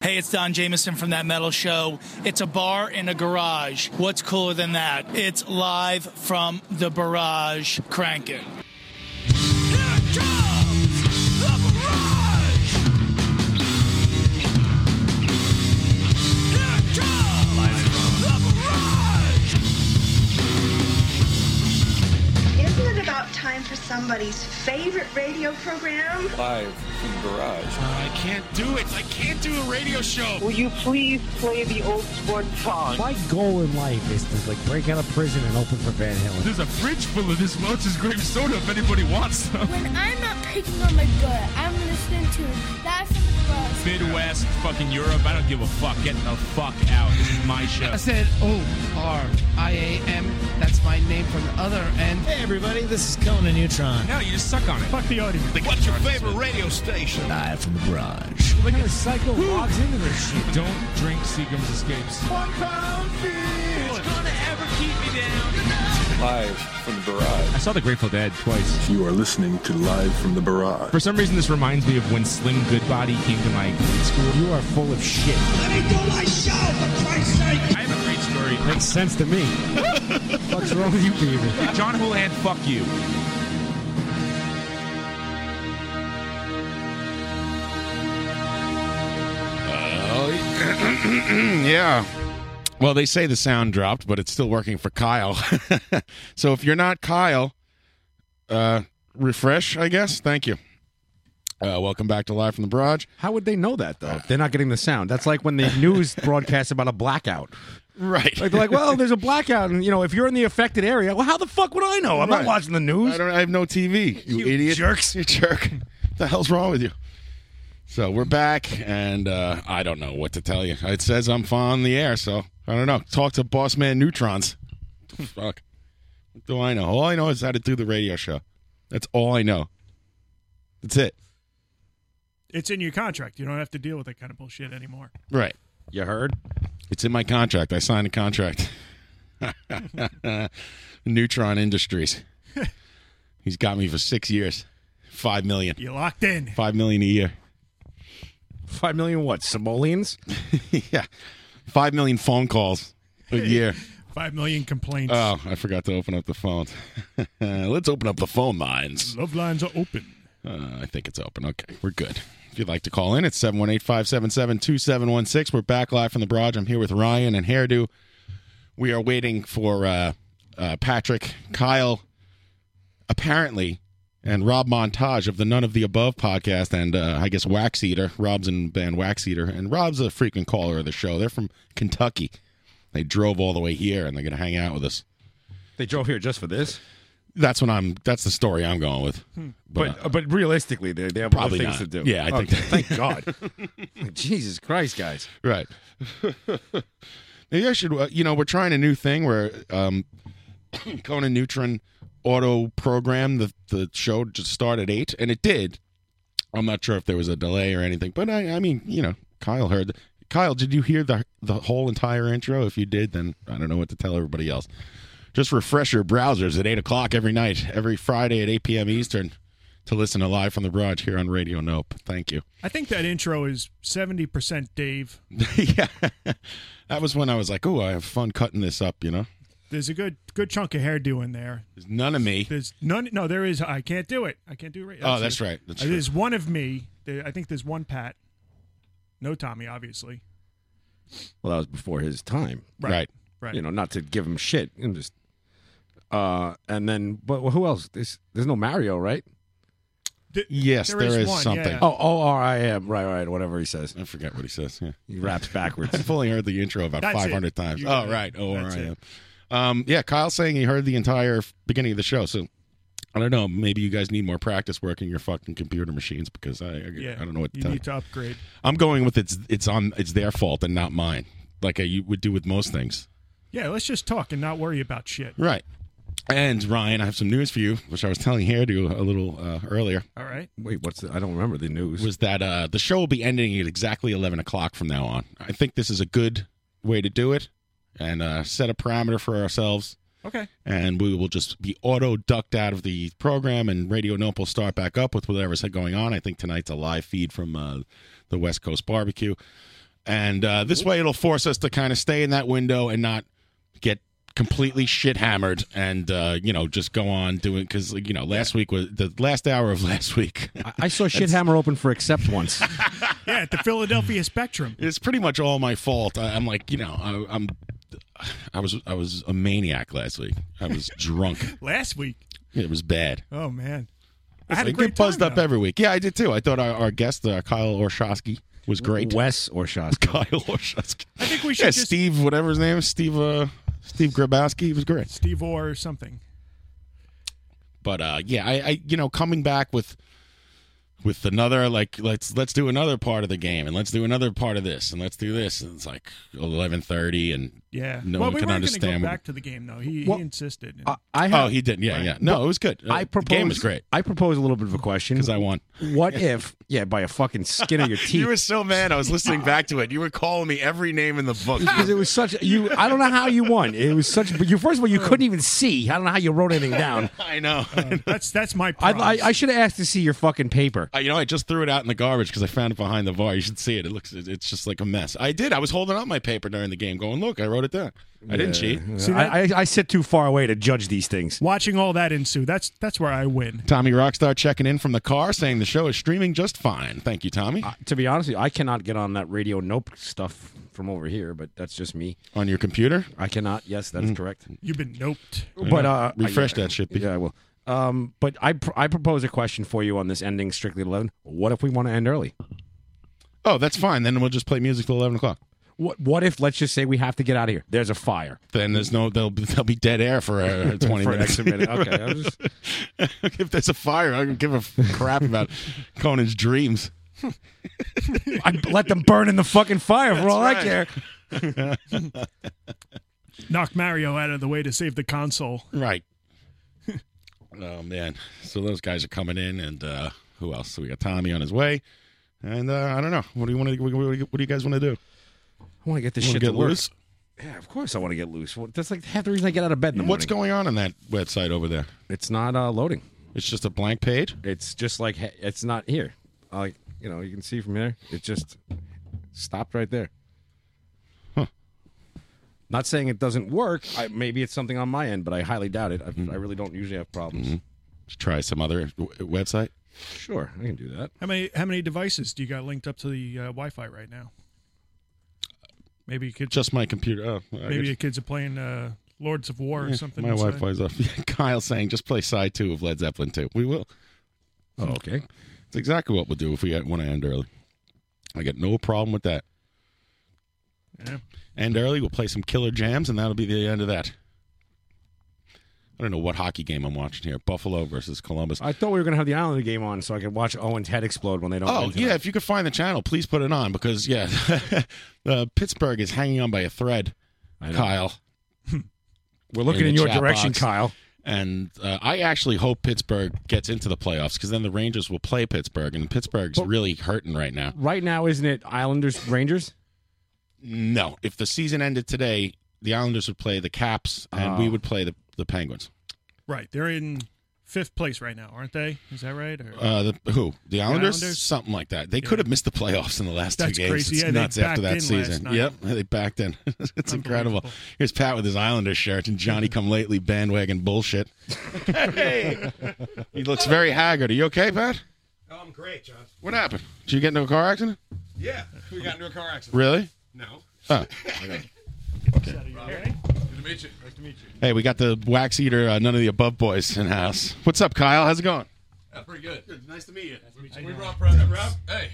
Hey, it's Don Jameson from That Metal Show. It's a bar in a garage. What's cooler than that? It's live from the barrage. Crank it. Isn't it about time for somebody's favorite radio program? Live from garage. Uh, I can't do it. I can't do a radio show. Will you please play the old sports song? My goal in life is to like break out of prison and open for Van Halen. There's a fridge full of this Welch's grape soda if anybody wants some. When I'm not picking on my butt, I'm listening to that from the bus. Midwest, fucking Europe. I don't give a fuck. Get the fuck out. This is my show. I said O oh, R I A M. That's my name from the other end. Hey everybody, this is Conan Neutron. No, you just suck on it. Fuck the audience. What's your favorite radio station? Live from the garage. What kind of psycho logs into this shit? Don't drink Seagram's Escapes. One pound fish. It's gonna ever keep me down. Live from the barrage. I saw The Grateful Dead twice. You are listening to Live from the Barrage. For some reason, this reminds me of when Slim Goodbody came to my grade school. You are full of shit. Let me do my show, for Christ's sake! I have a great story. Makes sense to me. What's wrong with you, Peter? John Houlihan, fuck you. yeah. Well, they say the sound dropped, but it's still working for Kyle. so if you're not Kyle, uh, refresh, I guess. Thank you. Uh, welcome back to Live from the Barrage. How would they know that though? They're not getting the sound. That's like when the news broadcasts about a blackout. Right. Like they're like, well, there's a blackout, and you know, if you're in the affected area, well, how the fuck would I know? I'm Right. not watching the news. I, don't, I have no TV. You, You idiot. jerks. You jerk. the hell's wrong with you? So we're back, and uh, I don't know what to tell you. It says I'm on the air, so I don't know. Talk to Boss Man Neutrons. Fuck. What do I know? All I know is how to do the radio show. That's all I know. That's it. It's in your contract. You don't have to deal with that kind of bullshit anymore. Right. You heard? It's in my contract. I signed a contract. Neutron Industries. He's got me for six years. Five million. You locked in. Five million a year. Five million what? Simoleons? yeah. Five million phone calls a year. Five million complaints. Oh, I forgot to open up the phone. Let's open up the phone lines. Love lines are open. Uh, I think it's open. Okay, we're good. If you'd like to call in, it's 718 577 2716. We're back live from the barrage. I'm here with Ryan and Hairdo. We are waiting for uh, uh, Patrick, Kyle, apparently, and Rob Montage of the None of the Above podcast, and uh, I guess Wax Eater. Rob's in band Wax Eater, and Rob's a freaking caller of the show. They're from Kentucky. They drove all the way here, and they're going to hang out with us. They drove Oh, here just for this. That's what I'm. That's the story I'm going with. But, Hmm. But uh, but realistically, they they have Probably other things not. to do. Yeah, I think Okay, thank God. Jesus Christ, guys. Right. Maybe I should. Uh, you know, we're trying a new thing where um, Conan Neutron auto program the the show just start at eight, and it did. I'm not sure if there was a delay or anything, but I, I mean, you know, Kyle heard. Kyle, did you hear the the whole entire intro? If you did, then I don't know what to tell everybody else. Just refresh your browsers at eight o'clock every night, every Friday at eight p.m. Eastern, to listen to live from the barrage here on Radio Nope. Thank you. I think that intro is seventy percent Dave. yeah, that was when I was like, "Oh, I have fun cutting this up," you know. There's a good good chunk of hairdo in there. There's none of me. There's none. No, there is. I can't do it. I can't do it. Oh, that's right. That's Uh, There's one of me. There, I think there's one Pat. No Tommy, obviously. Well, that was before his time. right. right. Right. You know, not to give him shit. I'm just. Uh, and then, but who else? There's there's no Mario, right? Th- Yes, there is something. yeah. Oh, O R I M. Right, right. Whatever he says, I forget what he says. Yeah. he raps backwards. I've only heard the intro about That's it. 500 times. You Oh, got it. right. Oh, That's I am. Um, yeah, Kyle's saying he heard the entire f- beginning of the show. So I don't know. Maybe you guys need more practice working your fucking computer machines because I I, Yeah. I don't know what to you tell you. need to upgrade. I'm going with it's it's on it's their fault and not mine, like I you would do with most things. Yeah, let's just talk and not worry about shit. Right. And Ryan, I have some news for you, which I was telling Hairdo a little uh, earlier. All right. Wait, what's? The, I don't remember the news. was that uh, the show will be ending at exactly 11 o'clock from now on. I think this is a good way to do it and uh, set a parameter for ourselves. Okay. And we will just be auto ducked out of the program, and Radio Nope will start back up with whatever's going on. I think tonight's a live feed from uh, the West Coast Barbecue. And uh, this way, it'll force us to kind of stay in that window and not get completely shit hammered and uh, you know just go on doing because you know last week was the last hour of last week. I saw Shit Hammer open for Accept once. yeah, at the Philadelphia Spectrum. It's pretty much all my fault. I, I'm like, you know, I, I'm, I was, I was a maniac last week. I was drunk. Last week. It was bad. Oh man. I I had a get great time, buzzed up though. every week. Yeah, I did too. I thought our, our guest, uh, Kyle Orshowski, was great. Wes Orshowski. Kyle Orshowski. I think we should Yeah, just- Steve, whatever his name is, Steve, uh, Steve Grabowski was great. Steve Orr or something. but uh yeah I, I you know coming back with with another like let's let's do another part of the game and let's do another part of this and let's do this and it's like 11:30 and Yeah. no well, one we can weren't gonna understand go what- back to the game though. He, Well, he insisted. I oh he did yeah yeah no it was good Uh, I the propose, game was great I propose a little bit of a question because I want. What if? Yeah, by a fucking skin of your teeth. you were so mad I was listening back to it you were calling me every name in the book because it was such you. I don't know how you won. It was such. But you first of all, you couldn't even see. I don't know how you wrote anything down. I know that's that's my I, problem. I, I should have asked to see your fucking paper. Uh, you know, I just threw it out in the garbage because I found it behind the bar. You should see it. It looks, it- it's just like a mess. I did. I was holding up my paper during the game, going, "Look, I wrote it down. I didn't cheat." I, I, I sit too far away to judge these things. Watching all that ensue. That's that's where I win. Tommy Rockstar checking in from the car, saying the show is streaming just fine. Thank you, Tommy. To be honest, with you, I cannot get on that radio nope stuff from over here. But that's just me. On your computer, I cannot. Yes, that's Mm. correct. You've been noped. But uh, refresh I- that shit. Yeah, I will. Um, but I pr- I propose a question for you on this ending strictly at eleven. What if we want to end early? Oh, that's fine. Then we'll just play music till eleven o'clock. What What if let's just say we have to get out of here? There's a fire. Then there's no there'll be, there'll be dead air for uh, twenty For an minutes. extra minute. Okay, I was just- if there's a fire, I don't give a f- crap about Conan's dreams. I let them burn in the fucking fire for all I care. care. Knock Mario out of the way to save the console. Right. Oh man! So those guys are coming in, and uh, who else? So we got Tommy on his way, and uh, I don't know. What do you want to? What, what what do you guys want to do? I want to get this Wanna shit get to work. loose? Yeah, of course I want to get loose. Well, That's like half the reason I get out of bed in the What's morning. going on on that website over there? It's not uh, loading. It's just a blank page. It's just like he- it's not here. Like you know, you can see from here. It just stopped right there. Not saying it doesn't work. I, Mm-hmm. maybe it's something on my end, but I highly doubt it. I, I really don't usually have Mm-hmm. problems. Should try some other w- website. Sure, I can do that. How many how many devices do you got linked up to the uh, Wi-Fi right now? Maybe you could Just my computer. Oh, I maybe guess- your kids are playing uh, Lords of War or Yeah, something. My instead. Wi-Fi's off. Yeah, Kyle saying just play side two of Led Zeppelin two. We will. Oh, okay. It's exactly what we'll do if we want to end early. I got no problem with that. Yeah. End early. We'll play some killer jams, and that'll be the end of that. I don't know what hockey game I'm watching here. Buffalo versus Columbus. I thought we were going to have the Islander game on so I could watch Owen's head explode when they don't. Oh win yeah, if you could find the channel, please put it on because yeah, uh, Pittsburgh is hanging on by a thread. Kyle, We're looking in the your chat direction, box. Kyle. And uh, I actually hope Pittsburgh gets into the playoffs because then the Rangers will play Pittsburgh, and Pittsburgh's really hurting right now. Right now, isn't it Islanders Rangers? No, if the season ended today, the Islanders would play the Caps, and Ah. we would play the, the Penguins. Right, they're in fifth place right now, aren't they? Is that right? Or- Uh, the, who? The Islanders? Islanders? Something like that. They could have missed the playoffs in the last That's two games. crazy. It's Yeah, they nuts after that backed in last season. night. Yep, they backed in. it's incredible. Here's Pat with his Islanders shirt and Johnny Come Lately bandwagon bullshit. hey, he looks very haggard. Are you okay, Pat? Oh, I'm great, John. What happened? Did you get into a car accident? Yeah, we got into a car accident. Really? No. Oh. Good to meet you. Nice to meat you. Hey, we got the wax eater, uh, none of the above boys in house. What's up, Kyle? How's it going? Yeah, pretty good. Nice to meet you. Nice to meet you. We brought presents. Rob? Hey.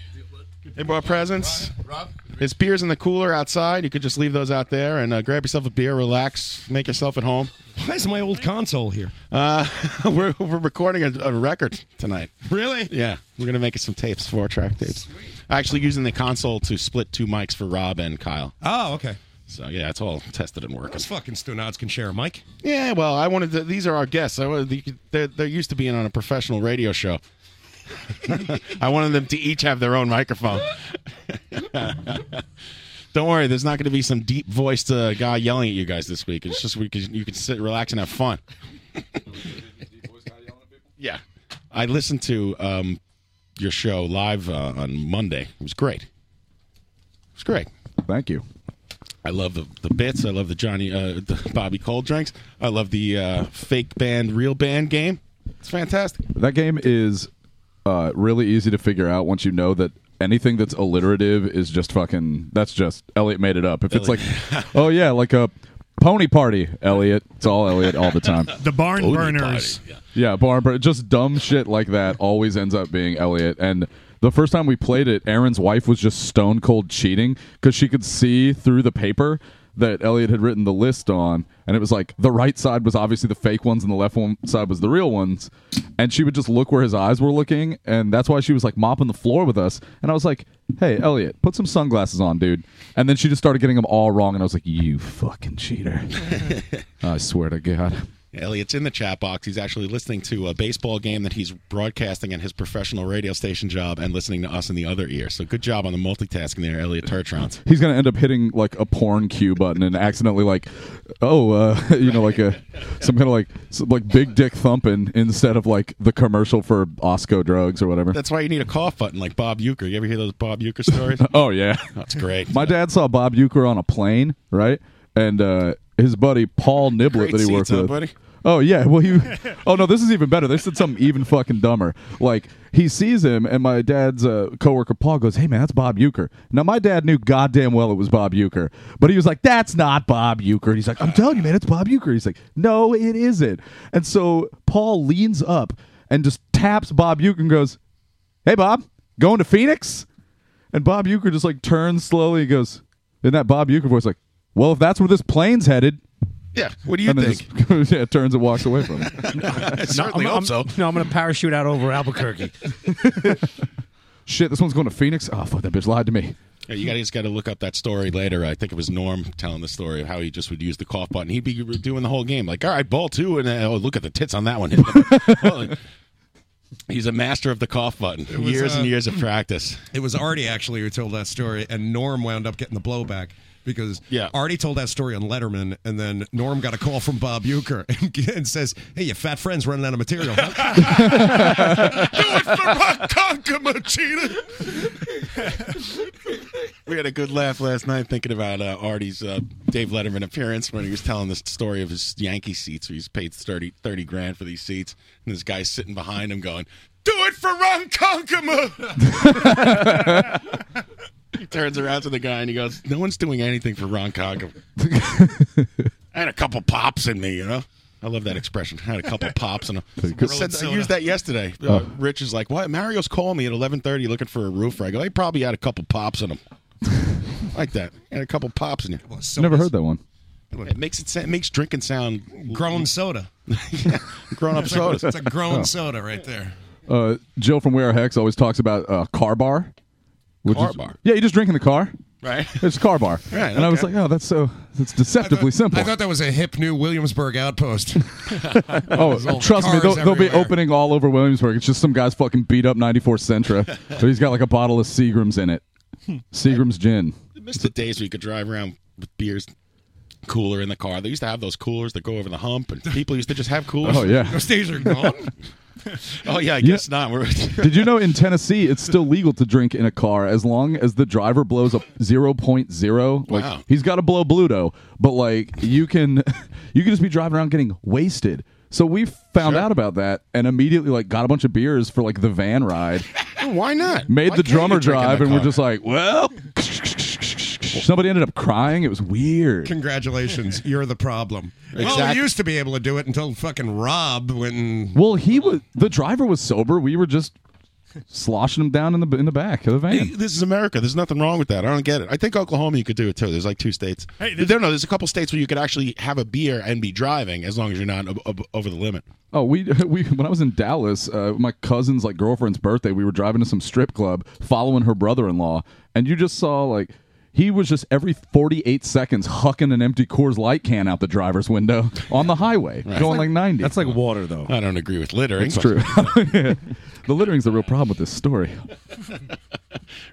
They brought presents. Rob? There's beers in the cooler outside. You could just leave those out there and uh, grab yourself a beer, relax, make yourself at home. Why is my old console here? Uh, we're, we're recording a, a record tonight. Really? Yeah, we're gonna make it some tapes, four track tapes. Actually, using the console to split two mics for Rob and Kyle. Oh, okay. So yeah, it's all tested and working. Those fucking Stonauts can share a mic. Yeah, well, I wanted to. These are our guests. I wanted, they're, they're used to being on a professional radio show. I wanted them to each have their own microphone. Don't worry, there's not going to be some deep voiced uh, guy yelling at you guys this week. It's just we can, you can sit, relax, and have fun. yeah. I listened to um, your show live uh, on Monday. It was great. It was great. Thank you. I love the, the bits. I love the Johnny uh, the Bobby Cole drinks. I love the uh, fake band, real band game. It's fantastic. That game is uh, really easy to figure out once you know that anything that's alliterative is just fucking. That's just Elliot made it up. If it's like, oh yeah, like a pony party, Elliot. It's all Elliot all the time. The barn Pony burners. Yeah, barn burner. Just dumb shit like that always ends up being Elliot. And the first time we played it, Aaron's wife was just stone cold cheating because she could see through the paper that Elliot had written the list on, and it was like the right side was obviously the fake ones and the left one side was the real ones. And she would just look where his eyes were looking, and that's why she was like mopping the floor with us. And I was like, "Hey, Elliot, put some sunglasses on, dude." And then she just started getting them all wrong, and I was like, "You fucking cheater!" I swear to God. Elliot's in the chat box. He's actually listening to a baseball game that he's broadcasting at his professional radio station job and listening to us in the other ear. So good job on the multitasking there, Elliot Turtrons. he's gonna end up hitting like a porn cue button and accidentally like oh uh you know like a some kind of like some, like big dick thumping instead of like the commercial for osco drugs or whatever That's why you need a cough button like Bob Euchre. You ever hear those Bob Euchre stories? oh yeah that's great my dad saw bob euchre on a plane right and uh his buddy paul niblett Great that he worked seats, huh, with buddy? Oh yeah, well he. Oh no, this is even better. They said something even fucking dumber. Like he sees him, and my dad's uh, coworker Paul goes, "Hey man, that's Bob Euchre." Now my dad knew goddamn well it was Bob Euchre, but he was like, "That's not Bob Euchre." And he's like, "I'm telling you, man, it's Bob Euchre." He's like, "No, it isn't." And so Paul leans up and just taps Bob Euchre and goes, "Hey Bob, going to Phoenix?" And Bob Euchre just like turns slowly and goes, in that Bob Euchre voice, like, "Well, if that's where this plane's headed." Yeah, what do you and then think? just- yeah, turns and walks away from it. certainly I'm, hope I'm- No, I'm going to parachute out over Albuquerque. Shit, this one's going to Phoenix. Oh, fuck, that bitch lied to me. Yeah, you gotta, just got to look up that story later. I think it was Norm telling the story of how he just would use the cough button. He'd be doing the whole game like, all right, ball two, and uh, oh, look at the tits on that one. Well, He's a master of the cough button. was, years uh, and years of practice. It was Artie actually who told that story, and Norm wound up getting the blowback because yeah. Artie told that story on Letterman, and then Norm got a call from Bob Euchre and, and says, "Hey, your fat friend's running out of material." We had a good laugh last night thinking about uh, Artie's uh, Dave Letterman appearance when he was telling this story of his Yankee seats. Where he's paid 30, 30 grand for these seats, and this guy's sitting behind him going, "Do it for Ron Conkema." he turns around to the guy and he goes, "No one's doing anything for Ron Conkema." I had a couple pops in me, you know. I love that expression. I had a couple pops and a, Gorilla said, I soda. used that yesterday. Uh, Oh. Rich is like, "What? Mario's calling me at eleven thirty looking for a roofer." I go, "They probably had a couple pops in them." like that. Had a couple pops in it. Never heard that one. It makes it, sa- it makes drinking sound grown soda. grown up It's like- soda. It's a grown Oh. soda right there. Uh, Jill from Where Are Hex always talks about uh, car bar. which Car is- bar? Yeah, you just drink in the car. Right. It's car bar. Right, And I was like, okay. oh, that's so, that's deceptively simple. I thought that was a hip new Williamsburg outpost. There's oh, all trust me, cars they'll, they'll be everywhere. opening all over Williamsburg. It's just some guy's fucking beat up 94 Sentra. so he's got like a bottle of Seagram's in it. Seagram's gin. I miss the days where you could drive around with beers cooler in the car. They used to have those coolers that go over the hump, and people used to just have coolers. Oh, yeah. those days are gone. oh yeah, I Yeah. guess not. We're Did you know in Tennessee it's still legal to drink in a car as long as the driver blows a 0.0 like Wow. he's got to blow Bluto but like you can you can just be driving around getting wasted. So we found out about that and immediately like got a bunch of beers for like the van ride. Why not? Made Why the can't you drummer drink in drive the and we're car? just like, well, somebody ended up crying. It was weird. Congratulations, you're the problem. Well, Exact- we used to be able to do it until fucking Rob went and Well, he was the driver was sober. We were just sloshing him down in the in the back of the van. This is America. There's nothing wrong with that. I don't get it. I think Oklahoma, you could do it too. There's like two states. Hey, there's, no, no, there's a couple states where you could actually have a beer and be driving as long as you're not ob- ob- over the limit. Oh, we we when I was in Dallas, uh, my cousin's like girlfriend's birthday, we were driving to some strip club, following her brother-in-law, and you just saw like he was just every 48 seconds hucking an empty Coors Light can out the driver's window on the highway, going like 90. That's like water, though. I don't agree with littering. It's true. the littering's the real problem with this story.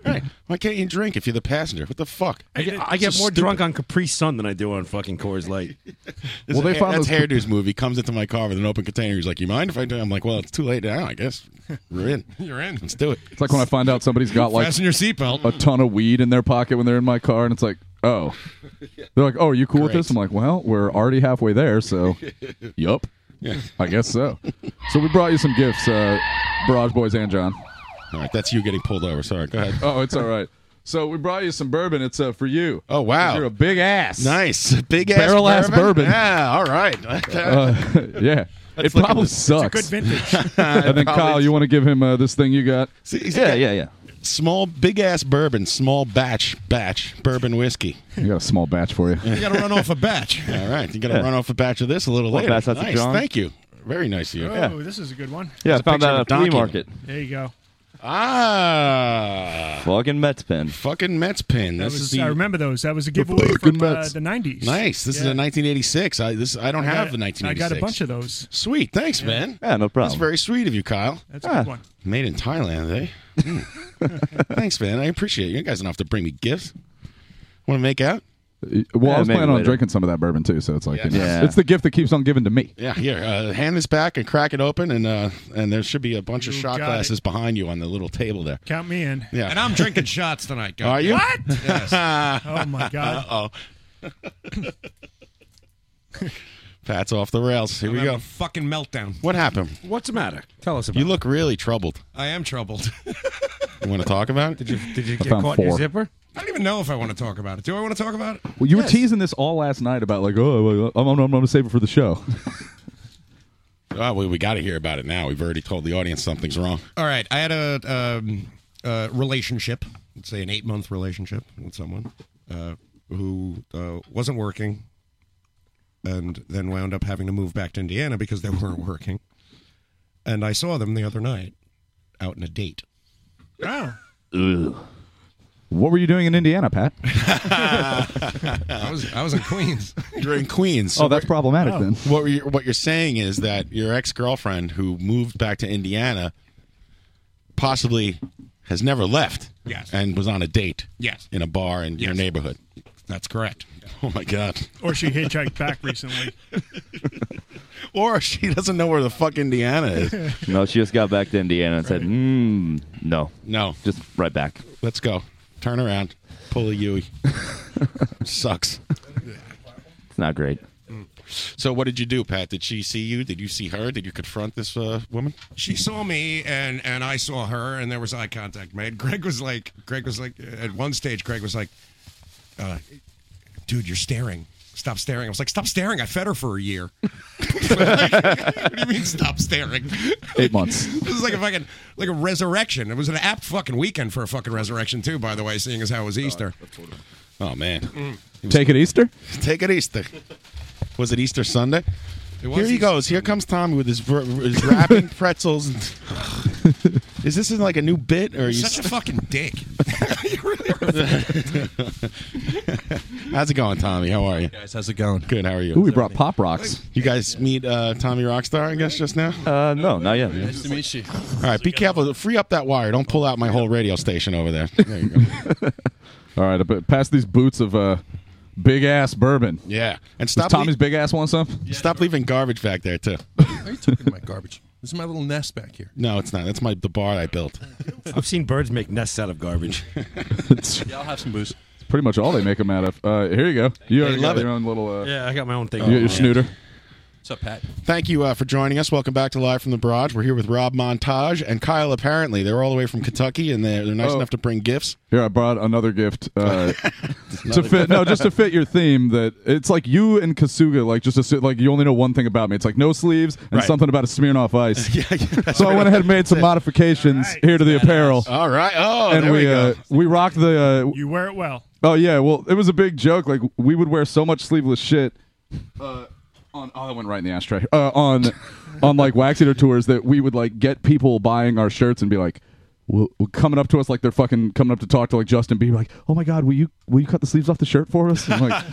Right? Why can't you drink if you're the passenger? What the fuck? I get, I get more drunk on Capri Sun than I do on fucking Coors Light. Well, they found that's hairdos movie comes into my car with an open container. He's like, "You mind if I do?" I'm like, "Well, it's too late now. I guess we're in. You're in. Let's do it." It's like when I find out somebody's got like Fasten your seatbelt. a ton of weed in their pocket when they're in my my car, and it's like, oh, they're like, oh, are you cool with this? I'm like, well, we're already halfway there, so, yup, Yeah. I guess so. So we brought you some gifts, uh, Barrage Boys and John. All right, that's you getting pulled over. Sorry, go ahead. Oh, it's all right. So we brought you some bourbon. It's uh, for you. Oh wow, you're a big ass. Nice, big ass Barrel ass bourbon. Yeah, all right. Uh, yeah. Let's it look at probably this. It's a sucks. good vintage. and Probably then Kyle, you want to give him uh, this thing you got? yeah, yeah, yeah. Small, big ass bourbon, small batch, batch bourbon whiskey. You got a small batch for you. You got to run off a batch. All right, you got to Yeah. run off a batch of this a little One later. batch, that's a nice, John. thank you. Very nice of you. Oh, this is a good one. Yeah, There's I a found picture of that at a flea donkey. market. There you go. Ah, Fucking Mets pin. Fucking Mets pin. That This was, is the I remember those. That was a giveaway from uh, the 90s. Nice. This is a 1986. I this I don't I got have it. the 1986. I got a bunch of those. Sweet. Thanks, man. Yeah, no problem. That's very sweet of you, Kyle. That's a good Ah. one. Made in Thailand, eh? Mm. Thanks, man. I appreciate it. You guys don't have to bring me gifts. Want to make out? Well, Yeah, I was maybe planning on later. drinking some of that bourbon too, so it's like Yeah. it's, Yeah. it's the gift that keeps on giving to me. Yeah, here. Uh, hand this back and crack it open, and uh, and there should be a bunch of shot got glasses behind you on the little table there. Count me in. Yeah. And I'm drinking shots tonight, guys. Are you? What? Yes. oh my god. Uh oh. Pat's off the rails. Here we having go. a fucking meltdown. What happened? What's the matter? Tell us about. You look really troubled. I am troubled. You want to talk about it? Did you did you I get found caught in your four. zipper? I don't even know if I want to talk about it. Do I want to talk about it? Well, you were teasing this all last night about like, oh, I'm, I'm, I'm going to save it for the show. Oh, well, we got to hear about it now. We've already told the audience something's wrong. All right, I had a, um, a relationship, let's say an eight month relationship with someone uh, who uh, wasn't working, and then wound up having to move back to Indiana because they weren't working. And I saw them the other night out in a date. Oh. What were you doing in Indiana, Pat? I was I was in Queens. You're in Queens. Oh, that's problematic then. What, were you, what you're saying is that your ex girlfriend who moved back to Indiana possibly has never left. Yes. And was on a date. Yes. In a bar in your neighborhood. That's correct. Oh my god. Or she hitchhiked back recently. Or she doesn't know where the fuck Indiana is. No, she just got back to Indiana and said, mm, no. No. Just right back. Let's go. Turn around. Pull a Yui. Sucks. It's not great. So what did you do, Pat? Did she see you? Did you see her? Did you confront this uh, woman? She saw me and and I saw her and there was eye contact made. Greg was like Greg was like at one stage Greg was like uh, dude, you're staring. Stop staring. I was like, stop staring. I fed her for a year. what do you mean stop staring? Eight months. This is like a fucking like a resurrection. It was an apt fucking weekend for a fucking resurrection too, by the way, seeing as how it was Easter. Oh man. Take it Easter? Take it Easter. Was it Easter Sunday? It was Here he Easter goes. Here comes Tommy with his, ver- his wrapping pretzels. And is this in like a new bit or are you Such a fucking dick. How's it going, Tommy? How are you? guys, how's it going? Good. How are you? Ooh, we brought Pop Rocks. You guys meet uh, Tommy Rockstar, I guess, just now? Uh, no, not yet. Nice to meet you. All right, be careful. Free up that wire. Don't pull out my whole radio station over there. There you go. All right, but pass these boots of uh, big ass bourbon. Yeah, and Does stop Tommy's lea- big ass want some? Stop leaving garbage back there too. My garbage. This is my little nest back here. No, it's not. That's my the bar I built. I've seen birds make nests out of garbage. Yeah, I'll have some booze. It's pretty much all they make them out of. Uh, here you go. You They already love got it. Oh, your own little. Uh, yeah, I got my own thing. You got your snooter. What's up, Pat? Thank you uh, for joining us. Welcome back to Live from the Barrage. We're here with Rob Montage and Kyle. Apparently, they're all the way from Kentucky, and they're, they're nice Oh. enough to bring gifts. Here, I brought another gift uh, to Another fit. No, gift. just to fit your theme. That it's like you and Kasuga, like just assu- like you only know one thing about me. It's like no sleeves and Right. something about a Smirnoff Ice. Yeah, yeah, so I went ahead and made some modifications here to the apparel. All right. Oh, and there we we go. Uh, we rocked the. Uh, You wear it well. oh yeah, well it was a big joke. Like we would wear so much sleeveless shit. Uh, on oh that went right in the ashtray. Uh, on on like wax eater tours that we would like get people buying our shirts and be like. Well, coming up to us like they're fucking coming up to talk to like Justin Bieber, like, oh my god, will you will you cut the sleeves off the shirt for us? And, like,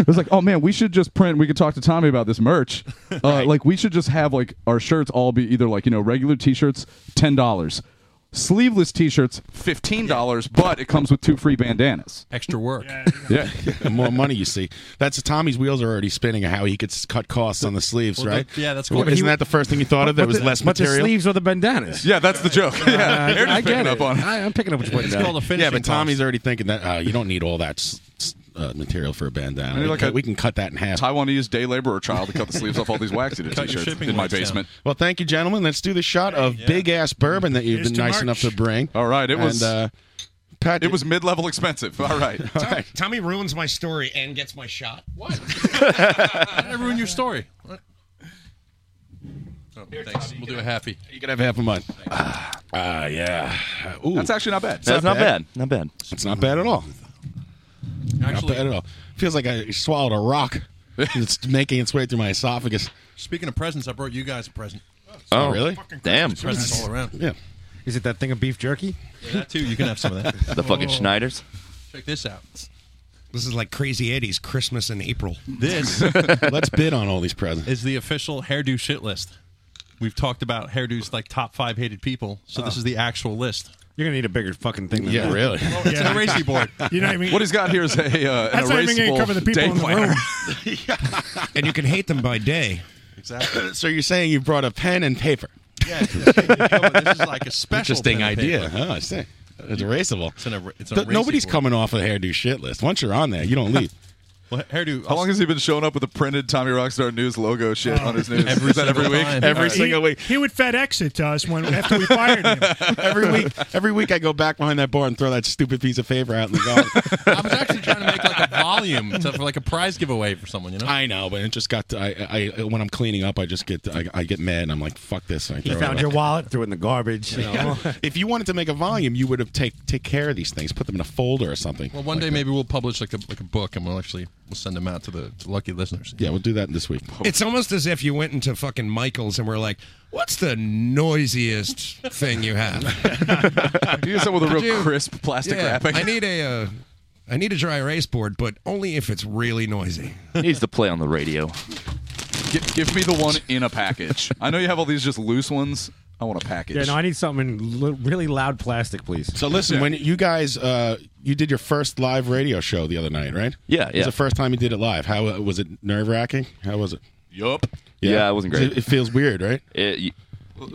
it was like, oh man, we should just print. We could talk to Tommy about this merch. Uh, Like, we should just have like our shirts all be either like you know regular T-shirts, ten dollars, Sleeveless T-shirts, fifteen dollars, but it comes with two free bandanas. Extra work. Yeah, the more money you see. That's Tommy's wheels are already spinning. How he could s- cut costs on the sleeves, Well, right? that- yeah, that's Well, cool. Isn't that the first thing you thought of? That But was the- less but the material. sleeves or the bandanas. Yeah, that's the joke. Uh, They're just I get picking it. up on it. I, am picking up what you're putting down. Yeah, but Tommy's already thinking that uh, you don't need all that s- s- uh, material for a bandana. Maybe We, like cut- a- we can cut that in half. Taiwanese day laborer child to cut the sleeves off all these waxy T-shirts in my basement. Well, thank you, gentlemen. Let's do the shot of big ass bourbon that you've Here's been to nice March. enough to bring. All right, it was- And, uh, Pat, It was mid-level expensive. All right. Tom- Tommy ruins my story and gets my shot. What? I ruin your story. What? Oh, thanks. We'll do a halfie. You can have half a mine. Ah, ah, yeah. Uh, Ooh. That's actually not bad. It's That's not bad. Not bad. It's not bad at all. not bad at all. Feels like I swallowed a rock. it's making its way through my esophagus. Speaking of presents, I brought you guys a present. Oh, really? Damn. Presents all around. Yeah. Is it that thing of beef jerky? Yeah, that too. You can have some of that. The fucking Schneiders. Check this out. Oh. This is like Crazy 80s Christmas in April. This Let's bid on all these presents. is the official hairdo shit list. We've talked about hairdos like top five hated people, so this Oh. is the actual list. You're gonna need a bigger fucking thing. Than Yeah, that. really. Well, it's an erasing board. You know what I mean? What he's got here is a uh, an That's not even gonna erasable cover the people day in the planner. room. and you can hate them by day. Exactly. so you're saying you brought a pen and paper? Yeah, this is like a special Interesting pen and idea. paper. Huh? I see. It's erasable. It's an, er- it's an Th- erasing Nobody's board. coming off a hairdo shit list. Once you're on there, you don't leave. Well, hairdo. How long has he been showing up with the printed Tommy Rockstar News logo shit on his news? Every is that every single week? time. Every Every single. single week. He would FedEx it to us when after we fired him. Every week, every week I go back behind that bar and throw that stupid piece of paper out in the garden. I was actually trying to make like a volume to, for like a prize giveaway for someone, you know? I know, but it just got. To, I, I when I'm cleaning up, I just get. I, I get mad and I'm like, "Fuck this!" and I He throw it found away. your wallet, threw it in the garbage. you know. Yeah. if you wanted to make a volume, you would have take take care of these things, put them in a folder or something. Well, one day maybe we'll publish like a, like a book, and we'll actually we'll send them out to the to lucky listeners. Yeah, we'll do that this week. It's almost as if you went into fucking Michael's and were like, what's the noisiest thing you have? You use that with a Could real you- crisp plastic Yeah, wrapping. I need a, uh, I need a dry erase board, but only if it's really noisy. Needs to play on the radio. Give, give me the one in a package. I know you have all these just loose ones. I want a package. Yeah, no, I need something in l- really loud plastic, please. So listen, when you guys uh, you did your first live radio show the other night, right? Yeah, It was yeah. the first time you did it live. How uh, was it? Nerve wracking? How was it? Yup. Yeah, it wasn't great. It, it feels weird, right? It,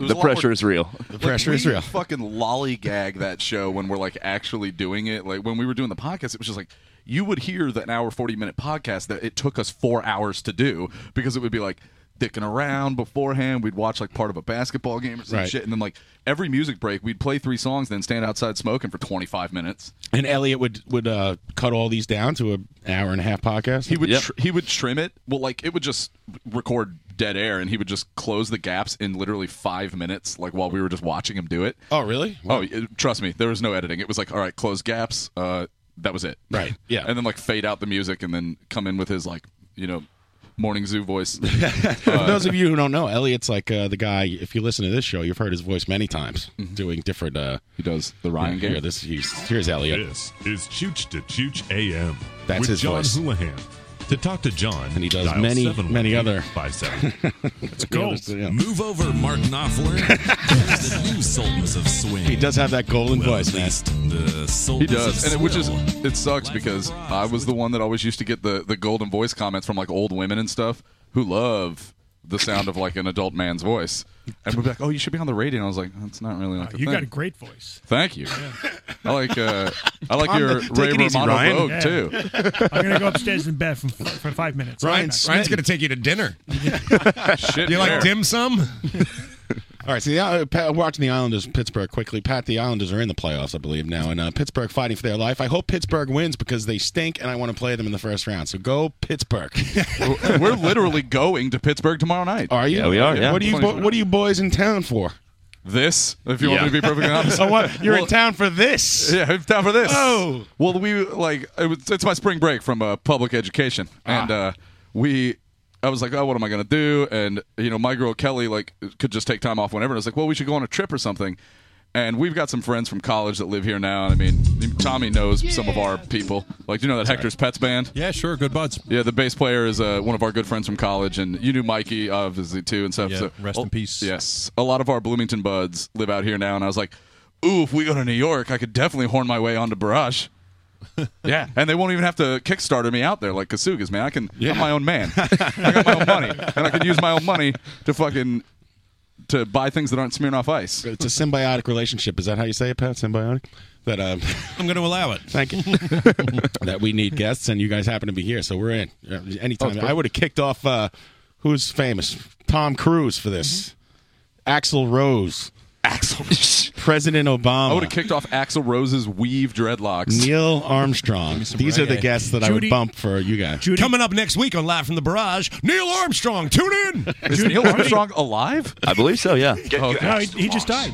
It was the a lot pressure more- is real. The pressure like, is we real. Fucking lollygag that show when we're like actually doing it. Like when we were doing the podcast, it was just like you would hear that an hour forty minute podcast that it took us four hours to do because it would be like dicking around beforehand. We'd watch like part of a basketball game or some Right. shit, and then like every music break, we'd play three songs, then stand outside smoking for twenty five minutes. And Elliot would would uh, cut all these down to an hour and a half podcast. He would tr- he would trim it. Well, like it would just record dead air, and he would just close the gaps in literally five minutes, like while we were just watching him do it. Oh, really? Oh, it- trust me, there was no editing. It was like, all right, close gaps. Uh, that was it. Right, yeah. and then like fade out the music, and then come in with his like, you know, morning zoo voice. Uh, For those of you who don't know, Elliot's like uh, the guy. If you listen to this show, you've heard his voice many times doing different. Uh, Mm-hmm. he does the Ryan Here, game. this he's, here's Elliot. This is Chooch to Chooch AM. That's with his John voice. Houlihan. To talk to John, and he does many, many other- Let's go. Let's do it. Move over, Mark Knopfler. Here's the new Sultans of Swing. He does have that golden voice, man. The Sultans He does, of and it, which is Swill. it sucks because I was the one that always used to get the the golden voice comments from like old women and stuff who love the sound of like an adult man's voice, and would be like, "Oh, you should be on the radio." And I was like, "That's not really like a You thing." got a great voice. Thank you. I like uh, I like Calm your down. Ray Take it easy, Romano Ryan. Vogue Yeah. too. I'm gonna go upstairs and bed for, for five minutes. Ryan Ryan's Smith. going to take you to dinner. Shit, you fair. like dim sum? All right, so the, uh, Pat, watching the Islanders Pittsburgh quickly. Pat, the Islanders are in the playoffs, I believe, now, and uh, Pittsburgh fighting for their life. I hope Pittsburgh wins because they stink, and I want to play them in the first round. So go Pittsburgh. We're literally going to Pittsburgh tomorrow night. Are you? Yeah, we are, yeah. What are you? bo- What are you boys in town for? This, if you want Yeah. me to be perfectly honest. Oh, what? You're Well, in town for this? Yeah, it's time for this. Oh. well, we like it was, it's my spring break from uh, public education, Ah. and uh, we. I was like, oh, what am I gonna do? And you know, my girl Kelly like could just take time off whenever. And I was like, well, we should go on a trip or something. And we've got some friends from college that live here now. And I mean, Tommy knows some of our people. Like, do you know that Hector's Pets band? Yeah, sure, good buds. Yeah, the bass player is uh, one of our good friends from college, and you knew Mikey obviously too, and stuff. Yeah, so rest in peace. Yes, a lot of our Bloomington buds live out here now, and I was like, ooh, if we go to New York, I could definitely horn my way onto Barrage. yeah, and they won't even have to Kickstarter me out there like Kasugas, man. I can, I'm my own man. I got my own money, and I can use my own money to fucking to buy things that aren't Smirnoff Ice. It's a symbiotic relationship. Is that how you say it, Pat? Symbiotic. That um, I'm going to allow it. Thank you. that we need guests, and you guys happen to be here, so we're in. Yeah, Anytime. I would have kicked off uh, who's famous? Tom Cruise for this. Mm-hmm. Axel Rose. Axel. President Obama. I would have kicked off Axl Rose's weave dreadlocks. Neil Armstrong. These are the reggae. guests that I Judy- would bump for you guys. Coming up next week on Live from the Barrage, Neil Armstrong. Tune in. Is Neil Armstrong alive? I believe so. Yeah. Oh. No, he- he just died.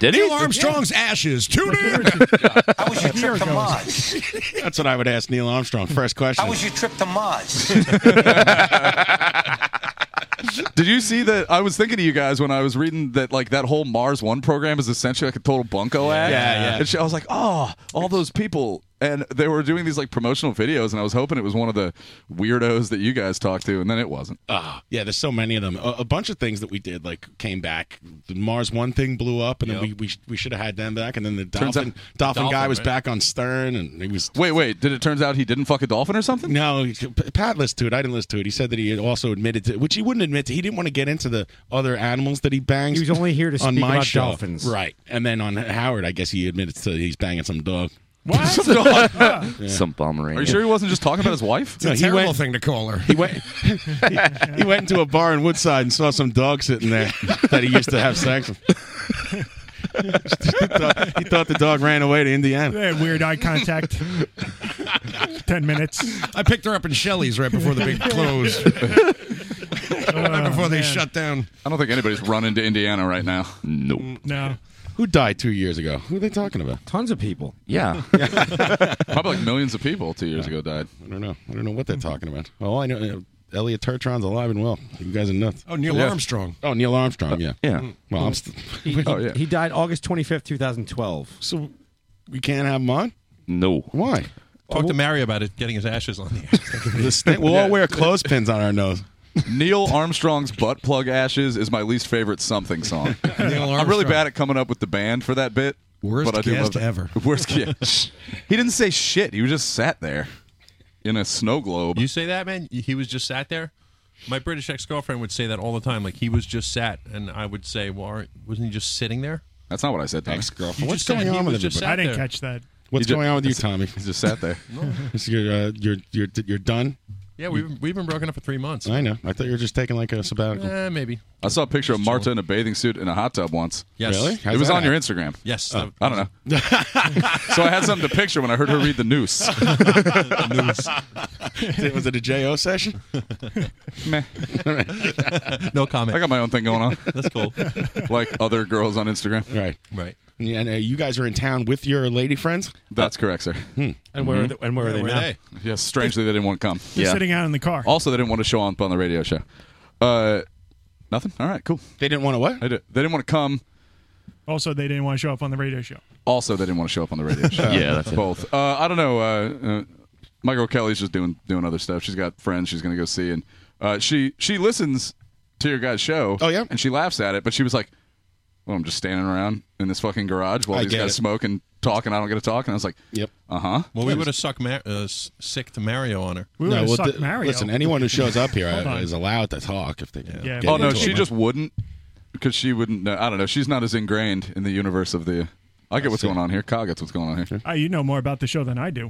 Did he? Neil Armstrong's ashes. Tune in. How was your trip to Mars? That's what I would ask Neil Armstrong. First question. How was your trip to Mars? Did you see that? I was thinking of you guys when I was reading that, like that whole Mars One program is essentially like a total bunko ad. Yeah, yeah. And shit. I was like, oh, all those people, and they were doing these like promotional videos, and I was hoping it was one of the weirdos that you guys talked to, and then it wasn't. Ah, yeah, there's so many of them. A, a bunch of things that we did like came back. The Mars One thing blew up, and then we Yep. we, sh- we should have had them back. And then the Turns dolphin out- dolphin, guy Dolphin, was right? back on Stern, and he was Wait, wait. Did it turns out he didn't fuck a dolphin or something? No, he- P- Pat listened to it. I didn't listen to it. He said that he had also admitted to, which he wouldn't admit to. He didn't want to get into the other animals that he bangs. He was only here to on speak my about show. dolphins. right? And then on Howard, I guess he admitted to he's banging some dog. Some dog. Some bummer. Are you sure he wasn't just talking about his wife? No, thing to call her. He went. he, he went into a bar in Woodside and saw some dog sitting there that he used to have sex with. he, thought, he thought the dog ran away to Indiana. They had weird eye contact. Ten minutes. I picked her up in Shelley's right before the big close. Oh, right before they man. shut down. I don't think anybody's running to Indiana right now. Nope. Mm, No. Who died two years ago? Who are they talking about? Tons of people. Yeah. Probably like millions of people two years ago died. I don't know. I don't know what they're talking about. All I know, uh, Elliot Turtron's alive and well. You guys are nuts. Oh, Neil Yeah. Armstrong. Oh, Neil Armstrong. Yeah. Mm. Yeah. Well, I'm st- He, he- he died August 25th, 2012. So we can't have him on? No. Why? Talk to Mary about it, getting his ashes on the air. The sta- we'll all wear clothespins on our nose. Neil Armstrong's butt plug ashes is my least favorite something song. I'm really Armstrong. bad at coming up with the band for that bit. Worst but I do guest love that. ever. Worst guest. he didn't say shit. He was just sat there in a snow globe. You say that, man? He was just sat there. My British ex-girlfriend would say that all the time. Like he was just sat, and I would say, "Well, aren't- wasn't he just sitting there?" That's not what I said. Tommy. You Ex-girlfriend. What's just said going he on with was just everybody? sat I didn't there. catch that. What's He ju- going on with you, Tommy? He just sat there. Is you're, uh, you're you're you're done. Yeah, we've we've been broken up for three months. I know. I thought you were just taking like a sabbatical. Eh, maybe. I saw a picture of Marta in a bathing suit in a hot tub once. Yes. Really? it How's was that on your Instagram. Yes. Oh. that- I don't know. so I had something to picture when I heard her read the noose. was it a JO session? Meh. no comment. I got my own thing going on, That's cool. like other girls on Instagram. Right. Right. Yeah, And uh, you guys are in town with your lady friends. That's correct, sir. Hmm. And where, are Mm-hmm. they, and where are they Mm-hmm. Where now? they? Yes, strangely they didn't want to come. They're sitting out in the car. Also, they didn't want to show up on the radio show. Uh, nothing. All right, cool. They didn't want to what? They, did, they didn't want to come. Also, they didn't want to show up on the radio show. Also, they didn't want to show up on the radio show. Yeah, that's it. both. Uh, I don't know. Uh, uh, my girl Kelly's just doing doing other stuff. She's got friends she's gonna go see, and uh, she she listens to your guys' show. Oh, yeah? and she laughs at it, but she was like, "Well, I'm just standing around in this fucking garage while I these get guys it. smoke and talk, and I don't get to talk." And I was like, Yep. uh huh." Well, we would have sucked Mar- uh, s- sick to Mario on her. We would have well, sucked th- Mario. Listen, anyone who shows up here uh, Hold on. is allowed to talk if they. can Yeah. get Oh no, into she it. just wouldn't because she wouldn't. Know. I don't know. She's not as ingrained in the universe of the. I get what's going on here. Kyle gets what's going on here. Ah, you know more about the show than I do.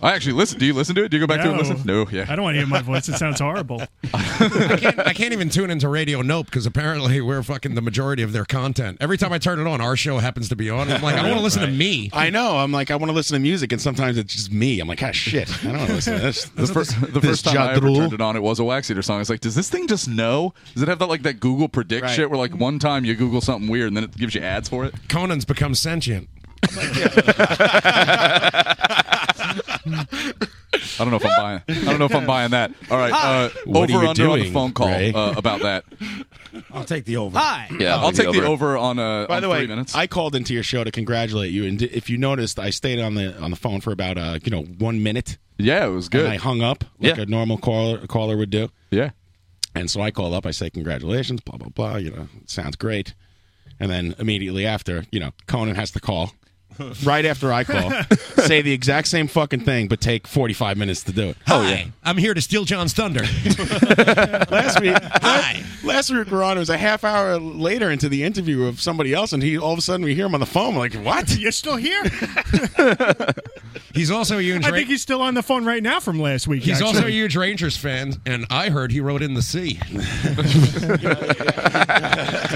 I actually listen. Do you listen to it? Do you go back to it No. and listen? No, yeah. I don't want to hear my voice. It sounds horrible. I can't, I can't even tune into Radio Nope because apparently we're fucking the majority of their content. Every time I turn it on, our show happens to be on. I'm like, I don't want to listen to me. I know. I'm like, I want to listen to music, and sometimes it's just me. I'm like, ah, shit. I don't want to listen to this. The, fir- the this first time I ever Jadrul. turned it on, it was a Wax Eater song. It's like, does this thing just know? Does it have that like that Google predict Right. shit where like one time you Google something weird and then it gives you ads for it? Conan's become sentient. I don't know if I'm buying. I don't know if I'm buying that. All right, uh, Ah. What are over you under on the doing, phone call Ray? uh, about that. I'll take the over. Hi. Yeah, I'll take the over on uh, By on the three way, minutes. I called into your show to congratulate you, and d- if you noticed, I stayed on the on the phone for about uh you know one minute, yeah, it was good. and I hung up like Yeah. a normal caller caller would do. yeah. And so I call up, I say congratulations, blah blah blah. You know, sounds great. And then immediately after, you know, Conan has to call. Right after I call, say the exact same fucking thing, but take 45 minutes to do it. Oh, yeah. I'm here to steal John's thunder. last week, Hi. last week we're on. It was a half hour later into the interview of somebody else, and he all of a sudden we hear him on the phone. We're like, what? You're still here? He's also a huge. I think he's still on the phone right now from last week. He's also a actually. huge Rangers fan, and I heard he wrote in the sea.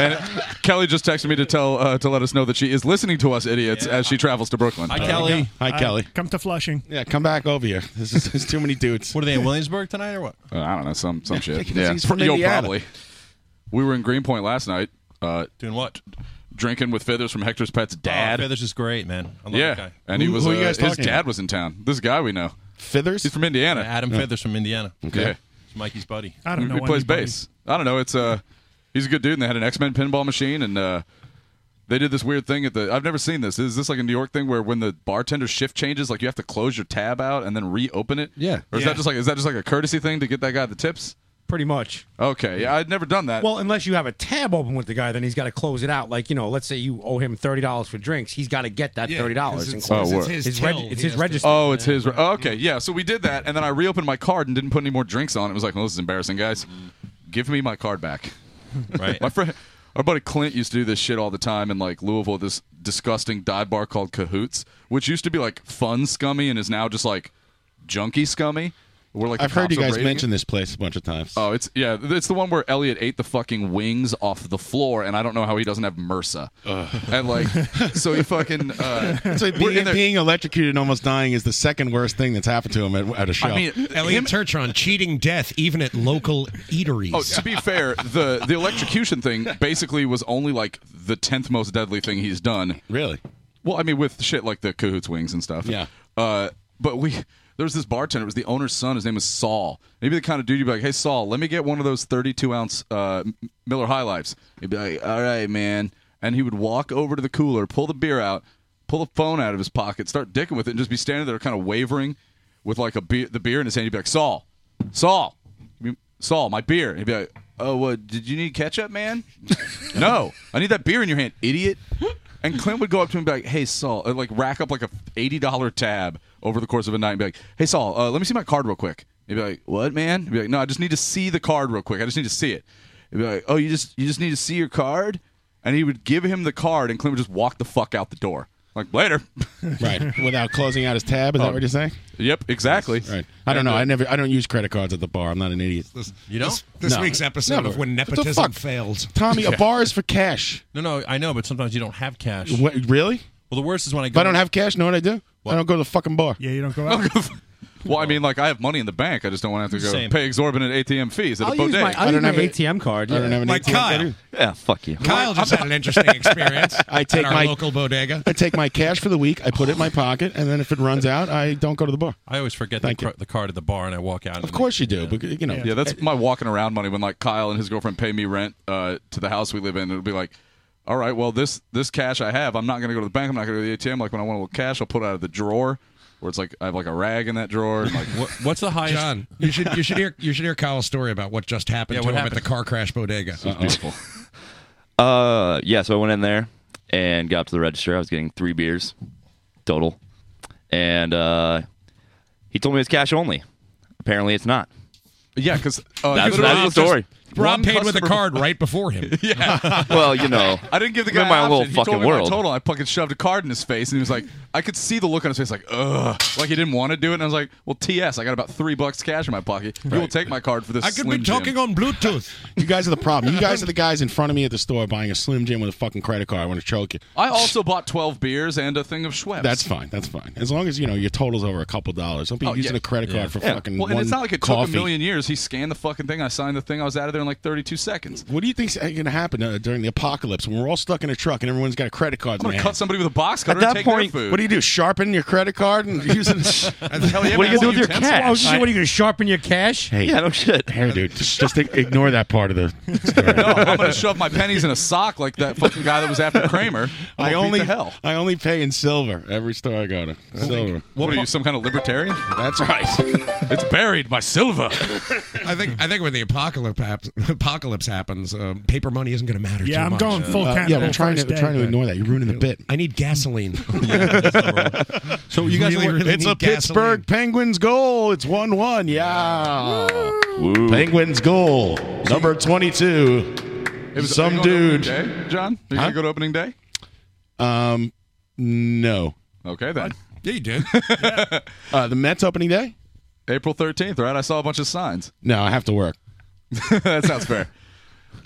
And Kelly just texted me to tell uh, to let us know that she is listening to us idiots as she travels to Brooklyn. Hi, Kelly. Hi, Kelly. Come to Flushing. Yeah, come back over here. This is, there's too many dudes. What are they in Williamsburg tonight or what? Uh, I don't know some some shit. Because Yeah, he's from Yo, Indiana. probably. We were in Greenpoint last night. Uh, Doing what? Drinking with Feathers from Hector's pet's dad. Oh, Feathers is great, man. I love yeah, that guy. and he was uh, his talking dad about? was in town. This guy we know. Feathers. He's from Indiana. Adam Feathers from Indiana. Okay. Yeah. He's Mikey's buddy. He- He plays bass. I don't know. It's uh, he's a good dude, and they had an X Men pinball machine, and uh, they did this weird thing at the. I've never seen this. Is this like a New York thing where when the bartender shift changes, like you have to close your tab out and then reopen it? Yeah. Or is Yeah. that just like is that just like a courtesy thing to get that guy the tips? Pretty much. Okay. Yeah, I'd never done that. Well, unless you have a tab open with the guy, then he's got to close it out. Like you know, let's say you owe him thirty dollars for drinks, he's got to get that Yeah, thirty dollars. 'cause it's- 'cause it's his it's, reg- till. it's He his has to- register. Oh, it's his. Re- oh, okay, yeah. So we did that, and then I reopened my card and didn't put any more drinks on. It was like, well, this is embarrassing, guys. Give me my card back. Right. my friend, our buddy Clint used to do this shit all the time in like Louisville. This disgusting dive bar called Cahoots, which used to be like fun scummy and is now just like junky scummy. We're like the I've heard cops you are guys raiding it. mention this place a bunch of times. Oh, it's yeah, it's the one where Elliot ate the fucking wings off the floor, and I don't know how he doesn't have MRSA. And like, so he fucking. Uh, So we're in being, there- being electrocuted and almost dying is the second worst thing that's happened to him at, at a show. Elliot Turtron cheating death even at local eateries. Oh, to be fair, the the electrocution thing basically was only like the tenth most deadly thing he's done. Really? Well, I mean, with shit like the cahoots wings and stuff. Yeah. Uh, but we there was this bartender. It was the owner's son. His name was Saul. Maybe the kind of dude you'd be like, "Hey, Saul, let me get one of those thirty-two ounce uh, M- Miller High Lifes." He'd be like, "All right, man," and he would walk over to the cooler, pull the beer out, pull the phone out of his pocket, start dicking with it, and just be standing there, kind of wavering, with like a beer, the beer in his hand. He'd be like, "Saul, Saul, Give me- Saul, my beer." And he'd be like, "Oh, what? did you need ketchup, man?" no, I need that beer in your hand, idiot. And Clint would go up to him and be like, "Hey, Saul," uh, like rack up like a eighty dollar tab over the course of a night and be like, "Hey, Saul, uh, let me see my card real quick." He'd be like, "What, man?" He'd be like, "No, I just need to see the card real quick. I just need to see it." He'd be like, "Oh, you just you just need to see your card," and he would give him the card, and Clint would just walk the fuck out the door. Like later, right? Without closing out his tab, is Oh. that what you're saying? Yep, exactly. uh, Right. I don't know. I never. I don't use credit cards at the bar. I'm not an idiot. You know? This, this No. week's episode Never. of When What the Nepotism fuck? Failed. Tommy, a bar is for cash. No, no, I know, but sometimes you don't have cash. What, really? Well, the worst is when I If go. I don't have cash, know what I do? I don't go to the fucking bar. Yeah, you don't go out. well, I mean, like I have money in the bank. I just don't want to have to go Same. pay exorbitant ATM fees at I'll a use bodega. my- I'll I don't use have my an- ATM card, I don't yeah. have an Like ATM Kyle. card either. Yeah, fuck you. Kyle just had an interesting experience I take at our my- local bodega. I take my cash for the week. I put it in my pocket, and then if it runs out, I don't go to the bar. I always forget the, Thank cr- the card at the bar and I walk out. Of course you do, but you know. Yeah, that's my walking around money. When like Kyle and his girlfriend pay me rent uh, to the house we live in, it'll be like, all right, well this this cash I have, I'm not gonna go to the bank. I'm not gonna go to the ATM. Like when I want a little cash, I'll put it out of the drawer. Where it's like I have like a rag in that drawer. And, like what's the highest? John, you should you should hear you should hear Kyle's story about what just happened Yeah, to what him at happened? the car crash bodega. beautiful. Uh, yeah, so I went in there and got up to the register. I was getting three beers total. And uh, he told me it's cash only. Apparently, it's not. Yeah, because uh, that's, that's the story. Rob paid with a card right before him. yeah. Well, you know, I didn't give the I'm in guy my an little option. he fucking told me my world. total. I fucking shoved a card in his face, and he was like, I could see the look on his face, like, ugh, like he didn't want to do it. And I was like, Well, TS, I got about three bucks cash in my pocket. You will take my card for this. Slim Jim." on Bluetooth. You guys are the problem. You guys are the guys in front of me at the store buying a Slim Jim with a fucking credit card. I want to choke you. I also bought 12 beers and a thing of Schweppes. That's fine. That's fine. As long as you know your total's over a couple dollars. Don't be Oh, using yeah. a credit card Yeah. for Yeah. fucking Well, and one it's not like it coffee. took a million years. He scanned the fucking thing. I signed the thing. I was out of there in like 32 seconds. What do you think's going to happen uh, during the apocalypse when we're all stuck in a truck and everyone's got a credit card? I'm in gonna their cut hand? somebody with a box At cutter that and take point, their food. what do you do? Sharpen your credit card and use it? Hell yeah, What do you man. do with your Utensils. cash? Oh, so what are you going to sharpen your cash? Hey, Here, dude. Just, just ignore that part of the. no, I'm gonna shove my pennies in a sock like that fucking guy that was after Kramer. I'm I gonna beat only the hell. I only pay in silver every store I go to. Silver. What, are you, some kind of libertarian? That's right. It's buried by silver. I think I think when the apocalypse happens, apocalypse happens, um, paper money isn't going to matter. Yeah, too I'm much. going full Uh, yeah, cannibal we're trying to- first we're day. trying to ignore that. You're ruining the bit. I need gasoline. So you guys, Really, are- really it's need a Pittsburgh Penguins goal. It's one-one. Yeah, Penguins goal number twenty-two. It was- Some are you going dude, to opening day, John. You Huh? gonna go to opening day? Um, no. Okay then. Yeah, you did. Uh, the Mets opening day? April thirteenth, right? I saw a bunch of signs. No, I have to work. that sounds fair.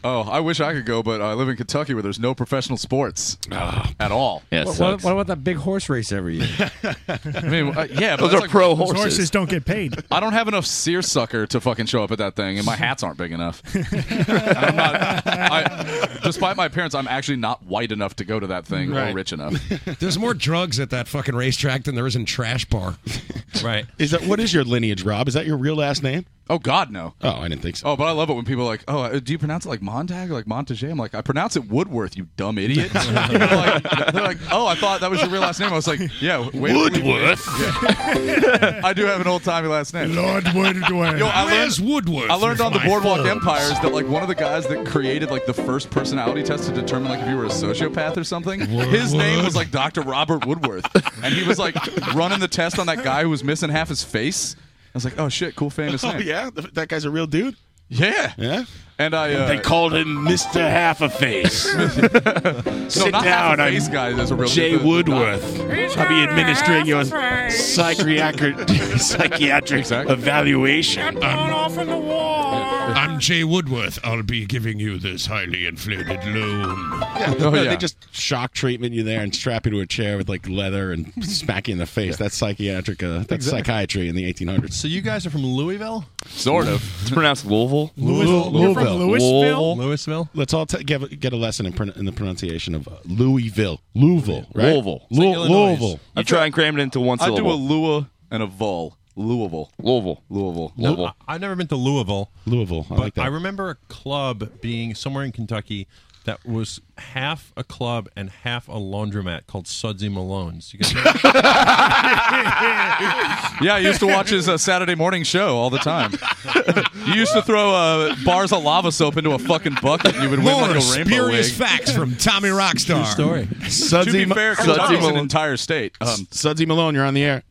Oh, I wish I could go, but I live in Kentucky where there's no professional sports at all. what, what, what about that big horse race every year? I mean, uh, yeah, but Those that's are like- pro Those horses don't get paid. I don't have enough seersucker to fucking show up at that thing, and my hats aren't big enough. I'm not, I, despite my appearance, I'm actually not white enough to go to that thing Right. or rich enough. There's more drugs at that fucking racetrack than there is in trash bar. Right. Is that what is your lineage, Rob? Is that your real last name? Oh God, no. Oh, I didn't think so. Oh, but I love it when people are like, oh, uh, do you pronounce it like Montag or like Montage? I'm like, I pronounce it Woodworth, you dumb idiot. they're, like, they're like, oh, I thought that was your real last name. I was like, yeah, wait- wait, Woodworth? Yeah. I do have an old timey last name. Lord Woodworth. Yo, I Where's learned, Woodworth? I learned on the My Boardwalk thumbs. Empires that like one of the guys that created like the first personality test to determine like if you were a sociopath or something. His name was like Dr. Robert Woodworth, and he was like running the test on that guy who was missing half his face. I was like, oh shit, cool famous Oh name. yeah, Th- that guy's a real dude. Yeah. Yeah. And I uh, They called him Mr. Half a Face. Sit down. not half a I'm face guy, that's a real- Jay the- the Woodworth. doctor. I'll be administering your psychiatric psychiatric evaluation. Um, I'm Jay Woodworth. I'll be giving you this highly inflated loan. Oh, Yeah, Oh, no, they just shock treatment you there and strap you to a chair with like leather and smack you in the face. That's psychiatric. Uh, that's Exactly. psychiatry in the 1800s. So you guys are from Louisville? Sort of. It's pronounced Louisville. Louisville. You're from Louisville? Louisville. Let's all t- give, a- get a lesson in, pron- in the pronunciation of uh, Louisville. Louisville. Right? Louisville. Lou- Louisville. You try and cram it into one I do a syllable. Lua and a Vol. Louisville. Louisville. Louisville. Louisville. I've never been to Louisville. Louisville. I but like that. I remember a club being somewhere in Kentucky that was half a club and half a laundromat called Sudsy Malone's. You guys know Yeah, I used to watch his uh, Saturday morning show all the time. you used to throw uh, bars of lava soap into a fucking bucket, and you would win More like a rainbow spurious wig. facts from Tommy Rockstar. to be fair, Kentucky's an Malone. entire state. Um, Sudsy Malone, you're on the air.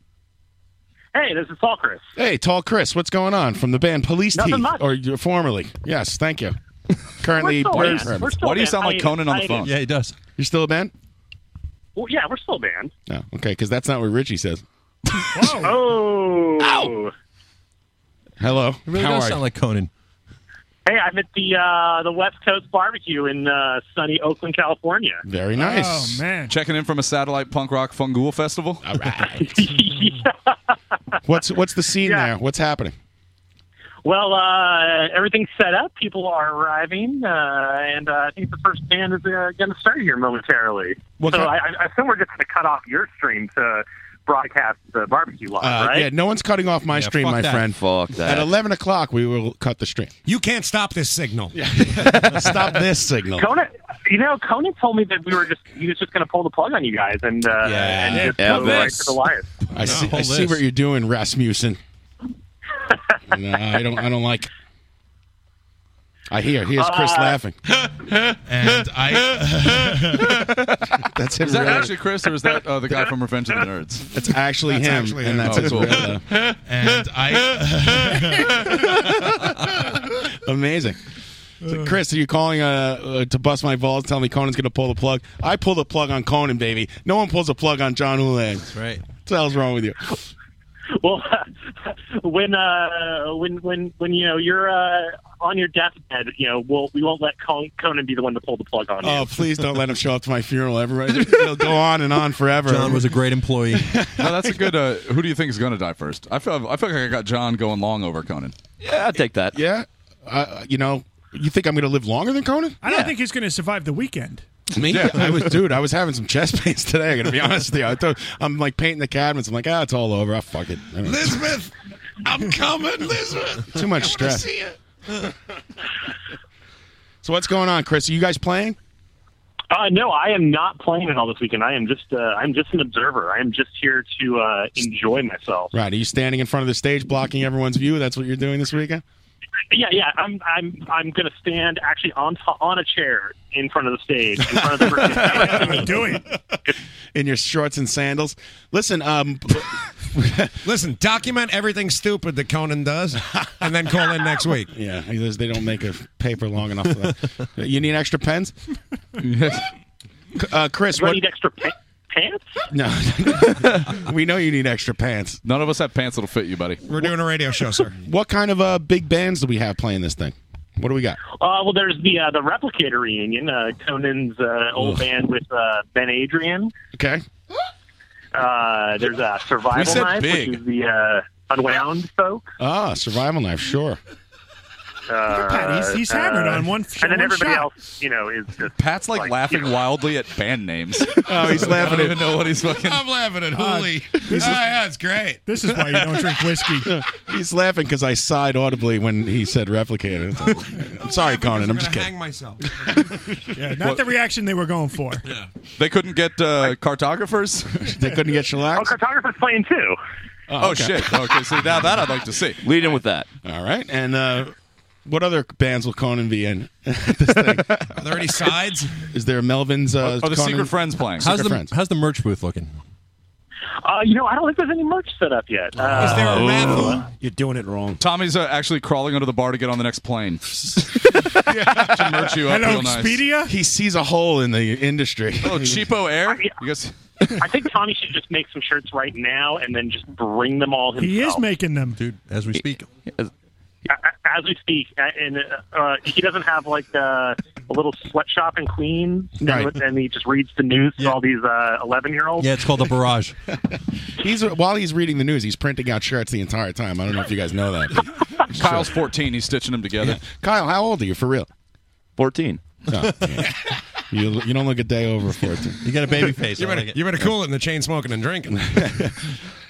Hey, this is Paul Chris. Hey, Tall Chris, what's going on from the band Police Nothing Teeth? much. Or you- formerly. Yes, thank you. Currently, We're still a band. We're still Why do you a sound band. like I- Conan on I- the phone? Yeah, he does. You're still a band? Well, yeah, we're still a band. No, okay, because that's not what Richie says. Oh. Hello. It really How does are sound you? like Conan. Hey, I'm at the uh, the West Coast Barbecue in uh, sunny Oakland, California. Very nice. Oh, man. Checking in from a satellite punk rock fungool festival. All right. what's what's the scene there? What's happening? Well, uh, everything's set up. People are arriving, uh, and uh, I think the first band is uh, going to start here momentarily. What so kind- I, I assume we're just going to cut off your stream to broadcast the barbecue live, Uh, right? Yeah, no one's cutting off my Yeah, stream, fuck my that. friend. Fuck that. At 11 o'clock, we will cut the stream. You can't stop this signal. Stop this signal. Conan, you know, Conan told me that we were just he was just going to pull the plug on you guys and uh, and just Yeah, go right this. to the Lions. I see, hold I see this. what you're doing, Rasmussen. no, I don't. I don't like. it. I hear. Here's Chris Uh, laughing. And I. That's him. Is that really- actually Chris, or is that uh, the guy from Revenge of the Nerds? It's actually him, and that's his real laugh. And Amazing. So, Chris, are you calling uh, uh, to bust my balls? Tell me Conan's going to pull the plug. I pull the plug on Conan, baby. No one pulls a plug on John Hulan. That's right. What the hell's wrong with you? Well, when uh, when when when you know you're uh, on your deathbed, you know we'll we won't let Con- Conan be the one to pull the plug on you. Oh, please don't let him show up to my funeral. Everybody, it'll go on and on forever. John was a great employee. No, that's a good. Uh, who do you think is going to die first? I feel. I feel like I got John going long over Conan. Yeah, I'll take that. Yeah, uh, you know, you think I'm going to live longer than Conan? I don't think he's going to survive the weekend. Me? I was, dude. I was having some chest pains today. I'm gonna be honest with you. I thought, I'm like painting the cabinets. I'm like, ah, it's all over. I fuck it. I don't know. Elizabeth, I'm coming, Elizabeth. Too much I wanna stress. see it. So what's going on, Chris? Are you guys playing? Uh, no, I am not playing at all this weekend. I am just uh, I'm just an observer. I am just here to uh, enjoy myself. Right? Are you standing in front of the stage blocking everyone's view? That's what you're doing this weekend. yeah, yeah. I'm I'm I'm gonna stand actually on to, on a chair in front of the stage, in front of the Do it in your shorts and sandals. Listen, um, Listen, document everything stupid that Conan does, and then call in next week. Yeah, because they don't make a paper long enough. For that. you need extra pens. uh, Chris, Do I what? need extra pa- pants? No, we know you need extra pants. None of us have pants that'll fit you, buddy. We're doing a radio show, sir. What kind of uh, big bands do we have playing this thing? What do we got? Uh, well, there's the uh, the Replicator reunion, uh, Conan's uh, old band with uh, Ben Adrian. Okay. Uh, there's uh, We Survival said Knife, big. which is the uh, Unwound folk. Ah, survival knife. Sure. Uh, Pat, he's- he's hammered on one- And then one everybody shot. else, you know, is just Pat's like, laughing you know, wildly at band names. oh, he's laughing I don't at- even know what he's fucking. I'm laughing at Uh, Hooli. this is- Ah, yeah, it's great. This is why you don't drink whiskey. He's laughing because I sighed audibly when he said replicator. I'm sorry, Conan. I'm just kidding. myself. yeah, not the reaction they were going for. Yeah. They couldn't get uh, cartographers. they couldn't get shellac. Oh, cartographer's playing too. Oh, okay. shit. Okay, see now that I'd like to see. Lead in with that. All right, and uh, what other bands will Conan be in? this thing? Are there any sides? Is there Melvin's? Uh, Are the Conan- Secret Friends playing? Secret How's the- Friends. How's the merch booth looking? Uh, you know, I don't think there's any merch set up yet. Uh, there a raffle? You're doing it wrong. Tommy's uh, actually crawling under the bar to get on the next plane. to merch you up real nice. He sees a hole in the industry. Oh, cheapo air. You guys, I think Tommy should just make some shirts right now and then just bring them all himself. He is making them. Dude, as we speak. A- as we speak, a- and uh, uh, he doesn't have like uh, a little sweatshop in Queens, and- Right. and, he just reads the news to all these uh, eleven-year-olds. Yeah, it's called the barrage. He's while he's reading the news, he's printing out shirts the entire time. I don't know if you guys know that. Kyle's 14. He's stitching them together. Kyle, how old are you for real? Fourteen. No. you you don't look a day over fourteen. You got a baby face. You better, you better cool it in the chain smoking and drinking.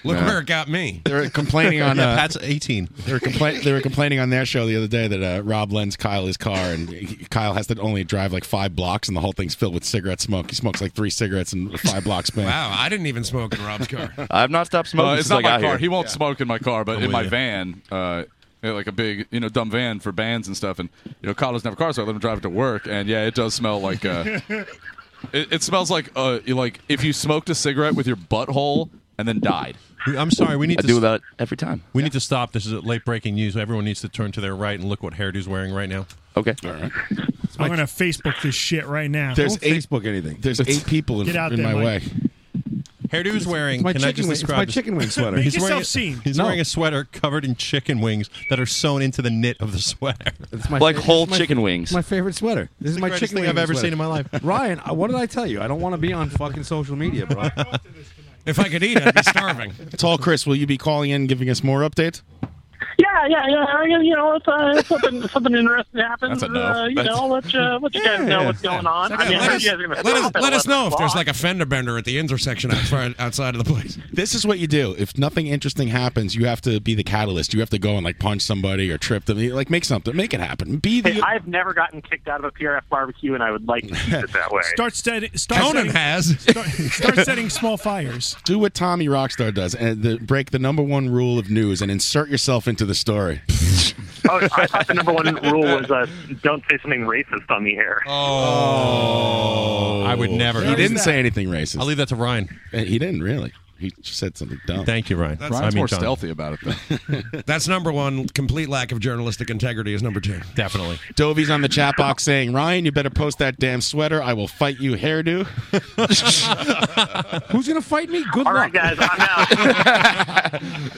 Look Yeah. where it got me. They're complaining on yeah, uh, Pat's 18. They were, compla- they were complaining on their show the other day that uh, Rob lends Kyle his car, and he- Kyle has to only drive like five blocks, and the whole thing's filled with cigarette smoke. He smokes like three cigarettes in five blocks span. Wow, Oh, I didn't even smoke in Rob's car. I've not stopped smoking. Uh, it's since not I my got car. Here. He won't smoke in my car, but I'm in with my you. van, uh, yeah, like a big, you know, dumb van for bands and stuff. And you know, Kyle doesn't have a car, so I let him drive it to work. And yeah, it does smell like. Uh, it, it smells like uh, you- like if you smoked a cigarette with your butthole and then died. I'm sorry. We need I to do s- that every time. We need to stop. This is late breaking news. Everyone needs to turn to their right and look what hairdo's wearing right now. Okay. All right. I'm gonna Facebook this shit right now. There's Don't eight, Facebook anything. There's It's- eight people in, Get out in there, my Mike. way. Hairdo's wearing. my can I chicken just wing- it's describe my this- chicken wing sweater. Make he's wearing, yourself a- seen. He's No. wearing a sweater covered in chicken wings that are sewn into the knit of the sweater. It's my Like favorite- whole it's my- chicken wings. My favorite sweater. This is the my greatest chicken thing wing I've ever sweater. seen in my life. Ryan, uh, what did I tell you? I don't want to be on fucking social media, bro. If I could eat, I'd be starving. Tall Chris, will you be calling in, giving us more updates? Yeah, yeah, yeah. I- You know, if, uh, if something something interesting happens, That's a no. uh, you That's- know, I'll let you let you guys know what's going on. I mean, I let heard us, you guys are gonna let us- stop at let us 11 know if there's o'clock. like a fender bender at the intersection outside, outside of the place. This is what you do. If nothing interesting happens, you have to be the catalyst. You have to go and like punch somebody or trip them. Like make something, make it happen. Be the Hey, I've never gotten kicked out of a PRF barbecue, and I would like to keep it that way. Start setting. Start setting, has. Start, start setting small fires. do what Tommy Rockstar does and the, break the number one rule of news and insert yourself into the story. oh, I thought the number one rule was uh, don't say something racist on the air. Oh, I would never. He didn't say anything racist. I'll leave that to Ryan. He didn't really. He just said something dumb. Thank you, Ryan. That's- I Ryan's mean, more John. stealthy about it though. That's number one. Complete lack of journalistic integrity is number two. Definitely. Dovey's on the chat box saying, "Ryan, you better post that damn sweater. I will fight you, hairdo." Who's gonna fight me? Good All luck. right, guys, I'm out.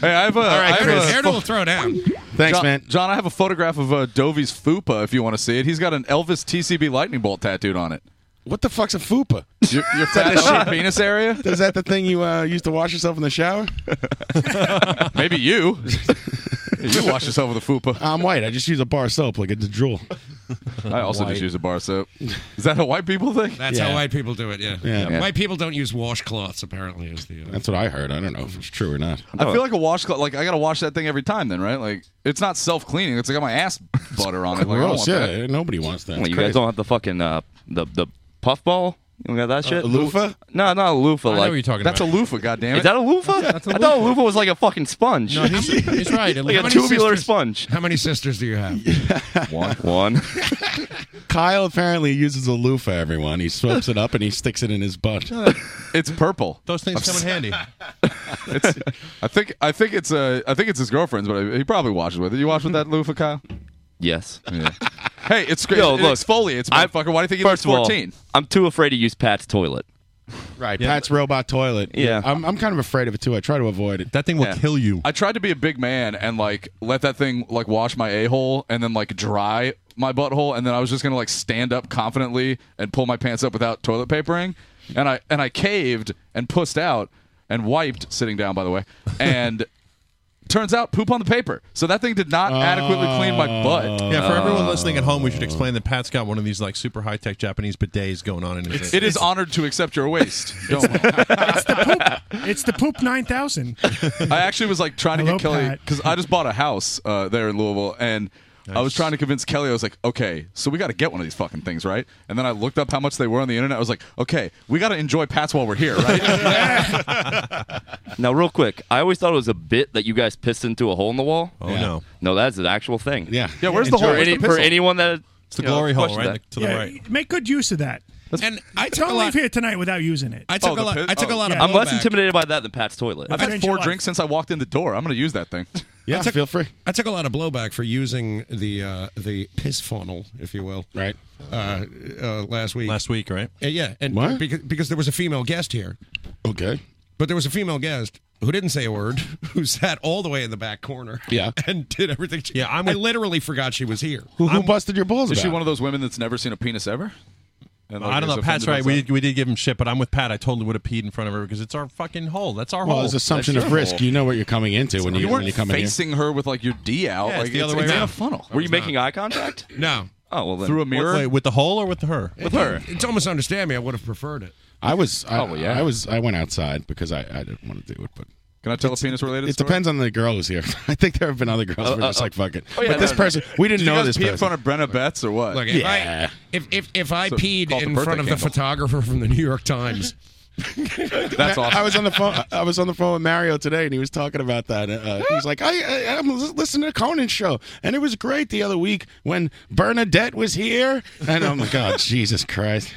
hey, I have a. All I right, have Hairdo a- Hairdo will throw down. Thanks, John, man. John, I have a photograph of uh, Dovey's fupa. If you want to see it, he's got an Elvis TCB lightning bolt tattooed on it. What the fuck's a fupa? Your, your fat shit penis area? Is that the thing you uh, used to wash yourself in the shower? Maybe you. you wash yourself with a fupa. I'm white. I just use a bar of soap like it's a drool. I also just use a bar soap. Oh. Is that a white people thing? That's Yeah. how white people do it. Yeah. Yeah. White people don't use washcloths. Apparently, is the. uh, That's what I heard. I don't know if it's true or not. I feel like a washcloth. Like I gotta wash that thing every time. Then right? Like it's not self cleaning. It's like got my ass butter on it. Like, I don't Gross. want Yeah. that. Nobody wants that. Well, It's you crazy. guys don't have the fucking uh, the the puffball You got that Uh, shit? a loofah? No, not a loofah. I know like, what you're talking that's about. a loofah. Goddamn it! Is that a loofah? I That's a thought a loofah was like a fucking sponge. No, he's- he's right. How like a many tubular sisters- sponge. How many sisters do you have? One. One. Kyle apparently uses a loofah. Everyone, he swipes it up and he sticks it in his butt. It's purple. Those things come in handy. It's, I think I think it's uh, I think it's his girlfriend's, but he probably watches with it. You watch with that loofah, Kyle? Yes. Hey, it's great. Yo, it look, exfoliates, I- motherfucker. Why do you think he looks First of all, 14? I'm too afraid to use Pat's toilet. Right, Pat's robot toilet. Yeah. I'm, I'm kind of afraid of it too. I try to avoid it. That thing will kill you. I tried to be a big man and like let that thing like wash my a hole and then like dry my butthole, and then I was just gonna like stand up confidently and pull my pants up without toilet papering, and I and I caved and pussed out and wiped sitting down by the way, and turns out poop on the paper, so that thing did not adequately clean my butt. Uh, Yeah, for everyone listening at home, we should explain that Pat's got one of these like super high tech Japanese bidets going on in his. It is honored to accept your waste. Don't It's the poop nine thousand. I actually was like trying to get Kelly because I just bought a house uh, there in Louisville, and I was trying to convince Kelly. I was like, okay, so we got to get one of these fucking things, right? And then I looked up how much they were on the internet. I was like, okay, we got to enjoy Pats while we're here, right? Now, real quick, I always thought it was a bit that you guys pissed into a hole in the wall. Oh no, no, that's an actual thing. Yeah, Yeah, where's the hole? For, Where's any, the for pistol? anyone that it's the you know, glory hole, questioned right? that. To the Yeah, right. Make good use of that. and I took Don't a leave lot. here tonight without using it. Oh, I took a lot. I took a lot of. I'm less blowback. intimidated by that than Pat's toilet. I've had four drinks since I walked in the door. I'm gonna use that thing. Yeah, feel free. I took a lot of blowback for using the uh, the piss funnel, if you will. Right. Uh, uh, last week. Last week, right? Uh, yeah, and What? because because there was a female guest here. Okay. But there was a female guest who didn't say a word, who sat all the way in the back corner. Yeah. And did everything. She, yeah, i literally forgot she was here. Who, who busted your balls? Is she about? one of those women that's never seen a penis ever? And, like, I don't is know. Pat's offended right. by We something? did, we did give him shit, but I'm with Pat. I totally would have peed in front of her because it's our fucking hole. That's our Well, hole. it's assumption That's of your risk. hole. You know what you're coming into when you, you when you weren't come facing her with like your D out. Yeah, it's like, the other way it's in a around. funnel. Were you making eye contact? No. Oh well, then Through a mirror? Wait, with the hole or with her? With her. Uh, It's almost understand me. I would have preferred it. in here. I was. I, Oh, yeah. I was. I went outside because I, I didn't want to do it, but. Can I tell a penis related? It depends on the girl who's here. I think there have been other girls Oh, who were oh, just oh. like, fuck it. Oh, yeah, but this no, no. person, we didn't Did you know guys this pee person. in front of Brenna Betts or what? Look, Yeah. if I, if, if, if I So, peed call it the in birthday front of the candle. photographer from the New York Times, That's I awesome. was on the phone. I was on the phone with Mario today, and he was talking about that. Uh, he was like, I, "I I'm lis- listening to Conan's show, and it was great the other week when Bernadette was here." And oh my God, Jesus Christ!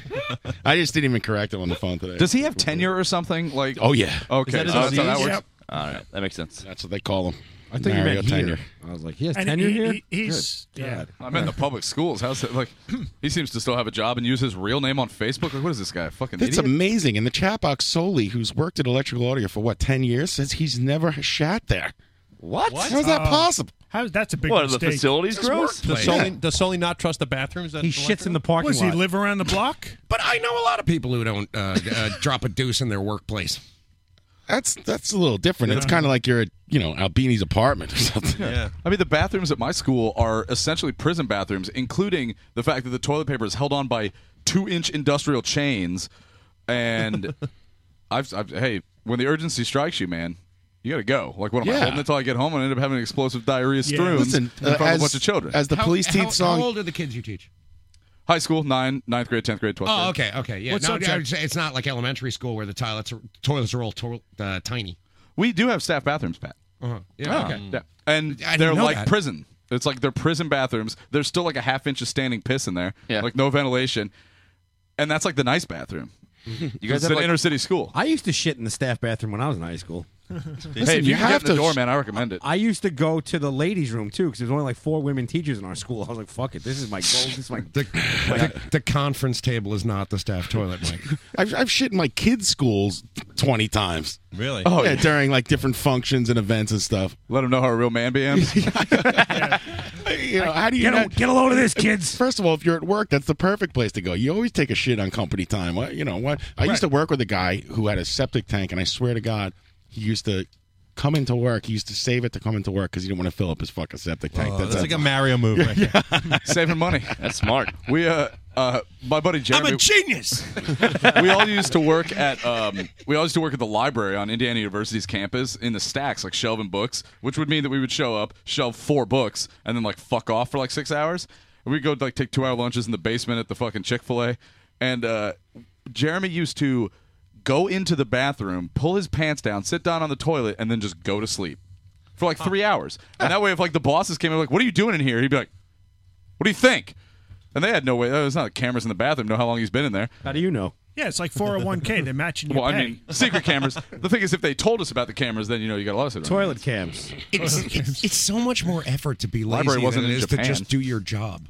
I just didn't even correct him on the phone today. Does he have tenure or something? Like, Oh yeah. Okay, so that's how that works. All right, that makes sense. That's what they call him. I thought you Mario meant tenure. here. I was like, he has And tenure he- here. he- he's- Good yeah. God. I'm in the public schools. How's that? Like, he seems to still have a job and use his real name on Facebook. Like, what is this guy? A fucking That's idiot. amazing. And the chat box Soli, who's worked at Electrical Audio for what ten years, says he's never shat there. What? How's Oh. that Oh. possible? How that's a big What, are the mistake. facilities This gross? workplace. Does Soli, does Soli not trust the bathrooms? That He shits in the parking What, does he lot. live around the block? but I know a lot of people who don't uh, uh, drop a deuce in their workplace. That's that's a little different. It's kind of like you're at you know Albini's apartment or something. Yeah. I mean, the bathrooms at my school are essentially prison bathrooms, including the fact that the toilet paper is held on by two-inch industrial chains. And I've, I've, hey, when the urgency strikes you, man, you gotta go. Like, what am I Yeah. holding until I get home and end up having an explosive diarrhea Yeah. streams Listen, in front uh, of a as- bunch of children? as the How- police teeth how- how song- old are the kids you teach? High school, nine, ninth grade, tenth grade, twelfth. Oh, grade. okay, okay, yeah. What no, I subject? would say it's not like elementary school where the toilets are, toilets are all to- uh, tiny. We do have staff bathrooms, Pat. Ah, Uh-huh. Yeah, okay. Oh, Yeah. And I didn't they're know like that. prison. It's like they're prison bathrooms. There's still like a half inch of standing piss in there. Yeah. Like no ventilation. And that's like the nice bathroom. guys it's have, an like- inner city school. I used to shit in the staff bathroom when I was in high school. Listen, if you you can get have in the to- door, man, I recommend it. I used to go to the ladies' room too because there was only like four women teachers in our school. I was like, "Fuck it, this is my goal. This is my." The, the conference table is not the staff toilet, Mike. I've, I've shit in my kids' schools 20 times. Really? Oh, yeah, during like different functions and events and stuff. Let them know how a real man beams. You know, how do you Get a- not- get a load of this, kids? First of all, if you're at work, that's the perfect place to go. You always take a shit on company time. Why- You know what? I used to work with a guy who had a septic tank, and I swear to God, he used to come into work. He used to save it to come into work because he didn't want to fill up his fucking Oh, septic Oh, tank. that's like a Mario move. Right there. Saving money. That's smart. We uh, uh my buddy Jeremy genius. we all used to work at um, we all used to work at the library on Indiana University's campus in the stacks, like shelving books, which would mean that we would show up, shelve four books, and then like fuck off for like six hours. And we'd go like take two hour lunches in the basement at the fucking Chick fil A. And uh, Jeremy used to go into the bathroom, pull his pants down, sit down on the toilet, and then just go to sleep for like three hours. And that way, if like the bosses came in, like, "What are you doing in here?" He'd be like, "What do you think?" And they had no way. Oh, it's not the cameras in the bathroom. Know how long he's been in there? How do you know? Yeah, it's like 401k. They're matching your Well, I pay. mean, secret cameras. The thing is, if they told us about the cameras, then you know you got a lawsuit. Toilet cams. It's, it's, it's so much more effort to be lazy Library wasn't than it in is Japan. to just do your job.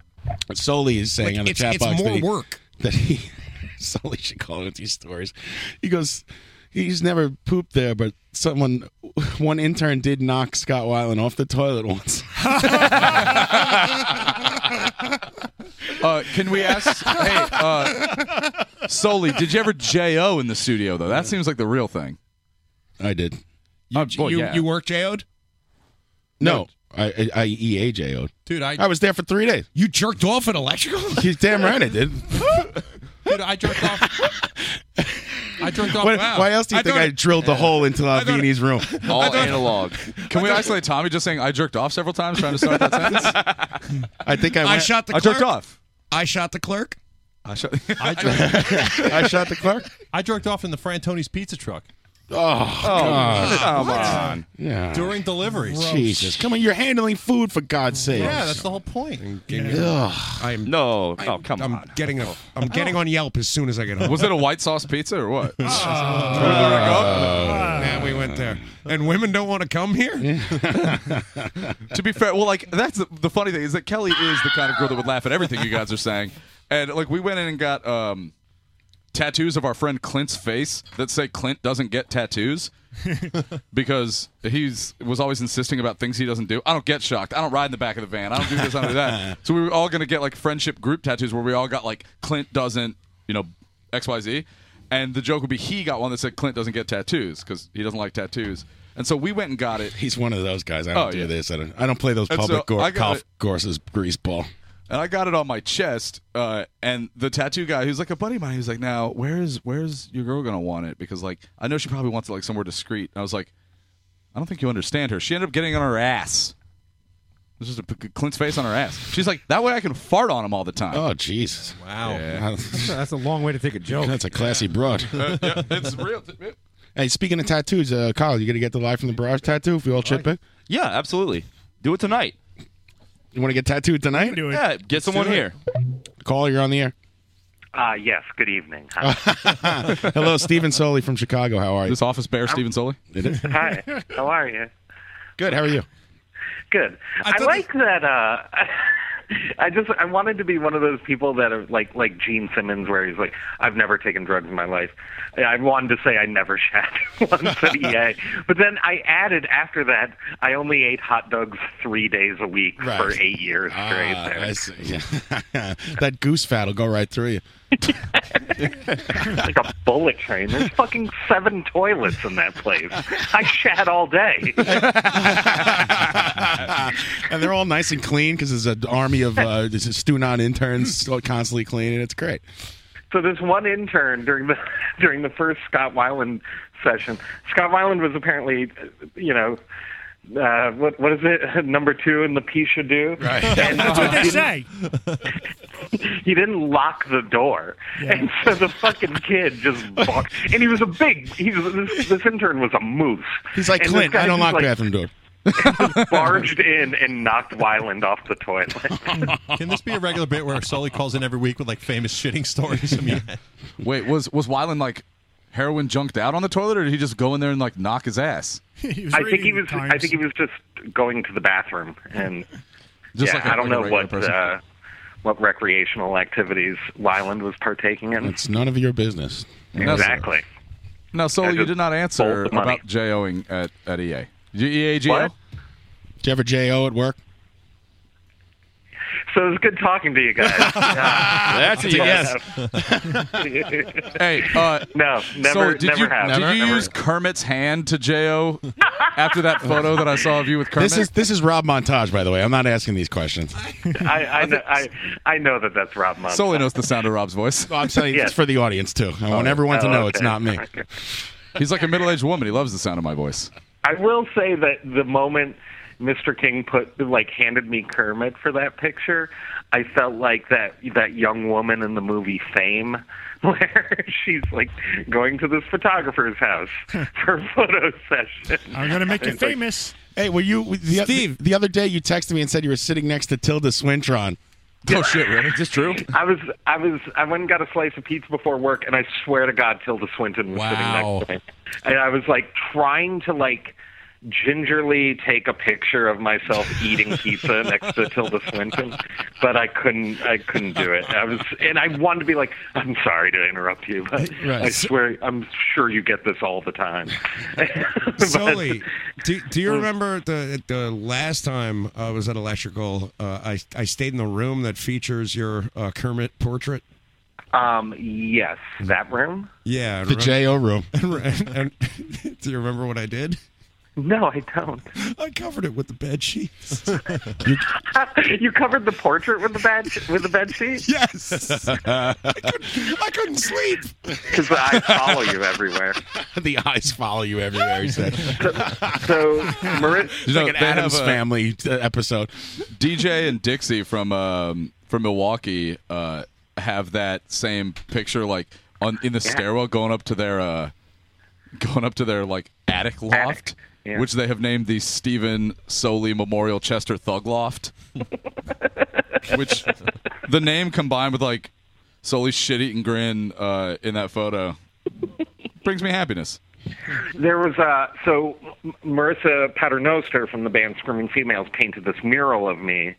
Soli is saying Like, on the it's- chat it's box more that he, work. that he Sully should call it these stories. He goes, he's never pooped there, but someone, one intern did knock Scott Weiland off the toilet once. Uh, can we ask? hey, uh, Soli, did you ever Jo in the studio though? That seems like the real thing. Oh, I did. You, you, you work JO'd? No, I E I, I EAJO'd. Dude, I- I was there for three days. You jerked off at electrical? He's damn right I did. Dude, I jerked off. I jerked off. Why- wow. Why else do you think thought I it- drilled the hole into Lavini's room? Oh, All analog. Can we isolate Tommy just saying I jerked off several times trying to start that sentence? I think I I went. shot the I clerk. jerked off. I shot the clerk. I shot. I jerked, I shot the clerk. I jerked off in the Frantoni's pizza truck. Oh, God. come What? on. Yeah. During deliveries. Jesus, come on! You're handling food for God's sake. Yeah, that's the whole point. I'm no. oh, come I'm on. Oh. Getting a, I'm getting on Yelp as soon as I get home. Was it a white sauce pizza or what? Man, we went there. And women don't want to come here? to be fair, well, like that's the, the funny thing is that Kelly is the kind of girl that would laugh at everything you guys are saying, and like we went in and got um, tattoos of our friend Clint's face that say Clint doesn't get tattoos because he's was always insisting about things he doesn't do. I don't get shocked. I don't ride in the back of the van. I don't do this. I don't do that. So we were all gonna get like friendship group tattoos where we all got like Clint doesn't, you know, X Y Z, and the joke would be he got one that said Clint doesn't get tattoos because he doesn't like tattoos. And so we went and got it. He's one of those guys. I don't Oh, do yeah. this. I don't. I don't play those And so public I golf got golf it. courses grease ball. and I got it on my chest. Uh, and the tattoo guy, who's like a buddy of mine, he was like, "Now, where is where's your girl gonna want it? Because like I know she probably wants it like somewhere discreet." And I was like, "I don't think you understand her. She ended up getting it on her ass. This is a p- Clint's face on her ass. She's like that way I can fart on him all the time. Oh Jesus! Wow. Yeah. That's a, that's a long way to take a joke. That's a classy broad. Uh, yeah, it's real. Hey, speaking of tattoos, uh, Kyle, you gonna get the live from the barrage tattoo if we all chip in? Yeah, absolutely. Do it tonight. You want to get tattooed tonight? Do it. Yeah, get someone do it. here. Call, you're on the air. Uh, yes. Good evening. Hi. Hello, Stephen Soley from Chicago. How are you? This office bear, Steven Sully. It is. Hi. How are you? Good. How are you? Good. I, like that. Uh, I just I wanted to be one of those people that are like like Gene Simmons, where he's like, I've never taken drugs in my life. I- I wanted to say I never shat once at EA, but then I added after that, I only ate hot dogs three days a week for Right. eight years straight. Ah, there. I see. Yeah. that goose fat will go right through you. like a bullet train. There's fucking seven toilets in that place. I shat all day. and they're all nice and clean because there's an army of uh, there's a stew non interns constantly cleaning. It's great. So this one intern during the during the first Scott Weiland session, Scott Weiland was apparently, you know, uh, what what is it, number two in the Pisha do? uh, Right. That's what they say. he didn't lock the door, and so the fucking kid just walked. And he was a big. He was this, this intern was a moose. He's like And this Clint. guy I don't just, lock like, bathroom door. Barged in and knocked Weiland off the toilet. Can this be a regular bit where Sully calls in every week with like famous shitting stories? I mean, Wait, was was Wyland like heroin junked out on the toilet, or did he just go in there and like knock his ass? He was I think he reading the was. I Times. think he was just going to the bathroom, and Just yeah, like a- I don't like a know regular what person. uh, what recreational activities Wyland was partaking in. It's none of your business. that's- exactly. Now, Sully, you did not answer the money. about joing at at EA. Did you E EA jo? What? Did you ever JO at work? So it was good talking to you guys. That's a yes. Hey, uh, no, never, Sully, did never you, have. Did you use Kermit's hand to Jo after that photo that I saw of you with Kermit? This is this is Rob Montage, by the way. I'm not asking these questions. I, I, know, I, I know that that's Rob Munn. Sully knows the sound of Rob's voice. I'm telling you, Yes. it's for the audience too. I want everyone to Oh, know it's okay. not me. He's like a middle-aged woman. He loves the sound of my voice. I will say that the moment Mr. King put like handed me Kermit for that picture, I felt like that that young woman in the movie Fame, where she's like going to this photographer's house for photo session. I'm gonna make you It's like, famous. Hey, were you the, Steve? The, other day, you texted me and said you were sitting next to Tilda Swintron. Oh shit, really? Is this true? I was, I was, I went and got a slice of pizza before work, and I swear to God, Tilda Swinton was Wow. sitting next to me, and I was like trying to like gingerly take a picture of myself eating pizza next to Tilda Swinton, but I couldn't, I couldn't do it. I was, and I wanted to be like, I'm sorry to interrupt you, but Right. I swear, I'm sure you get this all the time. But- uh, Sully, do, do you remember the the last time I was at Electrical? Uh, I I stayed in the room that features your uh, Kermit portrait. Um, yes, that room. Yeah, The J.O. room. And, and- do you remember what I did? No, I don't. I covered it with the bed sheets. you covered the portrait with the bed with the bed sheet. Yes, I couldn't, I couldn't sleep. because I follow you everywhere. the eyes follow you everywhere. He said. So, Marit, It's like an Adams Family uh, episode. DJ and Dixie from um, from Milwaukee uh, have that same picture, like on in the stairwell going up to their uh, going up to their like attic loft, yeah. which they have named the Stephen Soley Memorial Chester Thug Loft, which the name combined with like Soley's shit-eating grin uh, in that photo brings me happiness. There was uh, so M- Marissa Paternoster from the band Screaming Females painted this mural of me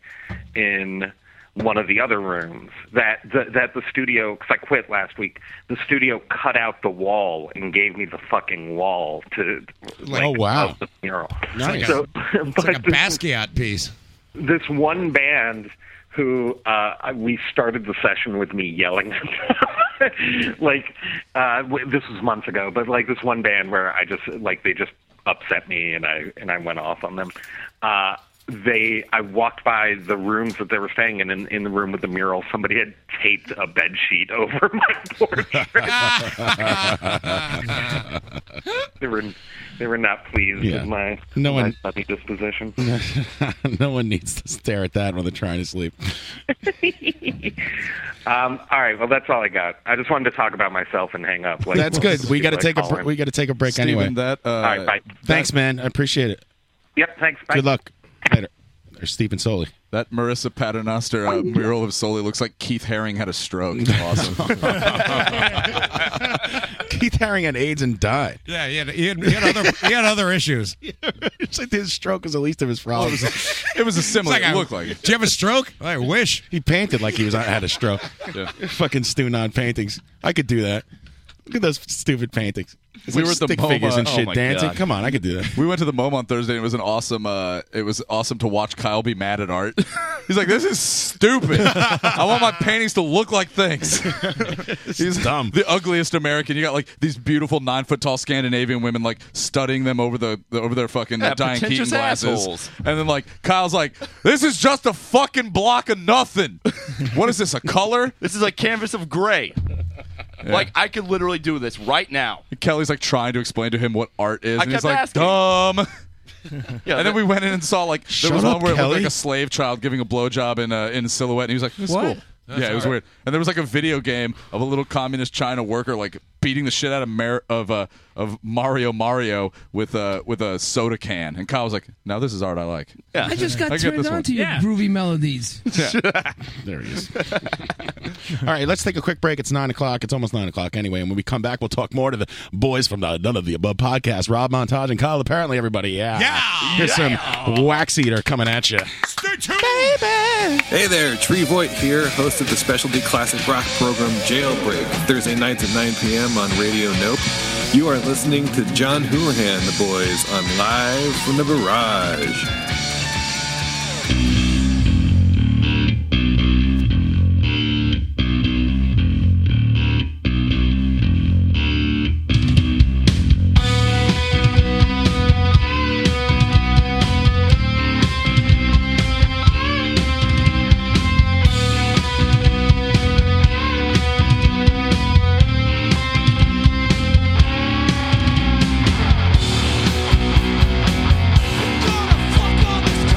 in one of the other rooms that the, that the studio because I quit last week. The studio cut out the wall and gave me the fucking wall to like, Oh, wow. of the mural. Nice. So, It's like a Basquiat piece. this one band who uh, I- we started the session with me yelling at them. like uh, w- this was months ago, but like this one band where I just like they just upset me and I and I went off on them. Uh, they I walked by the rooms that they were staying in, and in the room with the mural, somebody had taped a bed sheet over my portrait. they were they were not pleased Yeah. with my No my one- funny disposition. no one needs to stare at that when they're trying to sleep. Um, all right. Well, that's all I got. I just wanted to talk about myself and hang up. Like, That's good. We got to people take a that br- call in. we got to take a break Steven, anyway. that, uh, All right, bye. Thanks, man. I appreciate it. Yep. Thanks. Bye. Good luck. Later. There's Stephen Soley. That Marissa Paternoster uh, mural of Soli looks like Keith Haring had a stroke. It's awesome. Keith Haring had AIDS and died. Yeah, he had, he had, he had other he had other issues. it's like his stroke was the least of his problems. it was a similar. It's like it a- looked like it. Do you have a stroke? I wish. He painted like he was had a stroke. Yeah. Fucking Stu non paintings. I could do that. Look at those stupid paintings. It's We like were at the stick figures MoMA- and oh shit my dancing. God. Come on, I could do that. We went to the MoMA on Thursday. And it was an awesome. Uh, it was awesome to watch Kyle be mad at art. He's like, "This is stupid. I want my paintings to look like things." He's dumb. The ugliest American. You got like these beautiful nine foot tall Scandinavian women like studying them over the, the over their fucking Yeah, Diane Keaton pretentious glasses. assholes. And then like Kyle's like, "This is just a fucking block of nothing. What is this? A color?" This is a canvas of gray. Yeah. Like I could literally do this right now. Kelly's like trying to explain to him what art is, I and he's kept like, asking. "Dumb." Yeah, and then we went in and saw like there Shut was up, one where it looked Kelly. like a slave child giving a blowjob in uh, in silhouette, and he was like, "This is What? cool." That's yeah, it was alright. weird. And there was like a video game of a little communist China worker like beating the shit out of Mar- of uh, of Mario Mario with a with a soda can, and Kyle was like, "Now this is art I like." Yeah, I just got get turned this on one. to your groovy melodies. Yeah. there he is. All right, let's take a quick break. It's nine o'clock. It's almost nine o'clock anyway. And when we come back, we'll talk more to the boys from the None of the Above podcast. Rob Montage and Kyle. Apparently, everybody. Yeah. Yeah. Here's some wax eater coming at you. Stay tuned, baby. Hey there, Tree Voigt here, host of the specialty classic rock program Jailbreak, Thursday nights at 9 p.m. on Radio Nope. You are listening to John Houlihan, and the boys, on Live from the Barrage. Gonna fuck on this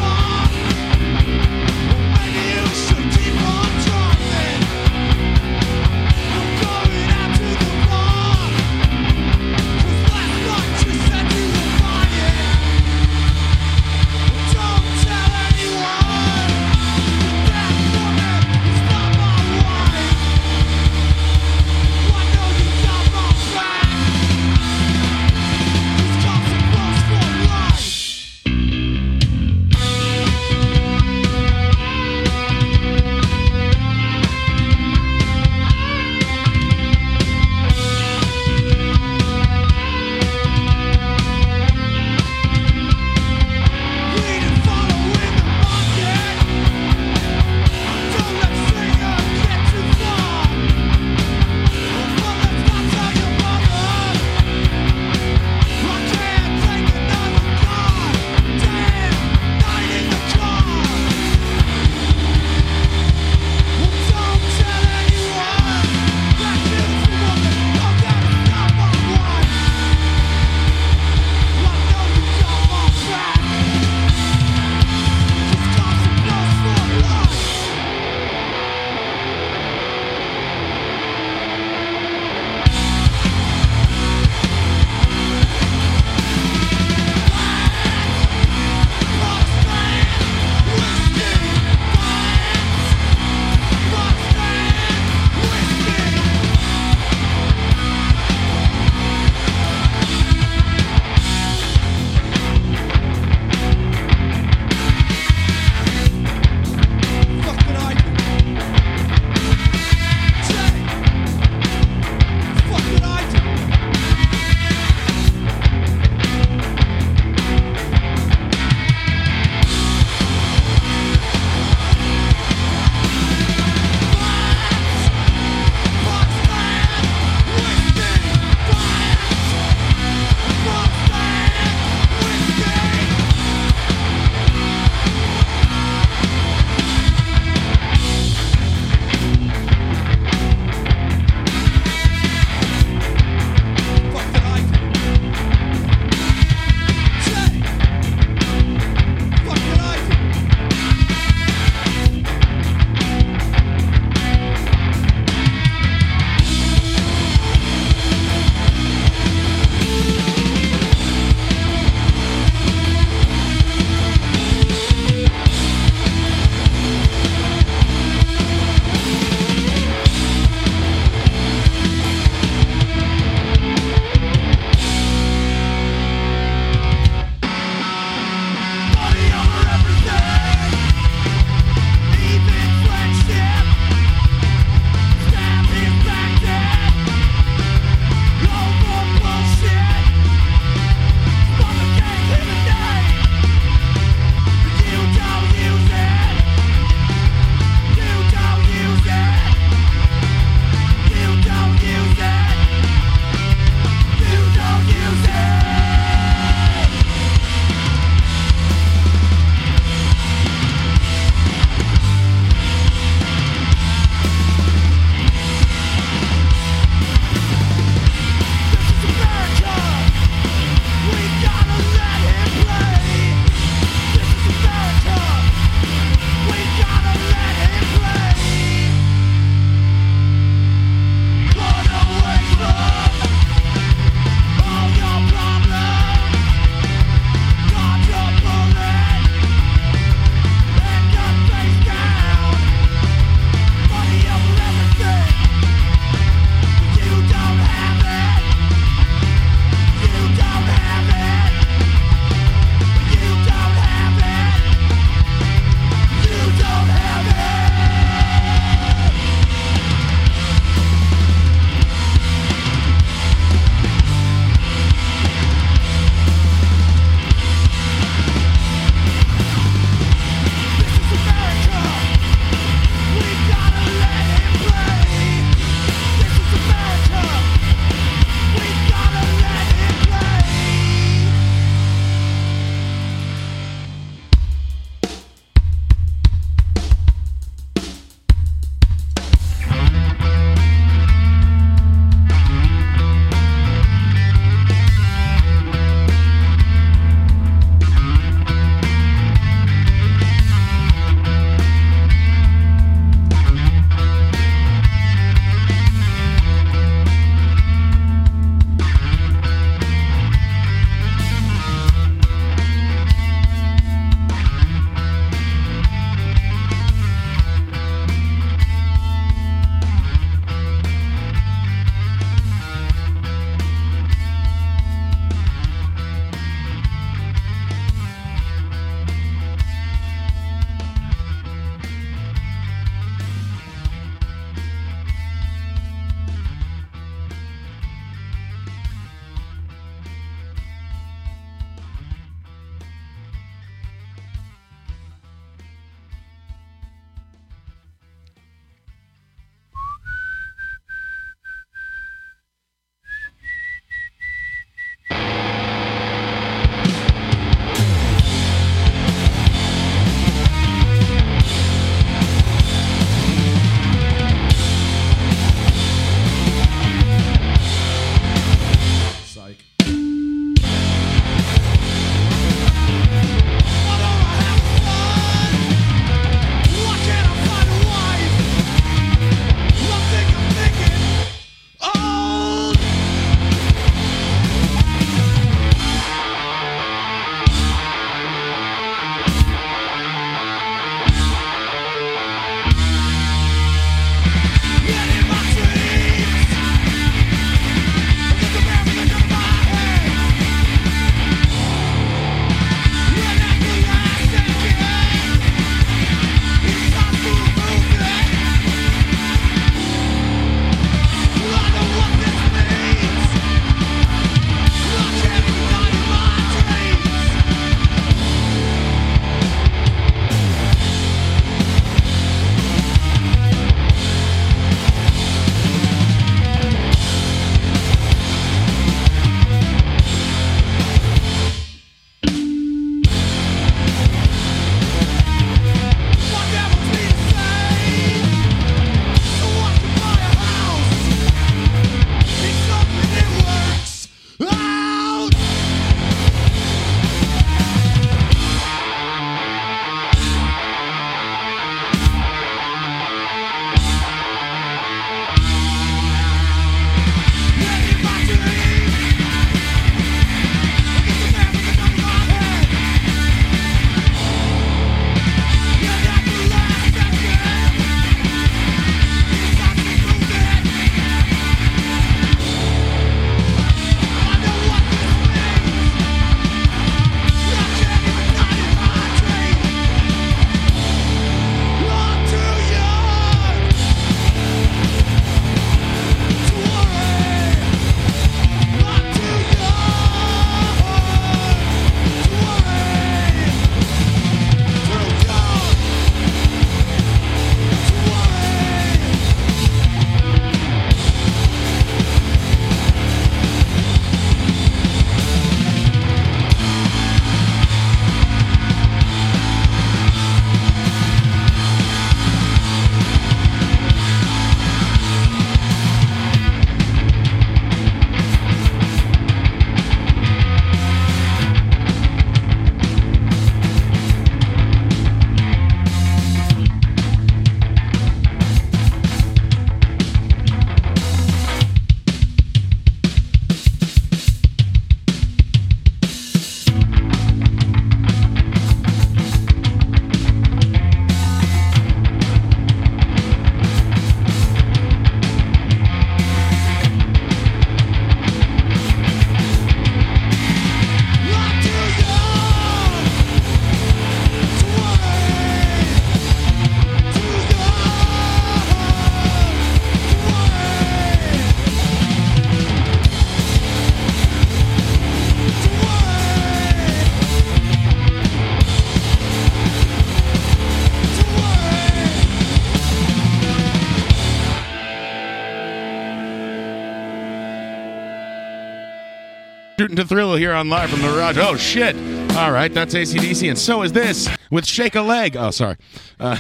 Rootin' to Thriller here on Live from the Garage. Oh, shit. All right, that's ACDC, and so is this with Shake a Leg. Oh, sorry. Uh,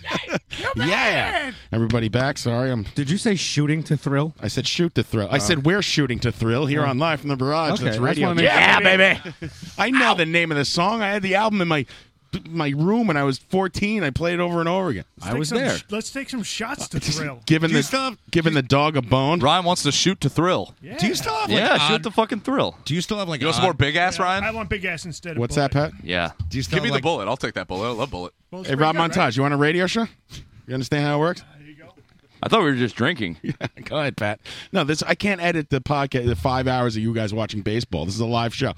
yeah. Everybody back. Sorry. I'm. Did you say shooting to thrill? I said shoot to thrill. I Uh. said we're shooting to thrill here on Live from the Barrage. Okay, That's I just radio. wanna make Yeah, sure. baby. I know the name of the song. I had the album in my my room when I was 14. I played it over and over again. Let's I take was some there. sh- let's take some shots to thrill. Giving the giving the dog a bone. Ryan wants to shoot to thrill. Do you still have, like, Yeah, shoot odd- the fucking thrill. Do you still have like? You want some more big ass, Ryan? I want big ass instead of What's bullet. that, Pat? Yeah. Do you Give me the bullet. I'll take that bullet. I love bullet. Hey, Rob Montage, you want a radio show? You understand how it works? I thought we were just drinking. Go ahead, Pat. No, this I can't edit the podcast. The five hours of you guys watching baseball. This is a live show.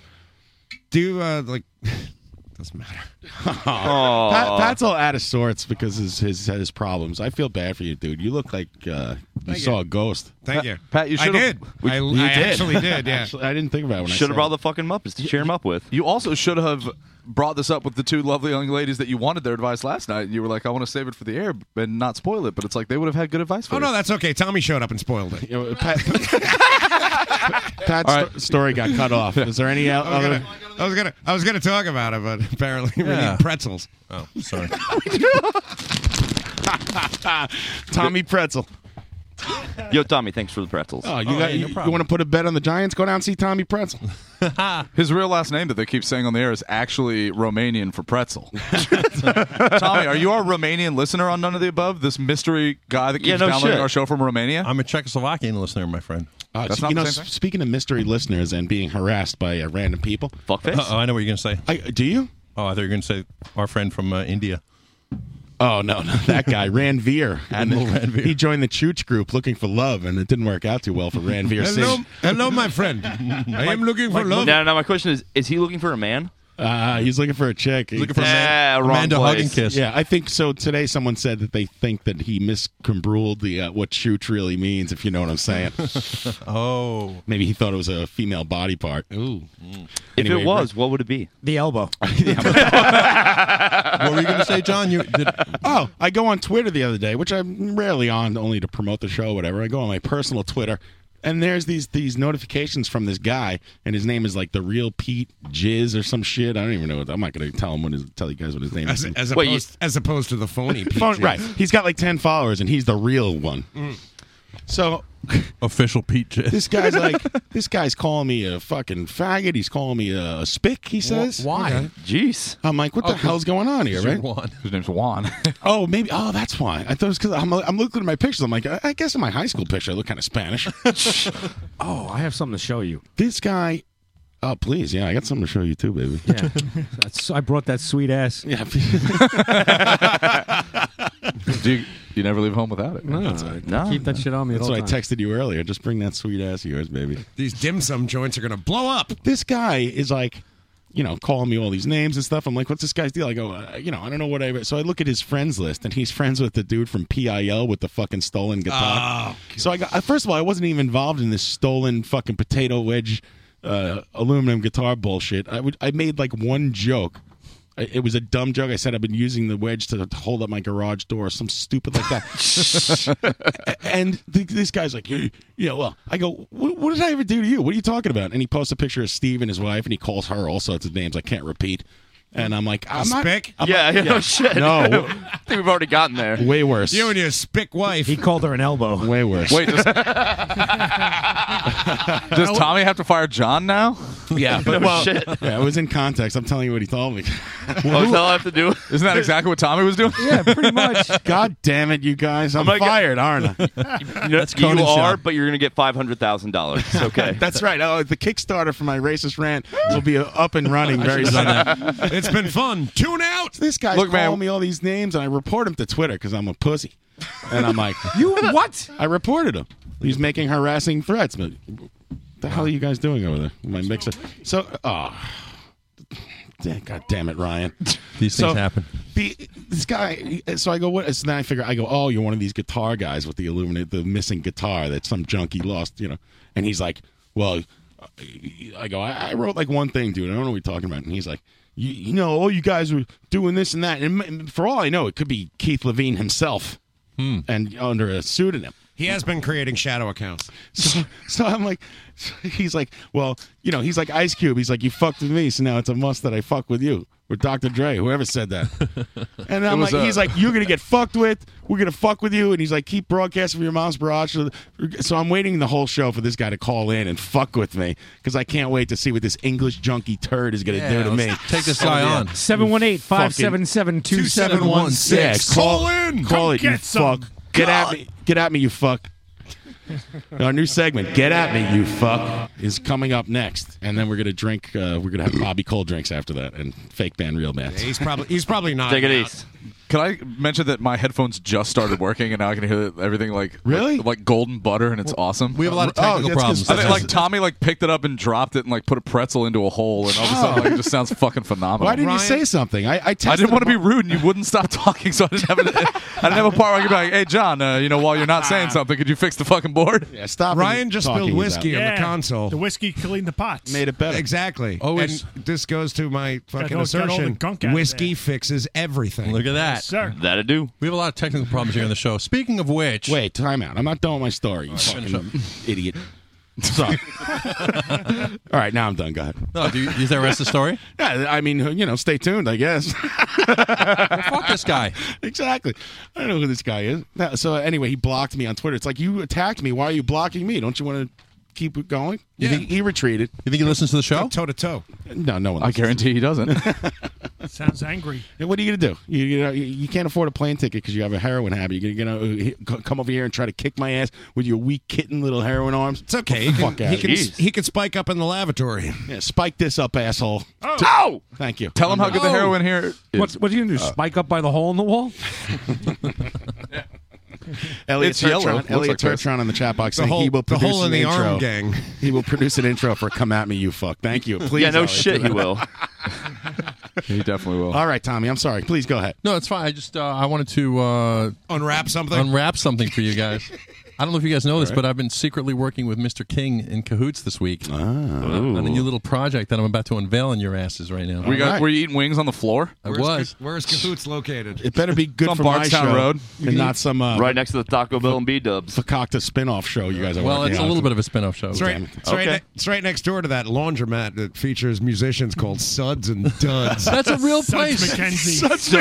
Do uh, like doesn't matter. Aw. Pat, Pat's all out of sorts because his, his his problems. I feel bad for you, dude. You look like uh, you Thank saw you. a ghost. Thank you. Pat, you I should did. I- I actually did, yeah. Actually, I didn't think Uh, about it when I Should said have brought it. the fucking Muppets to cheer him up with. You also should have brought this up with the two lovely young ladies that you wanted their advice last night. You were like, I want to save it for the air and not spoil it, but it's like they would have had good advice for Oh you. no, that's okay. Tommy showed up and spoiled it. Pat's sto- story got cut off. Is there any I was, other? gonna, I was gonna, I was gonna talk about it, but apparently we Yeah. need pretzels. Oh, sorry. Tommy Pretzel. Yo, Tommy, thanks for the pretzels. Oh, you got you, want to put a bet on the Giants? Go down and see Tommy Pretzel. His real last name that they keep saying on the air is actually Romanian for pretzel. Tommy, are you our Romanian listener on None of the Above? This mystery guy that keeps Yeah, no downloading shit. our show from Romania? I'm a Czechoslovakian listener, my friend. Uh, That's so- not you the know, same s- speaking of mystery listeners and being harassed by uh, random people. Fuckface. Uh-oh. Oh, I know what you're going to say. I, do you? Oh, I thought you were going to say our friend from uh, India. Oh no, no, that guy Ranveer. Admiral Ranveer. He joined the Chooch group looking for love, and it didn't work out too well for Ranveer hello, Singh. hello, my friend. I am looking for No, love. no, no. My question is: Is he looking for a man? Uh, he's looking for a chick. He's looking for a man- Yeah, Ah, wrong Amanda place. Hug and Kiss. Yeah, I think so. Today, someone said that they think that he miscombruled the uh, what chooch really means, if you know what I'm saying. oh, maybe he thought it was a female body part. Mm. Ooh. If it was, what would it be? the elbow. what were you going to say, John? You did. Oh, I go on Twitter the other day, which I'm rarely on, only to promote the show, or whatever. I go on my personal Twitter, and there's these these notifications from this guy, and his name is like the real Pete Jizz or some shit. I don't even know. What, I'm not going to tell him what his, tell you guys what his name As, is. as opposed, as opposed to the phony. Phone- peaches. right? He's got like ten followers, and he's the real one. Mm. So official Pete Jizz. This guy's like, this guy's calling me a fucking faggot. He's calling me a spick. He says, why? Jeez. I'm like, what the Oh, 'cause- hell's going on here, Is your right? Juan. His name's Juan. Oh, maybe. Oh, that's why. I thought it was because I'm, I'm looking at my pictures. I'm like, I, I guess in my high school picture, I look kind of Spanish. Oh, I have something to show you. this guy. Oh, please. Yeah, I got something to show you, too, baby. Yeah, That's- I brought that sweet ass. Yeah. Do you, you never leave home without it? No, I keep that shit on me at That's all what I times. texted you earlier. Just bring that sweet ass of yours, baby. These dim sum joints are gonna blow up. This guy is like, you know, calling me all these names and stuff. I'm like, what's this guy's deal? I go, uh, you know, I don't know what I. So I look at his friends list, and he's friends with the dude from PIL with the fucking stolen Oh, guitar. so I got. I- First of all, I wasn't even involved in this stolen fucking potato wedge, uh, aluminum guitar bullshit. I would. I made like one joke. I- It was a dumb joke. I said I've been using the wedge to to hold up my garage door, or some stupid like that. and th- this guy's like, "Yeah, yeah, well." I go, what, "What did I ever do to you? What are you talking about?" And he posts a picture of Steve and his wife, and he calls her all sorts of names I can't repeat. And I'm like, "I'm not." spick? I'm yeah, not- No shit. No, I think we've already gotten there. way worse. You and your spick wife. He called her an elbow. Way worse. Wait, does, does Tommy have to fire John now? Yeah, but No well, shit. yeah, it was in context. I'm telling you what he told me. What the hell I have to do? Isn't that exactly what Tommy was doing? Yeah, pretty much. God damn it, you guys! I'm, I'm like- fired, aren't I? You, Conan's are, job. but you're gonna get five hundred thousand dollars. It's okay. That's right. Oh, the Kickstarter for my racist rant will be uh, up and running very soon. it's been fun. Tune out. This guy's Look, man. calling me all these names, and I report him to Twitter because I'm a pussy. And I'm like, you what? I reported him. He's making harassing threats. But what the hell are you guys doing over there? My mixer. So, oh, Damn- God damn it, Ryan. These So- things happen. The, this guy. So I go. What? So then I figure. I go. Oh, you're one of these guitar guys with the illuminate, the missing guitar that some junkie lost. You know. And he's like, well, I go. I, I wrote like one thing, dude. I don't know what you're talking about. And he's like, you, you know, all you guys were doing this and that. And m- for all I know, it could be Keith Levine himself, and under a pseudonym. Hmm. He has been creating shadow accounts. So, so I'm like, he's like, well, you know, he's like Ice Cube. He's like, you fucked with me, so now it's a must that I fuck with you. With Dr. Dre, whoever said that. And I'm It like, was, uh, he's like, you're gonna get fucked with. We're gonna fuck with you. And he's like, keep broadcasting from your mom's barrage. So I'm waiting the whole show for this guy to call in and fuck with me because I can't wait to see what this English junkie turd is gonna Yeah, do to let's me. take this guy on. 718-577-2716. Call Call in. in. Call Come it. You get some. fuck. Get at God. me. Get at me. You fuck. Our new segment, "Get at Me, You Fuck," is coming up next, and then we're gonna drink. Uh, we're gonna have Bobby Cole drinks after that, and fake band, real band. He's probably he's probably not. Can I mention that my headphones just started working and now I can hear everything like really like, like golden butter and it's awesome. we have a lot of Oh, technical that's 'cause- problems. I think, that's- like Tommy like picked it up and dropped it and like put a pretzel into a hole and all of a sudden like, it just sounds fucking phenomenal. Why didn't you say something? I I, I didn't texted want to be him- rude, and you wouldn't stop talking, so I didn't have a, I didn't have a part where I could be like, "Hey, John, uh, you know, while you're not saying something, could you fix the fucking board?" Yeah, stop. Ryan just spilled whiskey on Yeah. the console. The whiskey killing the pots. Exactly. Always. And this goes to my fucking all- got all the assertion. gunk out of Whiskey fixes everything. Look at that. Yes, sir. That'd do. We have a lot of technical problems here on the show. Speaking of which, wait, time out. I'm not done with my story. You fucking idiot. Sorry. All right, now I'm done. Go ahead. No, do you, is that the rest of the story? Yeah, I mean, you know, stay tuned. I guess. fuck this guy. Exactly. I don't know who this guy is. No, So anyway, he blocked me on Twitter. It's like you attacked me. Why are you blocking me? Don't you want to keep it going? You think he retreated? You think he listens to the show? Toe to toe. No, no one. I guarantee he doesn't. Sounds angry. And What are you gonna do? You you, know, you- you can't afford a plane ticket because you have a heroin habit. You're gonna, gonna uh, h- c- come over here and try to kick my ass with your weak kitten little heroin arms. It's okay. He can, he, can, he can spike up in the lavatory. Yeah, spike this up, asshole. Oh! Thank you. Tell him how good the heroin here. is. What's, what are you going to do? Uh, spike up by the hole in the wall? Elliot It's Turtron, yellow. Looks Elliot like this. Turtron in the chat box The saying he hole- will the produce hole an in the intro. arm gang. He will produce an intro for "Come at Me, You Fuck." Thank you. Please. yeah, no Elliot. shit, he will. he definitely will. All right, Tommy. I'm sorry. Please go ahead. No, it's fine. I just uh, I wanted to uh, unwrap something. Unwrap something for you guys. I don't know if you guys know this, All right. but I've been secretly working with Mr. King in cahoots this week Ah. on, on a Ooh. new little project that I'm about to unveil in your asses right now. We got. Were you eating wings on the floor? I was. Where's Cahoots located? It better be good It's on for Bardstown my show Road. You and can not eat- some uh, right next to the Taco Bell and B Dubs. Fakakta spin-off show Oh, you guys are Well, working it's a on. little bit of a spin-off show. It's right, it's, right ne- it's right next door to that laundromat that features musicians called Suds and Duds. That's a real Suds place. McKenzie. Suds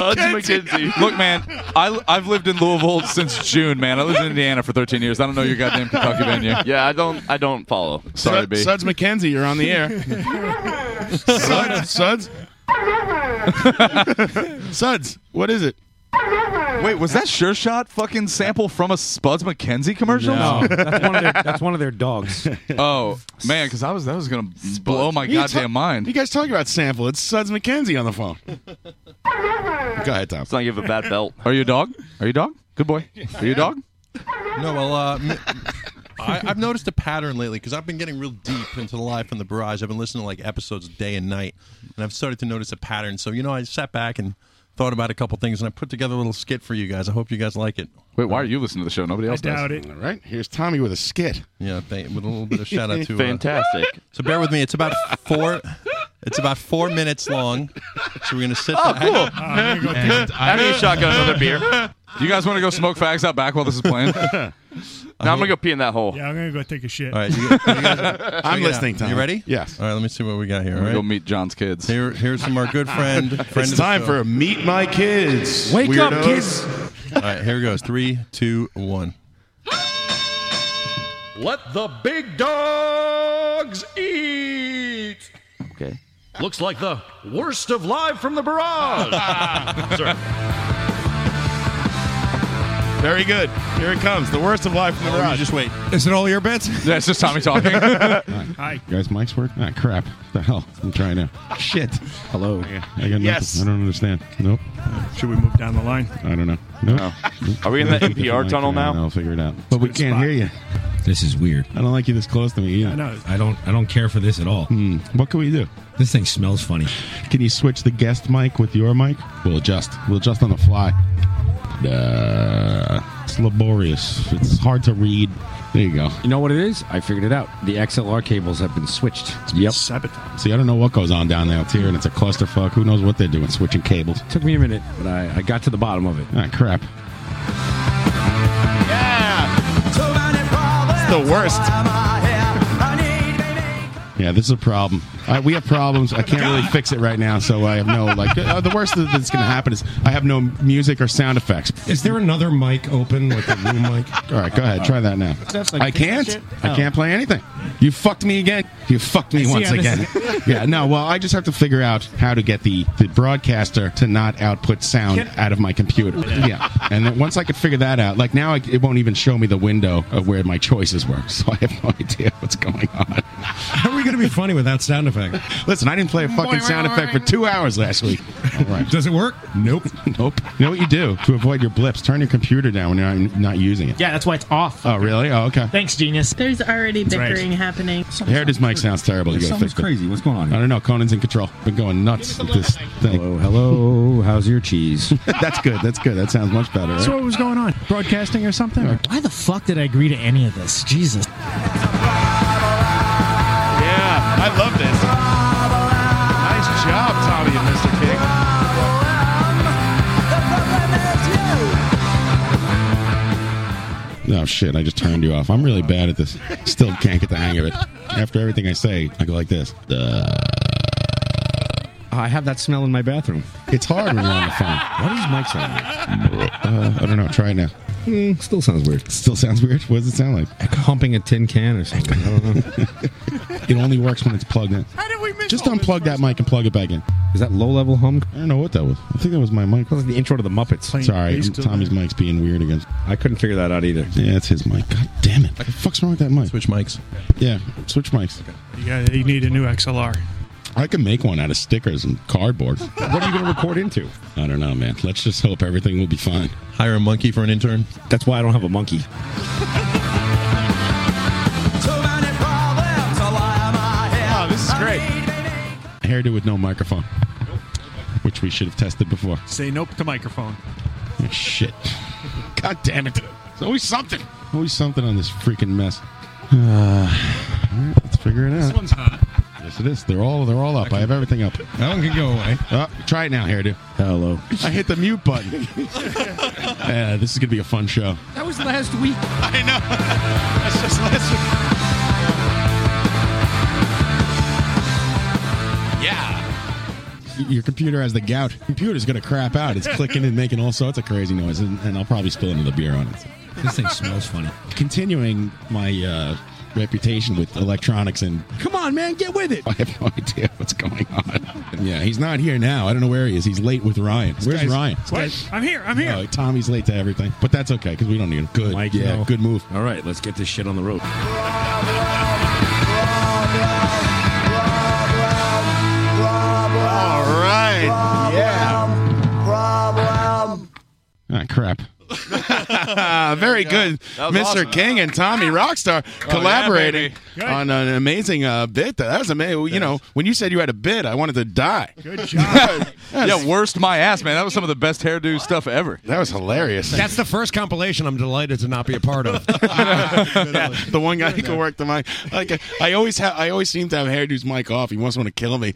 Look, man, I, I've lived in Louisville since June, man. I lived in Indiana for 13 years. I don't know your goddamn Kentucky venue. Yeah, I don't. I don't follow. Sorry, Sud- B. Suds McKenzie, you're on the air. Suds, Suds, Suds. What is it? Wait, was that Sure Shot fucking sample from a Spuds McKenzie commercial? No, that's one of their, that's one of their dogs. oh man, because I was that was gonna blow my You goddamn ta- mind. You guys talking about sample? It's Suds McKenzie on the phone. Go ahead, Tom. It's not give a bad belt. Are you a dog? Are you a dog? Good boy. Are you a dog? No, well, uh, m- I, have noticed a pattern lately because I've been getting real deep into the live from the barrage. I've been listening to like episodes day and night, and I've started to notice a pattern. So you know, I sat back and thought about a couple things, and I put together a little skit for you guys. I hope you guys like it. Wait, why are you listening to the show? Nobody else does. it. All right, here's Tommy with a skit. Yeah, th- with a little bit of shout out to uh, Fantastic. So bear with me. It's about four. It's about four minutes long. So we're gonna sit. Oh, back- cool. After you shotgun another beer. You guys want to go smoke fags out back while this is playing? now I'm gonna go pee in that Oh. hole. Yeah, I'm gonna go take a shit. All right, you, you guys, I'm check it listening, out. Tom. You ready? Yes. All right, let me see what we got here. I'm All gonna right, go meet John's kids. Here, here's from our good friend. friend it's of the time show. for Meet My Kids. Wake up, weirdos. kids. All right, here goes. Three, two, one. Let the big dogs eat. Okay. Looks like the worst of live from the barrage. Sir. Very good. Here it comes. The worst of life in the you garage. just wait. Is it all your bets? That's just Tommy talking. Hi. Guys, mics work? Ah, crap. What the hell? I'm trying to. Shit. Hello. I got Yes. nothing. I don't understand. Nope. Should we move down the line? I don't know. Nope. Oh. Are we in the NPR Mic, tunnel I don't now? know. I'll figure it out. But we can't hear you. This is weird. I don't like you this close to me. Yeah. I know. I don't. I don't care for this at all. What can we do? This thing smells funny. Can you switch the guest mic with your mic? We'll adjust. We'll adjust on the fly. Uh, it's laborious. It's hard to read. There you go. You know what it is? I figured it out. The XLR cables have been switched. Yep. Sabotage. See, I don't know what goes on down there. It's here and it's a clusterfuck. Who knows what they're doing? Switching cables. Took me a minute, but I, I got to the bottom of it. Ah, crap. Yeah. Toe the worst. Yeah, this is a problem. Uh, we have problems. I can't really fix it right now, so I have no like. Uh, the worst that- that's going to happen is I have no music or sound effects. Is there another mic open with a room mic? All right, go ahead. Try that now. Steph's like, I "Shit." can't. Oh. I can't play anything. You fucked me again. You fucked I me see once how this again. is- yeah. No. Well, I just have to figure out how to get the the broadcaster to not output sound Can- out of my computer. Yeah. Yeah. And then once I could figure that out, like now I, it won't even show me the window of where my choices were, so I have no idea what's going on. How are we going to be funny with that sound effect? Listen, I didn't play a fucking sound effect for two hours last week. All right. Does it work? Nope. nope. You know what you do to avoid your blips? Turn your computer down when you're not, not using it. Yeah, that's why it's off. Oh, really? Oh, okay. Thanks, genius. There's already That's right. bickering happening. Heritage mic sounds terrible. You gotta Something's fix crazy. What's going on? I don't know. Conan's in control. Been going nuts with this thing. Hello, hello. How's your cheese? That's good. That's good. That sounds much better. So Right? what was going on? Broadcasting or something? Why the fuck did I agree to any of this? Jesus. Yeah, I love this. Nice job, Tommy and Mr. King. Oh shit! I just turned you off. I'm really bad at this. Still can't get the hang of it. After everything I say, I go like this. Uh, I have that smell in my bathroom. It's hard when you're on the phone. What is Mike sound? Uh, I don't know. Try it now. Hmm, still sounds weird. Still sounds weird. What does it sound like? Like humping a tin can or something. I don't know. It only works when it's plugged in. How did we miss Just unplug that mic and plug it back in. Is that low level hum? I don't know what that was. I think that was my mic. That was the intro to the Muppets. Sorry, bass I'm- till Tommy's mic's being weird again. I couldn't figure that out either. Yeah, it's his mic. God damn it. What the fuck's wrong with that mic? Switch mics. Yeah, switch mics. You, gotta, you need a new XLR. I can make one out of stickers and cardboard. what are you going to record into? I don't know, man. Let's just hope everything will be fine. Hire a monkey for an intern. That's why I don't have a monkey. Oh, this is great. Hairdo with no microphone, which we should have tested before. Say nope to microphone. Oh, shit. God damn it. It's always something. Always something on this freaking mess. Uh, all right, let's figure it out. This one's hot. Yes, it is. They're all they're all up. I have everything up. That one can go away. try it now, hairdo. Hello. I hit the mute button. Yeah, this is gonna be a fun show. That was last week. I know. That's just last week. Yeah. Your computer has the gout. Computer's gonna crap out. It's clicking and making all sorts of crazy noise, and, and I'll probably spill another beer on it. This thing smells funny. Continuing my uh, reputation with electronics and Come on, man, get with it. I have no idea what's going on. Yeah, he's not here now. I don't know where he is. He's late with Ryan. Where's guy's- Ryan? What? I'm here. I'm here. Oh, Tommy's late to everything, but that's okay because we don't need him. Good, Mike, yeah, no. good move. All right, let's get this shit on the road. All right. Yeah. Ah, crap. Very good, That was Mr. awesome. King and Tommy Rockstar collaborating baby. Good. on an amazing uh, bit. That was amazing. You know, when you said you had a bit, I wanted to die. Good job. Yeah, worst my ass, man. That was some of the best hairdo stuff ever. That was hilarious. That's the first compilation I'm delighted to not be a part of. yeah, the one guy who can work the mic. Like I always have, I always seem to have hairdo's mic off. He wants one to kill me.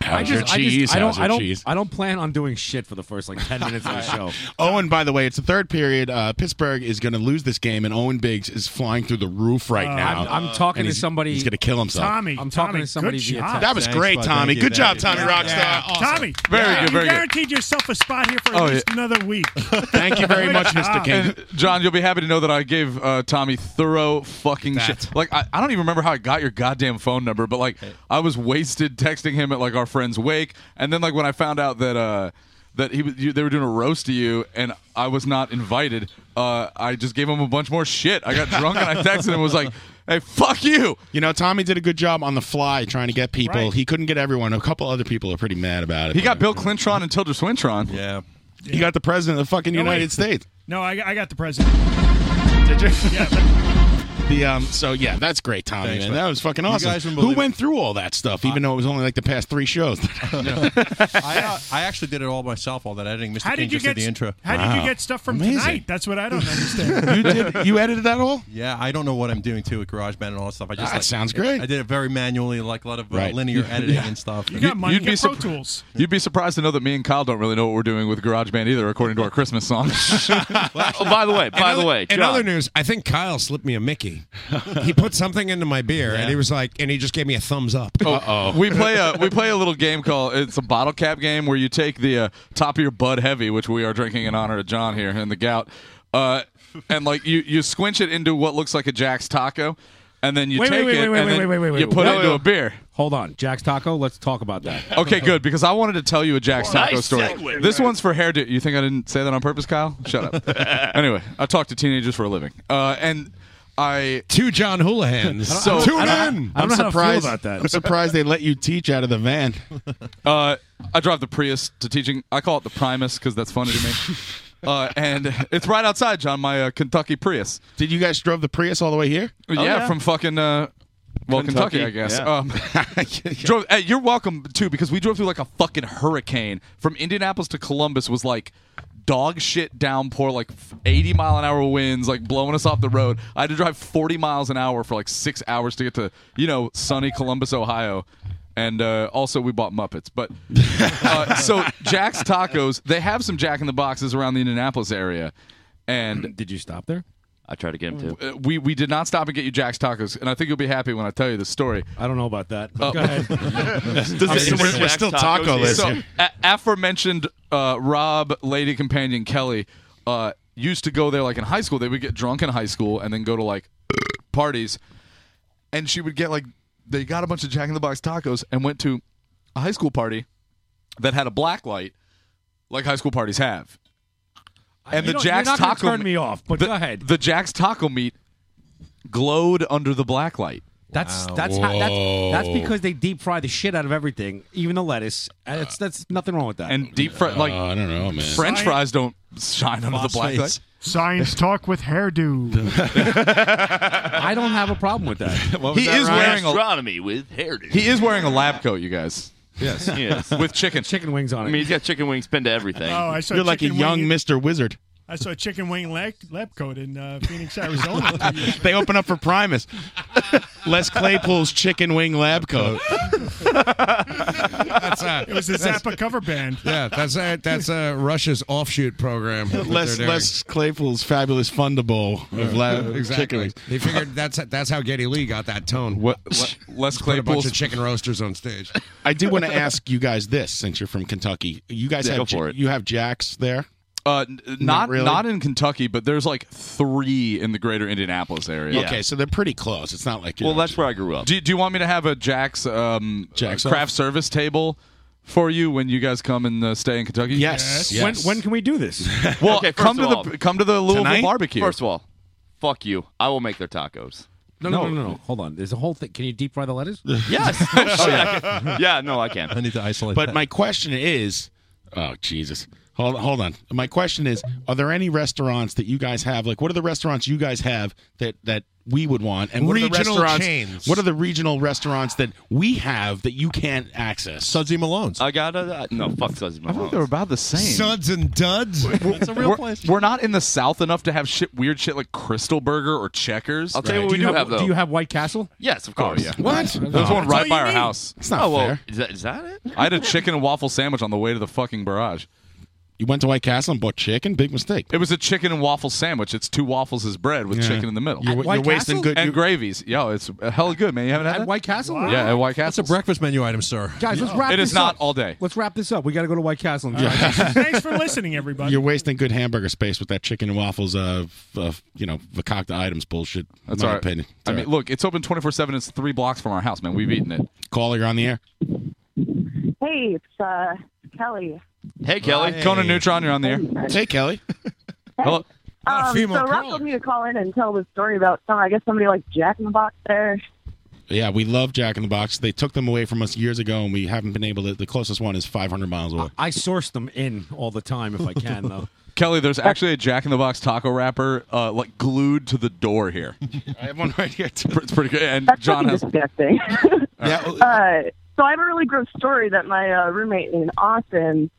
How's your cheese? I don't, How's your I don't, cheese? I don't plan on doing shit for the first like ten minutes of the show. Oh, and by the way, it's the third period. Uh, Pittsburgh is going to lose this game, and Owen Biggs is flying through the roof right Uh, now. I'm- I'm talking And to he's- somebody- He's going to kill himself. Tommy. I'm talking Tommy, to somebody good via job. text. That was great, Tommy. Good job, Tommy Rockstar. Awesome. Tommy, Very yeah, good, very you good. guaranteed yourself a spot here for at Oh, least yeah. another week. Thank you very much, Mr. King. And, John, you'll be happy to know that I gave uh, Tommy thorough fucking shit. Like, I, I don't even remember how I got your goddamn phone number, but like, I was wasted texting him at like our friend's wake, and then like when I found out that uh, that he was- you, they were doing a roast to you, and I was not invited, uh, I just gave him a bunch more shit. I got drunk and I texted him and was like, "Hey, fuck you." You know, Tommy did a good job on the fly trying to get people. Right. He couldn't get everyone. A couple other people are pretty mad about it. He got Bill Clintron and Tilda Swintron. Yeah. He got the president of the fucking No, wait. United States. No, I, I got the president. Did you? Yeah. but- The um, so yeah, that's great, Tommy. Thanks, man. man. That was fucking You awesome. guys wouldn't Who believe went through all that stuff, even though it was only like the past three shows? I, uh, I actually did it all myself, all that editing. Mr. How King did you just get? did the intro. How did you get stuff from Amazing. tonight? That's what I don't understand. you did. You edited that all? Yeah, I don't know what I'm doing too with GarageBand and all that stuff. I just That like, sounds great. I did it very manually, like a lot of uh, Right. linear Yeah. editing and stuff. You- you'd be surp- You'd be surprised to know that me and Kyle don't really know what we're doing with GarageBand either, according to our Christmas song. Oh, by the way, by In the other- way, in John, other news, I think Kyle slipped me a Mickey. me. he put something into my beer, and he was like, and he just gave me a thumbs up. Oh. we play a we play a little game called it's a bottle cap game where you take the uh, top of your Bud Heavy, which we are drinking in honor of John here in the gout, uh, and like you you squinch it into what looks like a Jack's taco, and then you Wait, wait, take wait, it wait, and wait, then wait, wait, wait, you wait. put Wait, wait, it into a wait. beer. Hold on, Jack's Taco. Let's talk about that. Okay, good because I wanted to tell you a Jack's Nice Taco story. segue. This one's for hairdo. You think I didn't say that on purpose, Kyle? Shut up. anyway, I talk to teenagers for a living, uh, and I two John Houlihan's. So Tune in. I'm surprised I'm surprised they let you teach out of the van. Uh, I drive the Prius to teaching. I call it the Primus because that's funny to me. Uh, and it's right outside, John, my uh, Kentucky Prius. Did you guys drove the Prius all the way here? Oh, yeah, from fucking uh, well, Kentucky, Kentucky, I guess. yeah. Um, drove, hey, you're welcome too because we drove through like a fucking hurricane from Indianapolis to Columbus was like dog shit downpour, like 80 mile an hour winds, like blowing us off the road. I had to drive 40 miles an hour for like six hours to get to you know sunny Columbus, Ohio. And uh, also, we bought Muppets. But uh, so Jack's Tacos, they have some Jack in the Boxes around the Indianapolis area. And did you stop there? I tried to get him to. Uh, we we did not stop and get you Jack's tacos, and I think you'll be happy when I tell you the story. Oh. I don't know about that. Go ahead. Does it- we're- we're still tacoless So, here. a- aforementioned uh, Rob, lady companion Kelly, uh, used to go there like in high school. They would get drunk in high school and then go to like parties, and she would get like they got a bunch of Jack in the Box tacos and went to a high school party that had a black light, like high school parties have. Uh, And You the don't- Jack's you're not gonna taco turn me off, but the, go ahead. The Jack's taco meat glowed under the black light. That's that's how, that's that's because they deep fry the shit out of everything, even the lettuce. Uh, That's that's nothing wrong with that. and deep fry like Uh, I don't know, man. French fries don't shine under the black light. Science talk with hairdo. I don't have a problem with that. He is wearing a astronomy with hairdo. He is wearing a lab coat, you guys. Yes. Yes. with chicken chicken wings I on mean, he's got chicken wings pinned to everything. Oh, I saw You're like a chicken young wing- Mr. Wizard. I saw chicken wing lap, lap coat in uh, Phoenix, Arizona. a few years they open up for Primus. Les Claypool's Chicken Wing Lab Coat. That's, it was a that's- Zappa cover band. Yeah, that's a, that's a Russia's offshoot program. that they're Les, doing. Les Claypool's Fabulous Fundable of lab, exactly. Chicken Wings. They figured that's that's how Geddy Lee got that tone. What, Les Put a bunch Claypool's- of chicken roasters on stage. I do want to ask you guys this since you're from Kentucky. You guys Yeah, go have for J- it. you have Jacks there? Uh, n- not really? not in Kentucky, but there's like three in the greater Indianapolis area. Okay, so they're pretty close. It's not like you're Well, that's where I grew up. Do, do you want me to have a Jack's, um, craft service table for you when you guys come and uh, stay in Kentucky? Yes. When when can we do this? well, Okay, first come to of the all- come to the Louisville Tonight? barbecue. First of all, fuck you. I will make their tacos. No, no, no, no, no. Hold on. There's a whole thing. Can you deep fry the lettuce? Yes. Oh, yeah. yeah, no, I can't. I need to isolate. But my question is, oh Jesus, hold hold on. My question is, are there any restaurants that you guys have? Like, what are the restaurants you guys have that that we would want? And what are the Regional restaurants? chains. What are the regional restaurants that we have that you can't access? Sudsy Malone's. I got a. uh, No, fuck Sudsy I think they're about the same. and duds. It's a real we're, place. We're not in the South enough to have shit, weird shit like Crystal Burger or Checkers. I'll tell you what we do, have, though. Do you have White Castle? Yes, of course. Oh, yeah. What? There's No. one That's all right you by our need. house. It's not Oh, well, fair. Is that, is that it? I had a chicken and waffle sandwich on the way to the fucking barrage. You went to White Castle and bought chicken. Big mistake. It was a chicken and waffle sandwich. It's two waffles as bread with Yeah. chicken in the middle. You're- At you're White wasting Castle? good- and you- gravies. Yo, it's uh, hella good, man. You haven't had At that? White Castle? Yeah, at White Castle. That's a breakfast menu item, sir. Guys, let's wrap It this is not up. all day. Let's wrap this up. We got to go to White Castle. And Yeah. Thanks for listening, everybody. You're wasting good hamburger space with that chicken and waffles, uh, f- uh you know, Vicocta items bullshit. That's my all right. opinion. It's I all mean, right. look, it's open 24 7. It's three blocks from our house, man. We've eaten it. Caller, you're on the air. Hey, it's uh, Kelly. Hey, Kelly. Conan Neutron, you're on the air. Hey, Kelly. Hello. Um, so Rob told me to call in and tell the story about some. I guess somebody like Jack in the Box there. Yeah, we love Jack in the Box. They took them away from us years ago, and we haven't been able to. The closest one is 500 miles away. I source them in all the time if I can, though. Kelly, there's actually a Jack in the Box taco wrapper uh, like glued to the door here. I have one right here. It's pretty good. And That's John fucking has. disgusting. Yeah. Uh, so I have a really gross story that my uh, roommate in Austin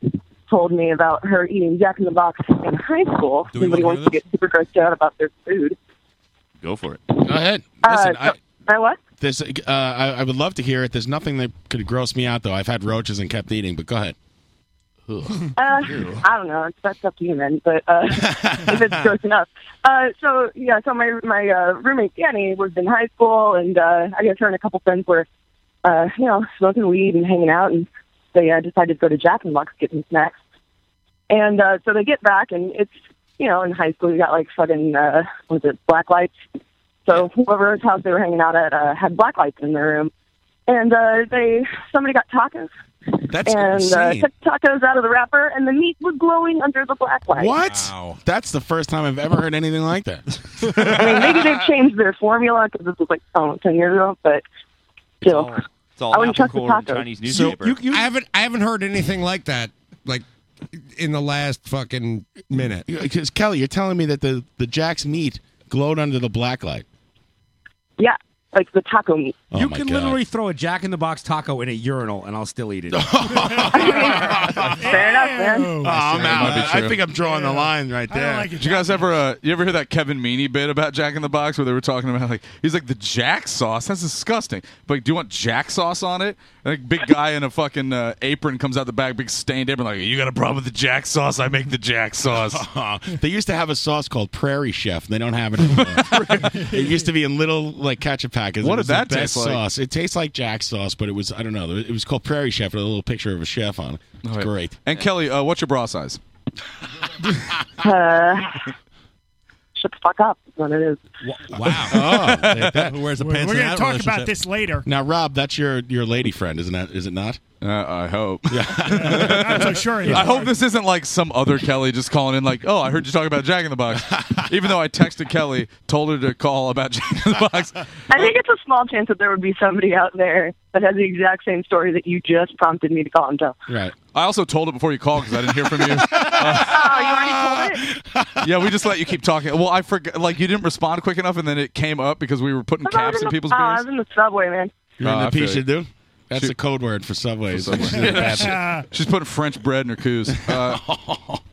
told me about her eating Jack in the Box in high school. Do we Somebody wanna wants to get super grossed out about their food. Go for it. Go ahead. Listen, uh, so- I what? There's, uh, I, I would love to hear it. There's nothing that could gross me out, though. I've had roaches and kept eating, but go ahead. Uh, I don't know. That's up to you, man. But uh, if it's gross enough. Uh, so yeah. So my my uh, roommate Danny was in high school, and uh, I guess her and a couple friends were, uh, you know, smoking weed and hanging out, and they uh, decided to go to Jack and Box get some snacks. And uh, so they get back, and it's you know, in high school you got like fucking uh, what was it black lights? So whoever's house they were hanging out at uh, had black lights in their room, and uh, they somebody got tacos. That's and uh, insane. took tacos out of the wrapper, and the meat was glowing under the black light. What? That's the first time I've ever heard anything like that. I mean, maybe they've changed their formula because this was like I don't know, ten years ago, but still, it's Oh, all I wouldn't trust the AppleCore and tacos. Chinese newspaper. I haven't I haven't heard anything like that like in the last fucking minute. Because Kelly, you're telling me that the the Jack's meat glowed under the black light. Yeah, like the taco meat. you can literally throw a Jack in the Box taco in a urinal, and I'll still eat it. Fair enough, man. Oh, I'm I'm out. out. Might be I true. think I'm drawing the line right there. Did you guys ever uh, you ever hear that Kevin Meaney bit about Jack in the Box where they were talking about like he's like the Jack sauce that's disgusting but like, do you want Jack sauce on it and like big guy in a fucking uh, apron comes out the back big stained apron like you got a problem with the Jack sauce I make the Jack sauce they used to have a sauce called Prairie Chef. And they don't have it anymore. it used to be in little like ketchup packets. What it did was the that best taste like? sauce? It tastes like Jack sauce, but it was I don't know. It was called Prairie Chef with a little picture of a chef on it. It's great. and Kelly uh, what's your bra size Uh, shut the fuck up. Is what it is. Wow. oh, like that. Who wears the We're- pants we're in gonna that talk relationship? about this later. Now, Rob, that's your your lady friend, isn't that? Is it not? Uh, I hope. I'm so sure. it is. I hope this isn't like some other Kelly just calling in like, oh, I heard you talking about Jack in the Box. Even though I texted Kelly, told her to call about Jack in the Box. I think it's a small chance that there would be somebody out there that has the exact same story that you just prompted me to call and tell. Right. I also told it before you called because I didn't hear from you. Oh, yeah, we just let you keep talking. Well, I forgot. Like you didn't respond quick enough, and then it came up because we were putting I was caps in in the- people's oh, I was beers. in the subway, man. You're Uh, in I the feel piece you. you do. That's Shoot. the code word for subways. Yeah, she- she's putting French bread in her coos uh,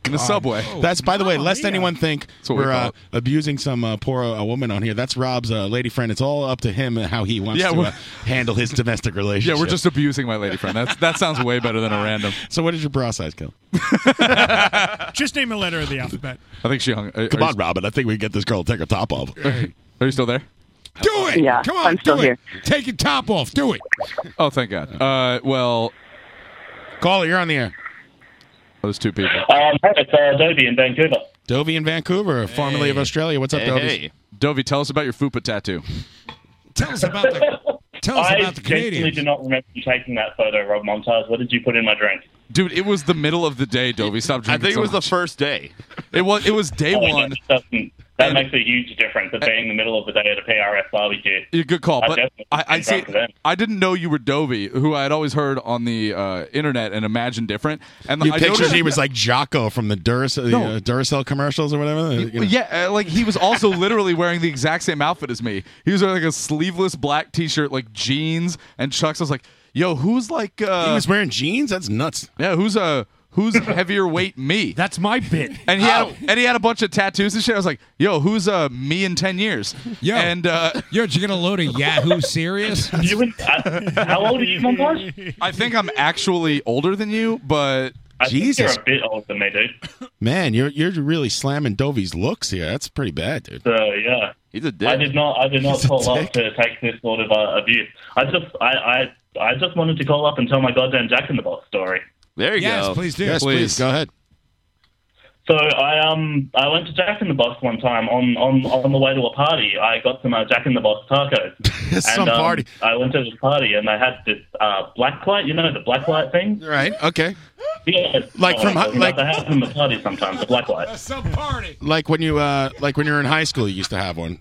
in the subway. Oh, That's by the Oh, way, lest anyone think what we we're call uh, it. abusing some uh, poor uh, woman on here. That's Rob's uh, lady friend. It's all up to him and how he wants Yeah, to we're- uh, handle his domestic relationship. Yeah, we're just abusing my lady friend. That's, that sounds way better than a random. So, what is your bra size, Kel? Just name a letter of the alphabet. I think she hung. uh, Come on, Robin. I think we can get this girl to take her top off. Are you still there? Do it. Yeah, Come on, I'm still do here. it. Take your top off. Do it. Oh, thank God. Uh, well, caller, you're on the air. Those two people. Um, hey, it's uh, Dobie in Vancouver. Dovey in Vancouver, formerly of Australia. What's up, Dovey? Dovey, tell us about your fupa tattoo. Tell us about the. tell us I about the genuinely Canadians. do not remember you taking that photo, Rob Montage. What did you put in my drink? Dude, it was the middle of the day, Dovey. Stop drinking. think it was the first day. It was. It was day Oh, yeah, one. That, doesn't- that makes a huge difference. It being the middle of the day at a PRS barbecue. Yeah, good call. I But definitely I, I think see. back then. I didn't know you were Dovey, who I had always heard on the uh, internet and imagined different. And You I pictured noticed- he was like Jocko from the Duracell, No. uh, Duracell commercials or whatever. You know. Yeah, uh, like he was also literally wearing the exact same outfit as me. He was wearing like a sleeveless black T-shirt, like jeans and chucks. I was like, "Yo, who's like?" Uh, He was wearing jeans. That's nuts. Yeah, who's Uh, Who's heavier weight me? That's my bit. And he had and he had a bunch of tattoos and shit. I was like, "Yo, who's uh me in ten years?" Yo. and uh, Yo, did you get a load of Yahoo serious? uh, How old are you, Montage? I think I'm actually older than you, but I think you're a bit older than me, dude. Man, you're you're really slamming Dovey's looks here. That's pretty bad, dude. So Uh, yeah, he's a dick. I did not. I did not He's a call dick. up to take this sort of uh, abuse. I just, I, I, I just wanted to call up and tell my goddamn Jack in the Box story. There you Yes, go. please do. Yes, please. Please. Go ahead. So I um I went to Jack in the Box one time on on on the way to a party. I got some uh, Jack in the Box tacos. and, Some um, party. I went to this party and they had this uh, black light. You know the black light thing. Right. Okay. Yeah. Like oh, from hi- you know, like- they have from the party sometimes the black light. Like when you uh like when you were in high school, you used to have one.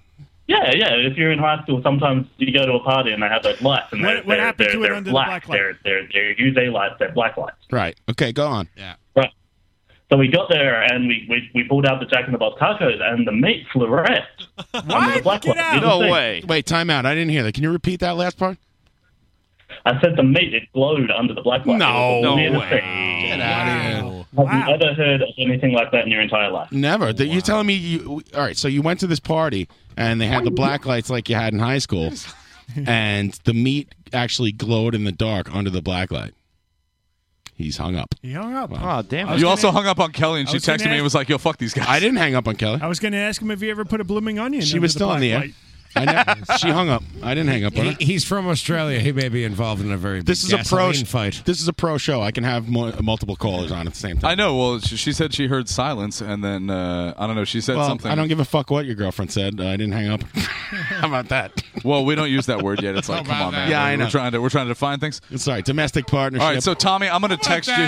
Yeah, yeah. If you're in high school, sometimes you go to a party and they have those lights, and What- they're, what they're, happened they're, to it they're under the black. They're, they're they're UV lights. They're black lights. Right. Okay. Go on. Yeah. Right. So we got there and we, we, we pulled out the Jack in the Box tacos and the meat fluoresced under the black light. You didn't see. Wait, time out. I didn't hear that. Can you repeat that last part? I said the meat it glowed under the black light. No, It was the no weirdest way. thing. Get out of here. Have you ever heard of anything like that in your entire life? Never. That You're telling me you. All right. So you went to this party and they had the black lights like you had in high school, and the meat actually glowed in the dark under the black light. He's hung up. He hung up. Wow. I was Oh, You gonna- also hung up on Kelly, and I she was gonna texted me and ask- was like, "Yo, fuck these guys." I didn't hang up on Kelly. I was going to ask him if he ever put a blooming onion. She under was still on the air. blacklight. I never, she hung up. I didn't hang up on her. He- he's from Australia. He may be involved in a very big This is a pro gasoline fight. This is a pro show. I can have mo- multiple callers on at the same time. I know. Well, she, she said she heard silence, and then uh, I don't know. She said Well, something. I don't give a fuck what your girlfriend said. I didn't hang up. How about that? well, we don't use that word yet. It's like, come on, man. Yeah, I We're- know. We're trying to we're trying to define things. Sorry, domestic All partnership. right, so Tommy, I'm gonna text you.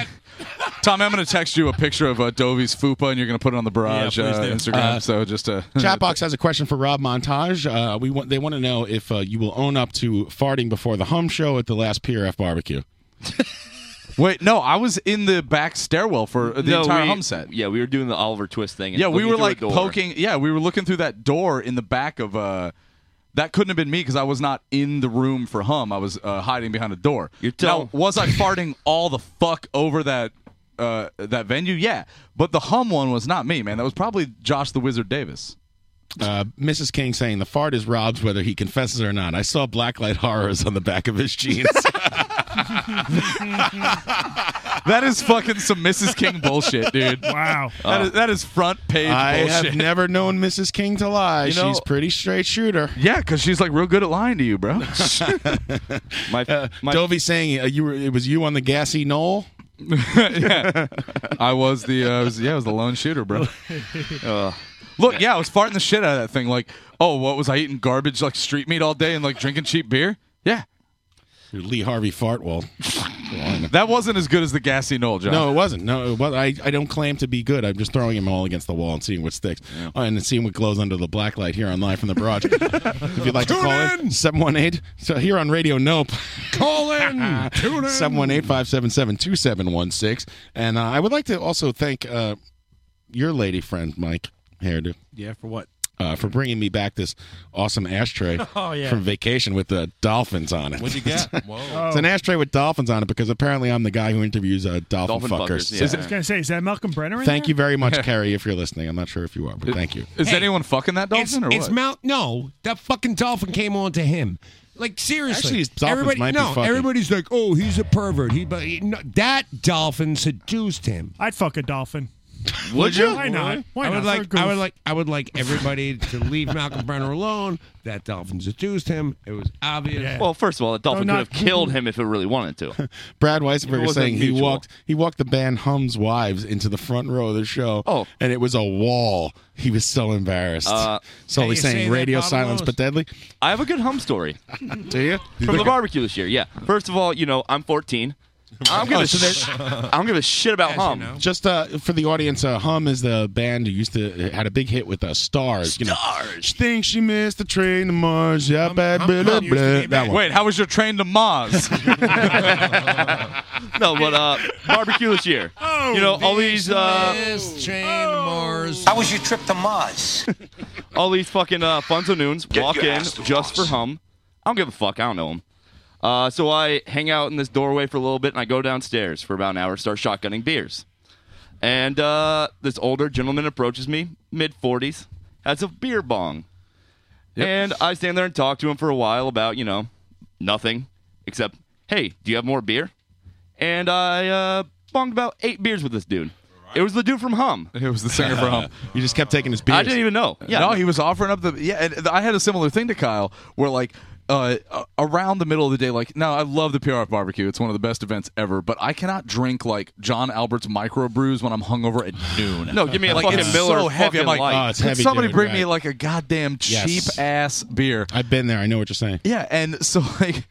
Tommy, I'm gonna text you a picture of uh, Dovey's fupa, and you're gonna put it on the barrage Yeah, please uh, do. Instagram. Uh, so just uh, Chatbox has a question for Rob Montage. Uh, we want they want to know if uh, you will own up to farting before the hum show at the last PRF barbecue. Wait, no, I was in the back stairwell for uh, the No, entire we- hum set. Yeah, we were doing the Oliver Twist thing. and Yeah, we looking were through a like door. poking. Yeah, we were looking through that door in the back of. Uh, that couldn't have been me because I was not in the room for hum. I was uh, hiding behind a door. You're tell- now, was I farting all the fuck over that uh, that venue? Yeah, but the hum one was not me, man. That was probably Josh the Wizard Davis. Uh, Mrs. King saying the fart is Rob's whether he confesses or not. I saw blacklight horrors on the back of his jeans. That is fucking some Mrs. King bullshit, dude. Wow. That is, that is front page I bullshit. have never known Mrs. King to lie. You know- She's pretty straight shooter. Uh, yeah, because she's like real good at lying to you, bro. my, Dovey saying uh, you were it was you on the gassy knoll. yeah. I was the uh, I was, yeah, I was the lone shooter, bro. Uh, look, yeah, I was farting the shit out of that thing. Like, oh, what was I eating? Garbage, like street meat all day, and like drinking cheap beer. Yeah, Your Lee Harvey Fartwell. that wasn't as good as the gassy Noel, John. No, it wasn't. No, it was. I, I don't claim to be good. I'm just throwing them all against the wall and seeing what sticks Oh, and seeing what glows under the black light here on Live from the Barrage. if you'd like to call in, 718. So here on Radio Nope. Call in. Tune in. 718 577 2716. And uh, I would like to also thank uh, your lady friend, Mike Hairdo. Yeah, for what? Uh, for bringing me back this awesome ashtray Oh, yeah. from vacation with the dolphins on it. What'd you get? Whoa. It's an ashtray with dolphins on it because apparently I'm the guy who interviews uh, dolphin, Dolphin fuckers. fuckers, yeah. I was going to say, is that Malcolm Brenner? In Thank there? you very much, Carrie, if you're listening. I'm not sure if you are, but thank you. Is anyone fucking that It's, dolphin or it's what? Mount. No, that fucking dolphin came on to him. Like seriously, Actually, his dolphins everybody. might be no, fucking. everybody's like, oh, he's a pervert. He, but he- no, that dolphin seduced him. I'd fuck a dolphin. Would you? Why not? Why I would not? For a like. goof. I would like. I would like everybody to leave Malcolm Brenner alone. That dolphin seduced him. It was obvious. Well, first of all, the dolphin No, could not- have killed him if it really wanted to. Brad It Weisberg is wasn't saying he mutual. walked he walked the band Hum's wives into the front row of the show. Oh. And it was a wall. He was so embarrassed. Uh, Solely Can you say saying that, radio Bob silence Rose? but deadly. I have a good hum story. Do you? From the barbecue this year, yeah. First of all, you know, I'm 14. I don't give a, Oh, sh- so I don't give a shit about hum. Just uh, for the audience, uh, Hum is the band who used to had a big hit with uh, Stars. You know, Stars. Think she missed the train to Mars. Yeah, bad, blah, blah, blah. That one. Wait, how was your train to Mars? No, but uh, barbecue this year. Oh, you know, all these uh, train Mars. How was your trip to Mars? all these fucking uh, funzonoons Get walk your in ass to just for hum. I don't give a fuck. I don't know them. Uh, so I hang out in this doorway for a little bit, and I go downstairs for about an hour, start shotgunning beers. And uh, this older gentleman approaches me, mid 40s, has a beer bong. And I stand there and talk to him for a while about, you know, nothing except, hey, do you have more beer? And I uh, bonged about eight beers with this dude. It was the dude from Hum. It was the singer from Hum. you just kept taking his I didn't even know. Yeah. No, he was offering up the. Yeah, and th- I had a similar thing to Kyle where, like, uh, a- around the middle of the day, like, no, I love the PRF barbecue. It's one of the best events ever, but I cannot drink, like, John Albert's micro brews when I'm hungover at noon. No, give me a like, fucking it's Miller so heavy. I'm fucking like, Lite. Oh, it's could heavy, somebody dude, bring me, right. like, a goddamn Yes. cheap ass beer? I've been there. I know what you're saying. Yeah, and so like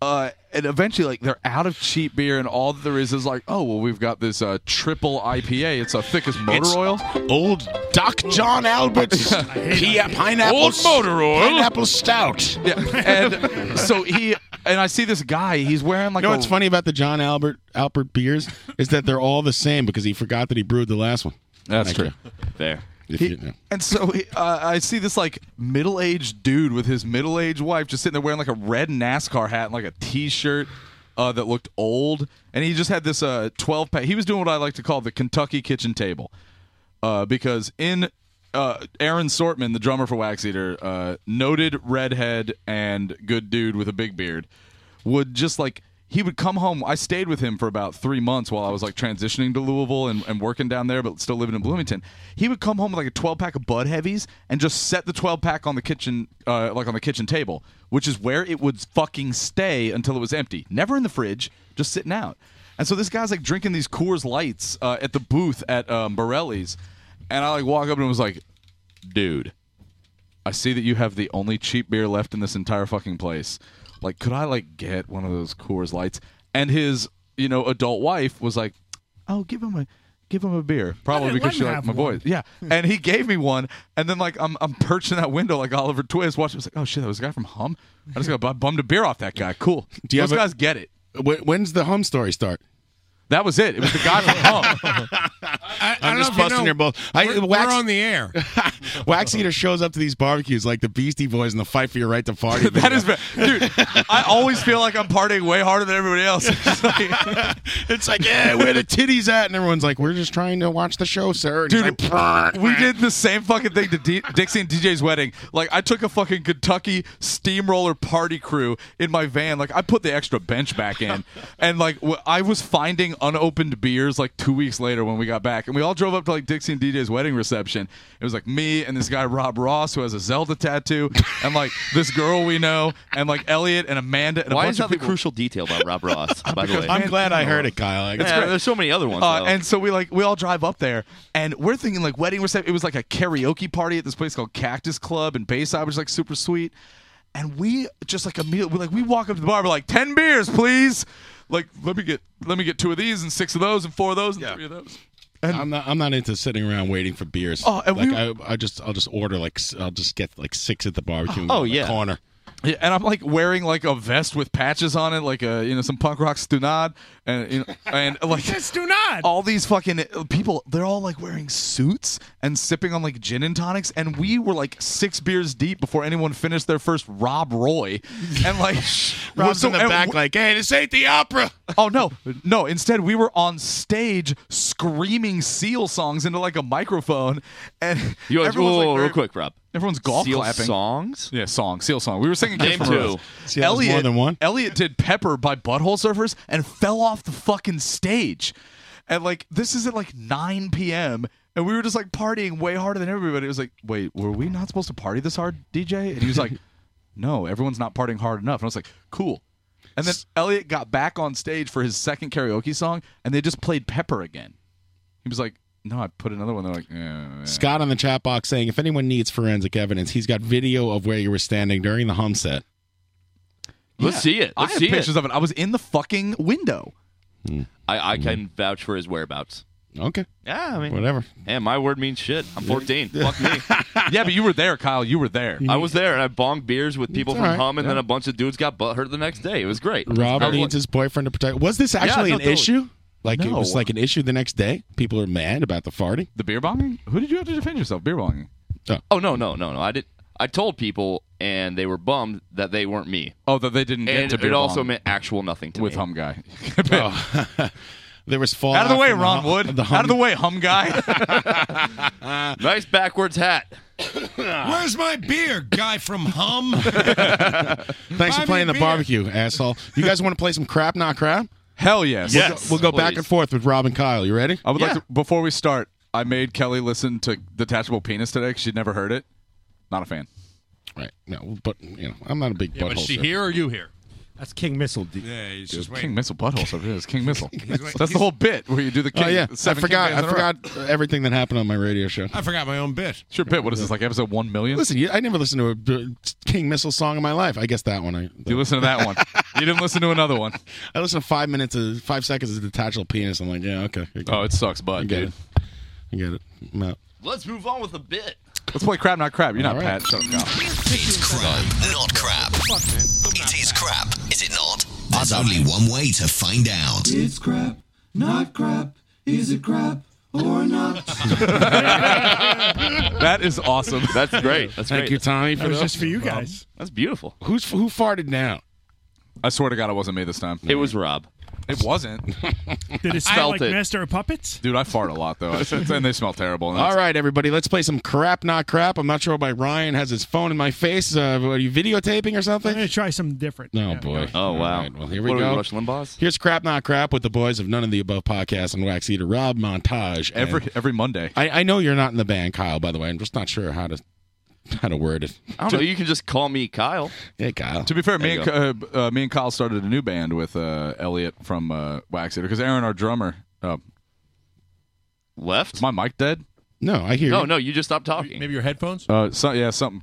uh and eventually like they're out of cheap beer and all that there is is like, oh well we've got this uh triple IPA. It's uh, thick as motor It's oil. Old Doc John Albert's pia- pineapple Old motor oil. pineapple stout. Yeah. And so he and I see this guy, he's wearing like you know a- what's funny about the John Albert Albert beers is that they're all the same because he forgot that he brewed the last one. That's Thank true. you. There. If you know. And so he, uh, I see this like middle-aged dude with his middle-aged wife just sitting there wearing like a red NASCAR hat and like a t-shirt uh, that looked old, and he just had this uh 12 pack. He was doing what I like to call the Kentucky kitchen table, uh, because in uh, Aaron Sortman, the drummer for Wax Eater, uh, noted redhead and good dude with a big beard, would just like he would come home. I stayed with him for about three months while I was like transitioning to Louisville and, and working down there, but still living in Bloomington. He would come home with like a 12 pack of Bud Heavies and just set the 12 pack on the kitchen, uh, like on the kitchen table, which is where it would fucking stay until it was empty. Never in the fridge, just sitting out. And so this guy's like drinking these Coors Lights uh, at the booth at um, Borelli's, and I like walk up and was like, dude, I see that you have the only cheap beer left in this entire fucking place. Like, could I like get one of those Coors Lights? And his, you know, adult wife was like, "Oh, give him a, give him a beer." Probably him- because let she him liked have my one. voice. Yeah, and he gave me one, and then like I'm, I'm perched in that window like Oliver Twist watching. I was like, "Oh shit, that was a guy from Hum." I just got bu- bummed a beer off that guy. Cool. Do you Those have a- guys get it. Wh- when's the home story start? That was it. It was the guy from Hum. I, I am don't just know if you busting know. your balls. I, We're- Wax, we're on the air. Wax Eater shows up to these barbecues like the Beastie Boys in the fight for your right to party. That is, dude. I always feel like I'm partying way harder than everybody else. It's like, it's like, yeah, where the titties at? And everyone's like, we're just trying to watch the show, sir. And he's Dude, like, we did the same fucking thing to D- Dixie and DJ's wedding. Like, I took a fucking Kentucky steamroller party crew in my van. Like, I put the extra bench back in, and like, w- I was finding unopened beers like two weeks later when we got back, and we all drove up to like Dixie and DJ's wedding reception. It was like me and this guy Rob Ross who has a Zelda tattoo, and like this girl we know, and like Elliot and Amanda. And a Why bunch is that of the people. crucial detail about Rob Ross? By the Because, way, man, Like, It's yeah, great. there's so many other ones. Uh, though. and so we like we all drive up there, and we're thinking like wedding reception. It was like a karaoke party at this place called Cactus Club in Bayside, which is like super sweet. And we just like immediately like we walk up to the bar, we're like ten beers, please. Like let me get let me get two of these and six of those and four of those and three of those. I'm not. I'm not into sitting around waiting for beers. Oh, and like we- I, I just, I'll just order like, s- I'll just get like six at the barbecue. Oh, in the yeah. corner. Yeah, and I'm like wearing like a vest with patches on it, like a you know some punk rock stunad, and you know, and like stunad. All these fucking uh, people, they're all like wearing suits and sipping on like gin and tonics, and we were like six beers deep before anyone finished their first Rob Roy, and like Rob's in the and back w- like, hey, this ain't the opera. Oh no, no! Instead, we were on stage screaming Seal songs into like a microphone, and You guys, everyone's, whoa, like, whoa, very- real quick, Rob. Everyone's golf Seal clapping. songs. Yeah, song, Seal song. We were singing Game Name two. Two. See, that was Elliot, more than one. Elliot did Pepper by Butthole Surfers and fell off the fucking stage. And like this is at like 9 p.m. And we were just like partying way harder than everybody. It was like, wait, were we not supposed to party this hard, DJ? And he was like, no, everyone's not partying hard enough. And I was like, cool. And then Elliot got back on stage for his second karaoke song, and they just played Pepper again. He was like, no, I put another one. They're like, yeah. Scott on the chat box saying, if anyone needs forensic evidence, he's got video of where you were standing during the hum set. Let's Yeah. see it. I Let's have see pictures it. of Mm. it. I was in the fucking window. I, I can vouch for his whereabouts. Okay. Yeah, I mean, Whatever. Yeah, my word means shit. I'm 14. Fuck me. yeah, but you were there, Kyle. You were there. I was there, and I bonged beers with people It's from all right. Hum, and then Yeah. a bunch of dudes got butt hurt the next day. It was great. Rob I was needs like- his boyfriend to protect. Was this Yeah, actually no, an totally. issue? Like it No. was like an issue the next day. People are mad about the farting. The beer bonging? Who did you have to defend yourself? Beer bonging. Oh no, no, no, no! I did. I told people, and they were bummed that they weren't me. Oh, that they didn't get and to beer It also bong. meant actual nothing to With me. Oh. hum guy. there was fallout. Out of the way, from Ron hum- Wood. the hum- Out of the way, hum guy. nice backwards hat. Where's my beer, guy from Hum? Oh, Thanks Buy for me playing a the beer. barbecue, asshole. You guys want to play some crap, not crap? Hell yes. We'll Yes, go, we'll go back please. and forth with Rob and Kyle. You ready? I would like to, before we start, I made Kelly listen to Detachable Penis today because she'd never heard it. Not a fan. Right. No, but, you know, I'm not a big butthole. surfer. or you here? That's King Missile. D- yeah, he's Dude, King Missile butthole stuff. It is King Missile. That's the whole bit where you do the king. Oh yeah, I seven king forgot. bands I in a row. forgot everything that happened on my radio show. I forgot my own bit. Sure, bit. What is this like? Episode one million. Listen, you- I never listened to a uh, King Missile song in my life. I guess that one. I, You listen to that one. You didn't listen to another one. I listened to five minutes of five seconds of detachable penis. I'm like, yeah, okay. Oh, it sucks, but I get dude. it. I get it. I'm out. Let's move on with a bit. Let's play crap, not crap. You're not All right. Pat. Shut up, Kyle. It's crap, not crap. It is crap, is it not? There's only one way to find out. It's crap, not crap. Is it crap or not? That is awesome. That's great. That's Thank great. you, Tommy, for those. you guys. That's beautiful. Who's who farted now? I swear to God, it wasn't me this time. It was Rob. It wasn't. Did it smell like Master of Puppets? Dude, I fart a lot though, I should- and they smell terrible. and All right, everybody, let's play some crap, not crap. I'm not sure why Ryan has his phone in my face. Uh, are you videotaping or something? I'm gonna try something different. Oh boy! Oh, wow. All right, well, here we What are we, go. Rush Limbaugh's? Here's crap, not crap, with the boys of none of the above podcast and Wax Eater Rob montage and- Every every Monday. I, I know you're not in the band, Kyle. By the way, I'm just not sure how to how to word it. I don't know. You can just call me Kyle. Hey, Kyle. To be fair, me There and, you Ka- uh, uh, me and Kyle started a new band with uh, Elliot from uh, Wax Eater because Aaron, our drummer, uh, left. Is my mic dead? No, I hear. No, no, you just stopped talking. Maybe your headphones? Uh, so, yeah, something.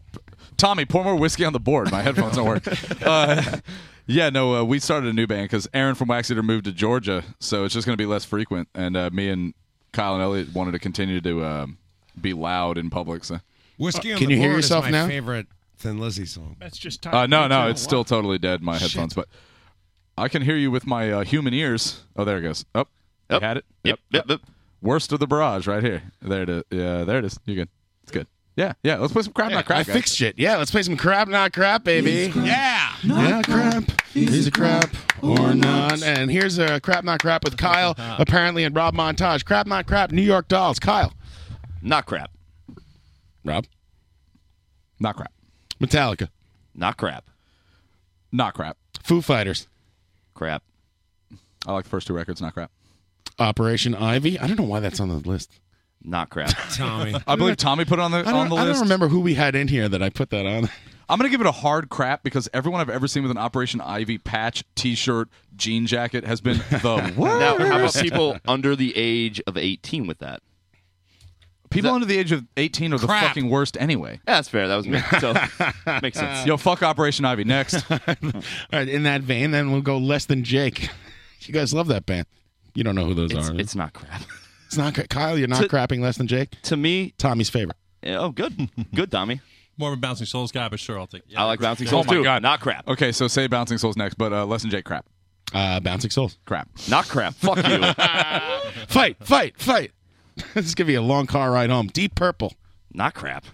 Tommy, pour more whiskey on the board. My headphones don't work. Uh, yeah, no, uh, we started a new band because Aaron from Wax Eater moved to Georgia, so it's just going to be less frequent. And uh, me and Kyle and Elliot wanted to continue to um, be loud in public. So. Whiskey on Uh, Can the you hear Board yourself is my now? favorite Thin Lizzy song. That's just Uh, no, no, it's still totally dead. My headphones, but I can hear you with my uh, human ears. Oh, there it goes. Up, oh, you had it. Yep, yep, yep. Worst of the barrage, right here. There it is. Yeah, there it is. You're good. It's good. Yeah, yeah. Let's play some crap, not crap. I guys. fixed it. Yeah, let's play some crap, not crap, baby. Yeah. yeah, crap. He's, a crap or not. And here's a crap, not crap with Kyle, apparently, and Rob Montage. Crap, not crap, New York Dolls. Kyle. Not crap. Rob. Not crap. Metallica. Not crap. Not crap. Foo Fighters. Crap. I like the first two records. Not crap. Operation Ivy. I don't know why that's on the list. Not crap. Tommy. I believe Tommy put it on the I don't, on the I list. don't remember who we had in here that I put that on. I'm gonna give it a hard crap because everyone I've ever seen with an Operation Ivy patch, T-shirt, jean jacket has been the worst. Now, how about people under the age of 18 with that? People under the age of 18 are Crap. the fucking worst anyway. Yeah, that's fair. That was me. So makes sense. Yo, fuck Operation Ivy. Next. All right, in that vein, then we'll go less than Jake. You guys love that band. You don't know who those It's- are. it's not crap. It's not cra- Kyle. You're not To- crapping less than Jake. To me, Tommy's favorite. Yeah, oh, good. Good, Tommy. More of a bouncing souls guy, but sure, I'll take. I like bouncing Oh souls my too. god, Not crap. Okay, so say Bouncing Souls next, but uh, Lesson Jake crap. Uh, Bouncing Souls crap. Not crap. Fuck you. fight, fight, fight. this is gonna be a long car ride home. Deep Purple. Not crap.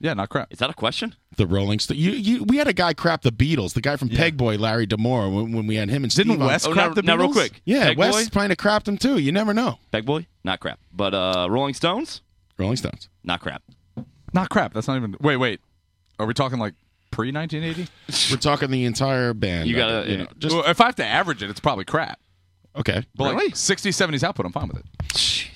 Yeah, not crap. Is that a question? The Rolling Stones. You, you, we had a guy crap the Beatles. The guy from Pegboy, Larry Demore, when, when we had him and Steve Didn't on- Wes Oh, crap now- the now real Beatles? quick. Yeah, Pegboy? Wes kind of crapped him too. You never know. Pegboy? Not crap. But uh, Rolling Stones? Rolling Stones. Not crap. Not crap. That's not even. Wait, wait. Are we talking like pre 1980? We're talking the entire band. You Uh, gotta. you know, just well, if I have to average it, it's probably crap. okay. But like 60s, 70s output, I'm fine with it.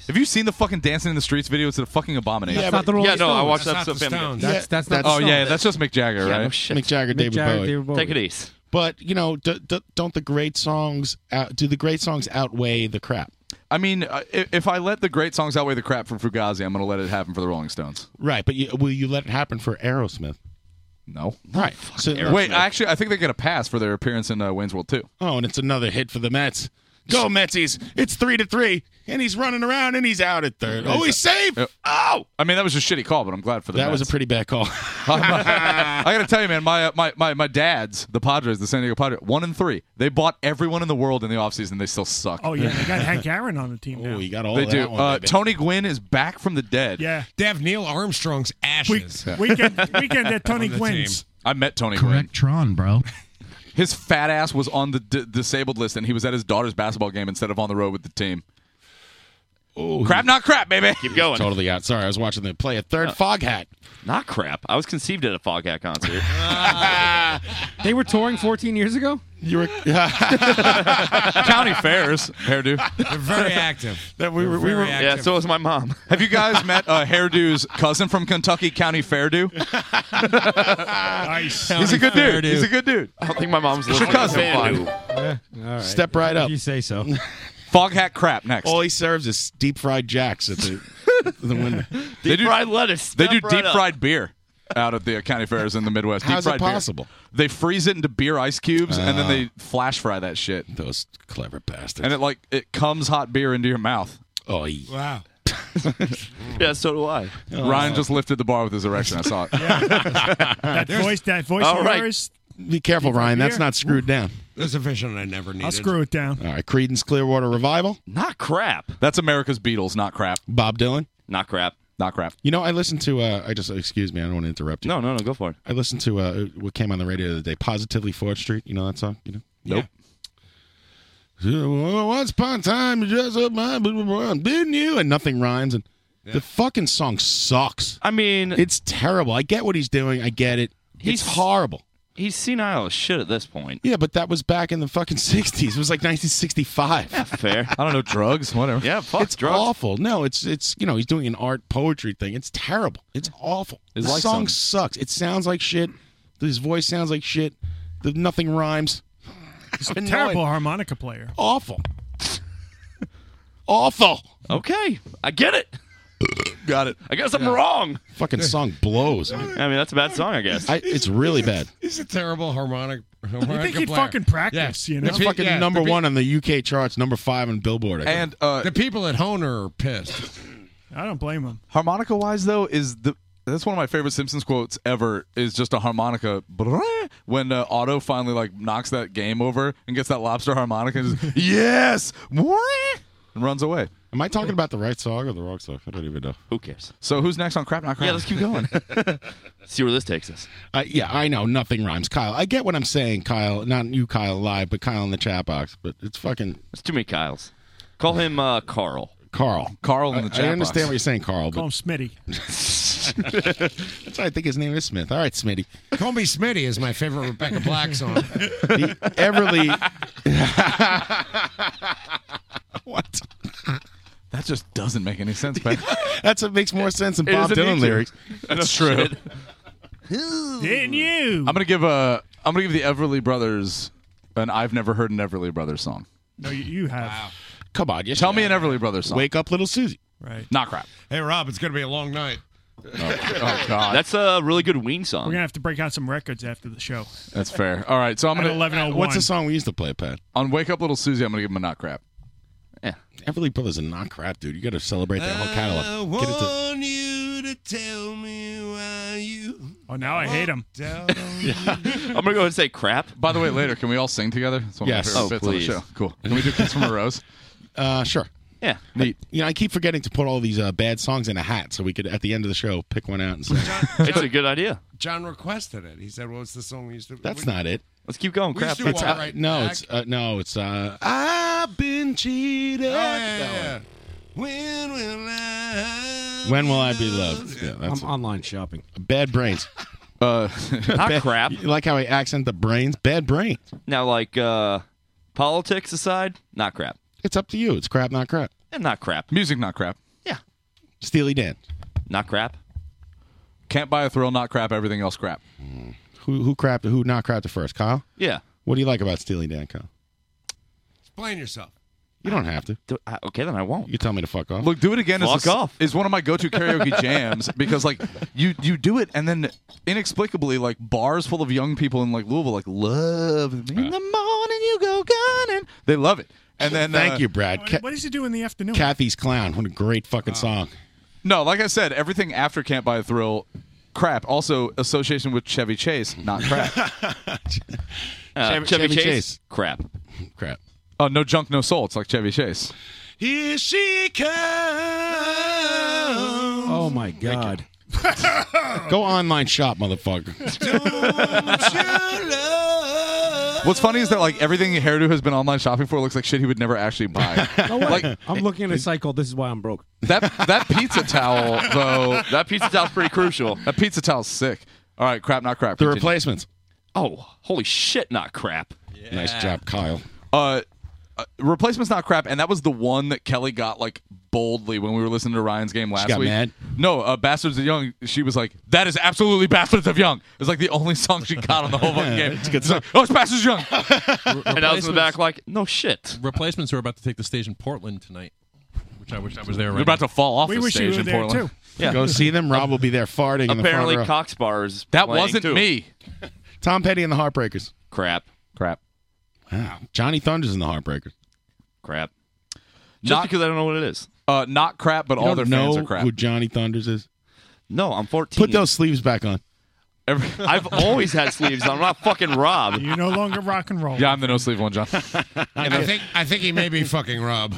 Have you seen the fucking Dancing in the Streets video? It's a fucking abomination. Yeah, That's but- not the Rolling yeah, no, I Stones. watched That's that not the so family. Stones. That's- that's not the Oh, yeah, Stones. that's just Mick Jagger, Yeah, right? no shit. Mick Jagger, David Bowie. Take it easy. But you know, d- d- don't the great songs out, do the great songs outweigh the crap? I mean, uh, i- if I let the great songs outweigh the crap for Fugazi, I'm going to let it happen for the Rolling Stones. Right, but you, will you let it happen for Aerosmith? No. Right. So, Wait, actually, I think they get a pass for their appearance in uh, Wayne's World 2. Oh, and it's another hit for the Mets. Go Metsies! It's three to three, and he's running around and he's out at third. Oh, he's safe! Oh! I mean, that was a shitty call, but I'm glad for the That was a Mets. pretty bad call. I gotta tell you, man, my, uh, my my my dad's the Padres, the San Diego Padres, one and three. They bought everyone in the world in the offseason. They still suck. Oh yeah, they got Hank Aaron on the team now. Oh, you got they do. uh, Tony Gwynn is back from the dead. Yeah. they have Neil Armstrong's ashes. weekend- weekend at Tony On the Gwynn's. team. I met Tony Gwynn. Tron, bro. His fat ass was on the d- disabled list, and he was at his daughter's basketball game instead of on the road with the team. Oh, crap, not crap, baby. Keep going. Totally out. Sorry, I was watching them play a third fog hat. Not crap. I was conceived at a Foghat concert. They were touring 14 years ago. You were county fairs hairdo. They're very active. That we were- we were- Yeah, so was my mom. Have you guys met uh, Hairdo's cousin from Kentucky County Fairdo? nice. He's a good dude. He's a good dude. I don't think my mom's It's your listening. cousin. Step right up. You say so. Fog hat crap next. All he serves is deep fried jacks at the, the window. They do- fried lettuce. They do Step right deep up. fried beer out at the county fairs in the Midwest. How's deep it fried beer. possible? They freeze it into beer ice cubes and Ah. then they flash fry that shit. Those clever bastards. And it like it comes hot beer into your mouth. Oh, Wow. yeah, so do I. Ryan just lifted the bar with his erection. I saw it. That voice, that voice All of right. yours, Be careful, Ryan. That's beer? not screwed down. There's a vision I never needed. I'll screw it down. All right, Creedence Clearwater Revival. Not crap. That's America's Beatles, not crap. Bob Dylan. Not crap. Not crap. You know, I listened to. Uh, I just excuse me. I don't want to interrupt you. No, no, no. Go for it. I listened to uh, what came on the radio the other day. Positively Fourth Street. You know that song? You know? Nope. Well, once upon a time, you dress up my blah, blah, blah, didn't you? And nothing rhymes. And the fucking song sucks. I mean, it's terrible. I get what he's doing. I get it. He's horrible. He's senile as shit at this point. Yeah, but that was back in the fucking sixties. It was like 1965. fair. I don't know drugs, whatever. Yeah, fuck it's drugs. awful. No, it's it's you know he's doing an art poetry thing. It's terrible. It's awful. It's the like song something. sucks. It sounds like shit. His voice sounds like shit. The nothing rhymes. He's a terrible harmonica player. Awful. Awful. Okay, I get it. Got it. I guess I'm wrong. Fucking song blows. I mean, that's a bad song, I guess. I, it's really bad. He's a terrible harmonic. harmonic think he'd fucking practice, you know? It's fucking number one on the UK charts, number five on Billboard. I think. uh, the people at Honer are pissed. I don't blame him. Harmonica wise, though, is the that's one of my favorite Simpsons quotes ever. Is just a harmonica brrrr, when uh, Otto finally like knocks that game over and gets that lobster harmonica and just yes, brrrr, and runs away. Am I talking about the right song or the wrong song? I don't even know. Who cares? So who's next on crap? Not crap. Yeah, let's keep going. See where this takes us. Uh, yeah, I know nothing rhymes, Kyle. I get what I'm saying, Kyle. Not you, Kyle, live, but Kyle in the chat box. But it's fucking There's too many Kyles. Call him uh, Carl. Carl. Carl I, in the chat I understand box. what you're saying, Carl. Call him But Smitty. that's why I think his name is Smith. All right, Smitty. Call me Smitty is my favorite Rebecca Black song. The Everly. what? That just doesn't make any sense, man. That's what makes more sense than It Bob doesn't Dylan need to. lyrics. That's true. Didn't you? I'm gonna give uh, I'm gonna give the Everly Brothers an I've never heard an Everly Brothers song. No, you, you have. Come on, Tell me an Everly Brothers song. Wake up, little Susie. Right. Not crap. Hey, Rob, it's going to be a long night. Oh God. That's a really good Ween We're song. going to have to break out some records after the show. That's fair. All right, so I'm At gonna 11:01. What's the song we used to play, Pat? on Wake Up Little Susie. I'm gonna give him a not crap. Yeah. Everly Brothers are not crap, dude. You got to celebrate that whole catalog. Get it to- you to tell me why you. Oh, now I hate him. I'm gonna go ahead and say crap. By the way, later can we all sing together? It's one Yes. of my favorite Oh, bits please. on the show. Cool. Can we do Kiss from a Rose? Uh, sure. Yeah. Neat. You know, I keep forgetting to put all these uh, bad songs in a hat so we could, at the end of the show, pick one out and say, It's a good idea. John requested it. He said, "Well, it's the song we used to." that's not it. Let's keep going. We used Crap. to It's, walk uh, right no, back. it's uh, no, it's uh, I've been cheated. yeah, When will I? When will I be loved? Yeah, that's I'm online shopping. Bad brains. Uh, Not crap. You like how I accent the brains? Bad brains. Now, like uh, politics aside, not crap. It's up to you. It's crap, not crap. And not crap. Music not crap. Steely Dan. Not crap. Can't buy a thrill. Not crap. Everything else crap. Who who crapped? Who not crapped the first? Kyle. Yeah. What do you like about Steely Dan, Kyle? Explain yourself. You don't have to. Do- I- okay, then I won't. You tell me to fuck off. Look, do it again. Fuck is a- off. is one of my go-to karaoke jams because like you you do it and then inexplicably like bars full of young people in like Louisville like love me in the morning you go gunning they love it and then Thank uh, you, Brad. Ca- What does he do in the afternoon? Kathy's Clown. What a great Oh, fucking song. no like I said everything after Can't Buy a Thrill crap also association with Chevy Chase not crap Uh, Chevy- Chevy, Chevy Chase, Chase. Crap. Crap. oh no junk no soul it's like Chevy Chase Here she comes. Oh my God. Go online shop, motherfucker. what's funny is that like everything Hairdo has been online shopping for looks like shit he would never actually buy No way. I'm looking at a cycle. This is why I'm broke. that that pizza towel though That pizza towel's pretty crucial. That pizza towel's sick. All right, crap, not crap. the Continue. replacements. Oh, holy shit, not crap. Nice job, Kyle. Uh, uh, replacements not crap, and that was the one that Kelly got like boldly when we were listening to Ryan's game last got week. mad? No, uh, Bastards of Young. She was like, "That is absolutely Bastards of Young." It's like the only song she got on the whole fucking game. It's a good song. Oh, it's Bastards of Young. And I was in the back like, no shit. Replacements are about to take the stage in Portland tonight, which I wish I was there. We're Right about to fall off We the wish you stage were in there, Portland. too. Yeah. Go see them. Rob will be there farting Apparently, in the front row. Cox Bar is That playing, wasn't too. me. Tom Petty and the Heartbreakers. Crap. Crap. Wow. Johnny Thunders and the Heartbreakers. Crap. Just Not because I don't know what it is. uh, not crap, but You all don't their know fans are crap. who Johnny Thunders is. No, I'm 14. Put those sleeves back on. Every- I've always had sleeves on. I'm not fucking Rob. You no longer rock and roll. yeah, I'm the no sleeve one, John. I think I think he may be fucking Rob.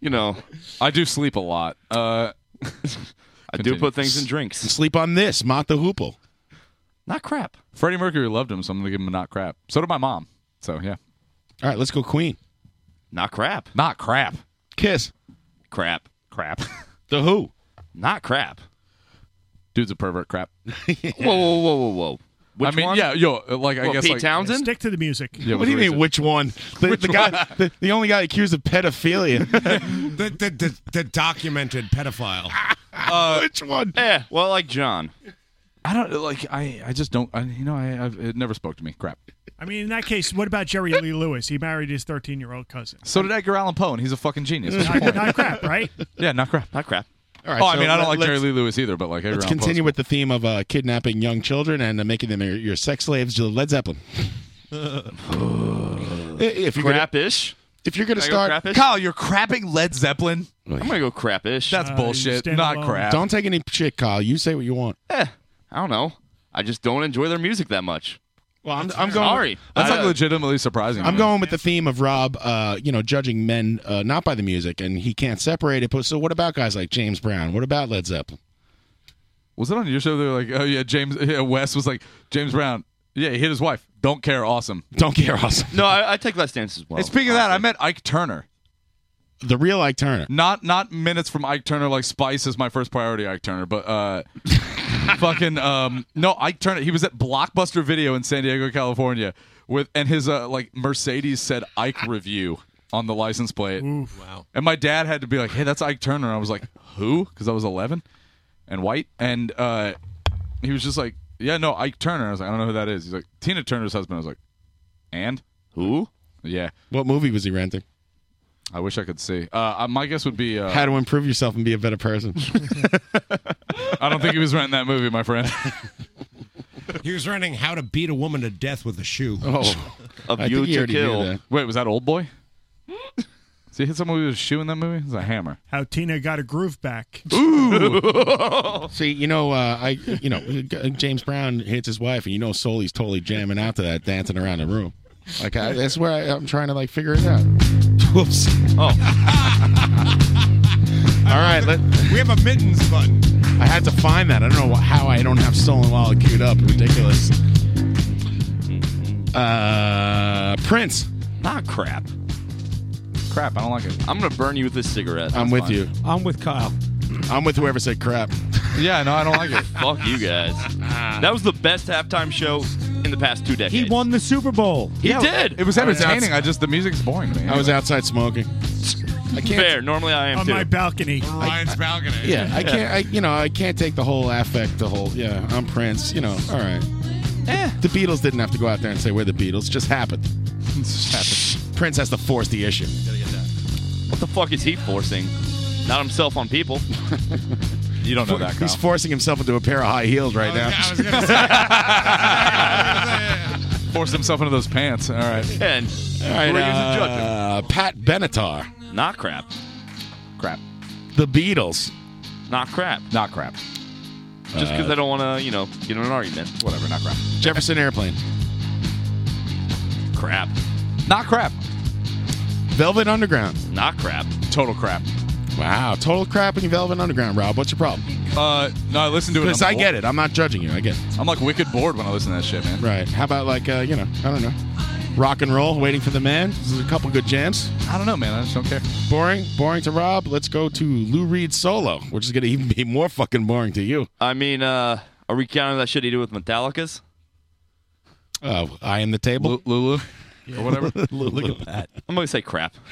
You know, I do sleep a lot. Uh, I do Continue. put things in drinks. Sleep on this, Mata Hoople. Not crap. Freddie Mercury loved him, so I'm gonna give him a not crap. So did my mom. So yeah. All right, let's go Queen. Not crap. Not crap. Kiss. Crap. Crap. The Who. Not crap. Dude's a pervert. Crap. Whoa, whoa, whoa, whoa, whoa. Which I mean, one? yeah, yo, uh, like I What, guess Pete like Townsend. Stick to the music. Yeah, what do you mean? Which one? The, the guy, the, the only guy accused of pedophilia. the, the, the, the documented pedophile. Uh, Which one? Yeah. Well, like John. I don't like. I I just don't. I, you know, I I've, it never spoke to me. Crap. I mean, in that case, what about Jerry Lee Lewis? He married his 13 year old cousin. So did Edgar Allan Poe, and he's a fucking genius. Not, not crap, right? yeah, not crap. Not crap. All right, oh, I so mean, I don't let- like Jerry let's- Lee Lewis either, but like, hey, Let's Ron continue with the theme of uh, kidnapping young children and uh, making them your, your sex slaves. To Led Zeppelin. if you're gonna- crapish. if you're gonna Can I start- go crapish? Kyle, you're crapping Led Zeppelin. I'm gonna go crapish. That's Uh, bullshit. stand Not alone. crap. Don't take any shit, Kyle. You say what you want. Eh, I don't know. I just don't enjoy their music that much. Well, I'm, I'm going- sorry. That's I- like legitimately surprising. I'm going with the theme of Rob, uh, you know, judging men uh, not by the music, and he can't separate it. But so, what about guys like James Brown? What about Led Zeppelin? Was it on your show? They're like, oh yeah, James. Yeah, Wes was like James Brown. Yeah, he hit his wife. Don't care. Awesome. Don't care. Awesome. No, I, I take that stance as well. and speaking of that, I met Ike Turner. The real Ike Turner. Not not minutes from Ike Turner. Like Spice is my first priority, Ike Turner. But uh, fucking um, no, Ike Turner. He was at Blockbuster Video in San Diego, California, with and his uh like Mercedes said Ike review on the license plate. Wow. And my dad had to be like, "Hey, that's Ike Turner." And I was like, "Who?" Because I was 11 and white, and uh, he was just like, "Yeah, no, Ike Turner." I was like, "I don't know who that is." He's like, "Tina Turner's husband." I was like, "And who?" Yeah, What movie was he renting? I wish I could see. Uh, uh, my guess would be uh, How to improve yourself and be a better person. I don't think he was renting that movie, my friend. He was running how to beat a woman to death with a shoe. Oh. A I View think he to already knew Kill. that. Wait, was that Old Boy? Did he hit someone with a shoe in that movie? It's a hammer. How Tina got her groove back. See, you know, uh, I, you know, James Brown hits his wife, and you know, Soli's totally jamming out to that, dancing around the room. Like I, that's where I, I'm trying to like figure it out. Whoops. Oh. All right, let, we have a mittens button. I had to find that. I don't know wh- how I don't have stolen wallet queued up. Ridiculous. Uh, Prince. Not crap. Crap, I don't like it. I'm gonna burn you with this cigarette. I'm That's with you. fine. I'm with Kyle. I'm with whoever said crap. Yeah, no, I don't like it. Fuck you guys. Ah. That was the best halftime show in the past two decades. He won the Super Bowl. He did. It was I was entertaining. outs- I just the music's boring to me. I was outside smoking. I can't. Fair. Normally I am On too. my balcony. Ryan's balcony. Yeah, I can't. I, you know, I can't take the whole affect. The whole. Yeah, I'm Prince. You know. All right. The Beatles didn't have to go out there and say we're the Beatles. Just happened. Prince has to force the issue. What the fuck is he forcing? Not himself on people. you don't know that, He's forcing himself into a pair of high heels right now. Forced himself into those pants. All right. And All right, Who are you to judge him? uh, Pat Benatar. Not crap. Crap. The Beatles. Not crap. Not crap. Uh, Just because I don't want to, you know, get in an argument. Whatever. Not crap. Jefferson Airplane. Crap. Not crap. Velvet Underground. Not crap. Total crap. Wow, total crap in Velvet Underground, Rob. What's your problem? Uh, no, I listen to it. Because I get it. I'm not judging you. I get it. I'm like wicked bored when I listen to that shit, man. Right. How about like uh, you know, I don't know. Rock and roll, waiting for the man. There's a couple good jams. I don't know, man. I just don't care. Boring, boring to Rob. Let's go to Lou Reed solo, which is gonna even be more fucking boring to you. I mean, uh, are we counting that shit he did with Metallica's? Oh, I am the table. Lulu. Or whatever. Look at that. I'm gonna say crap.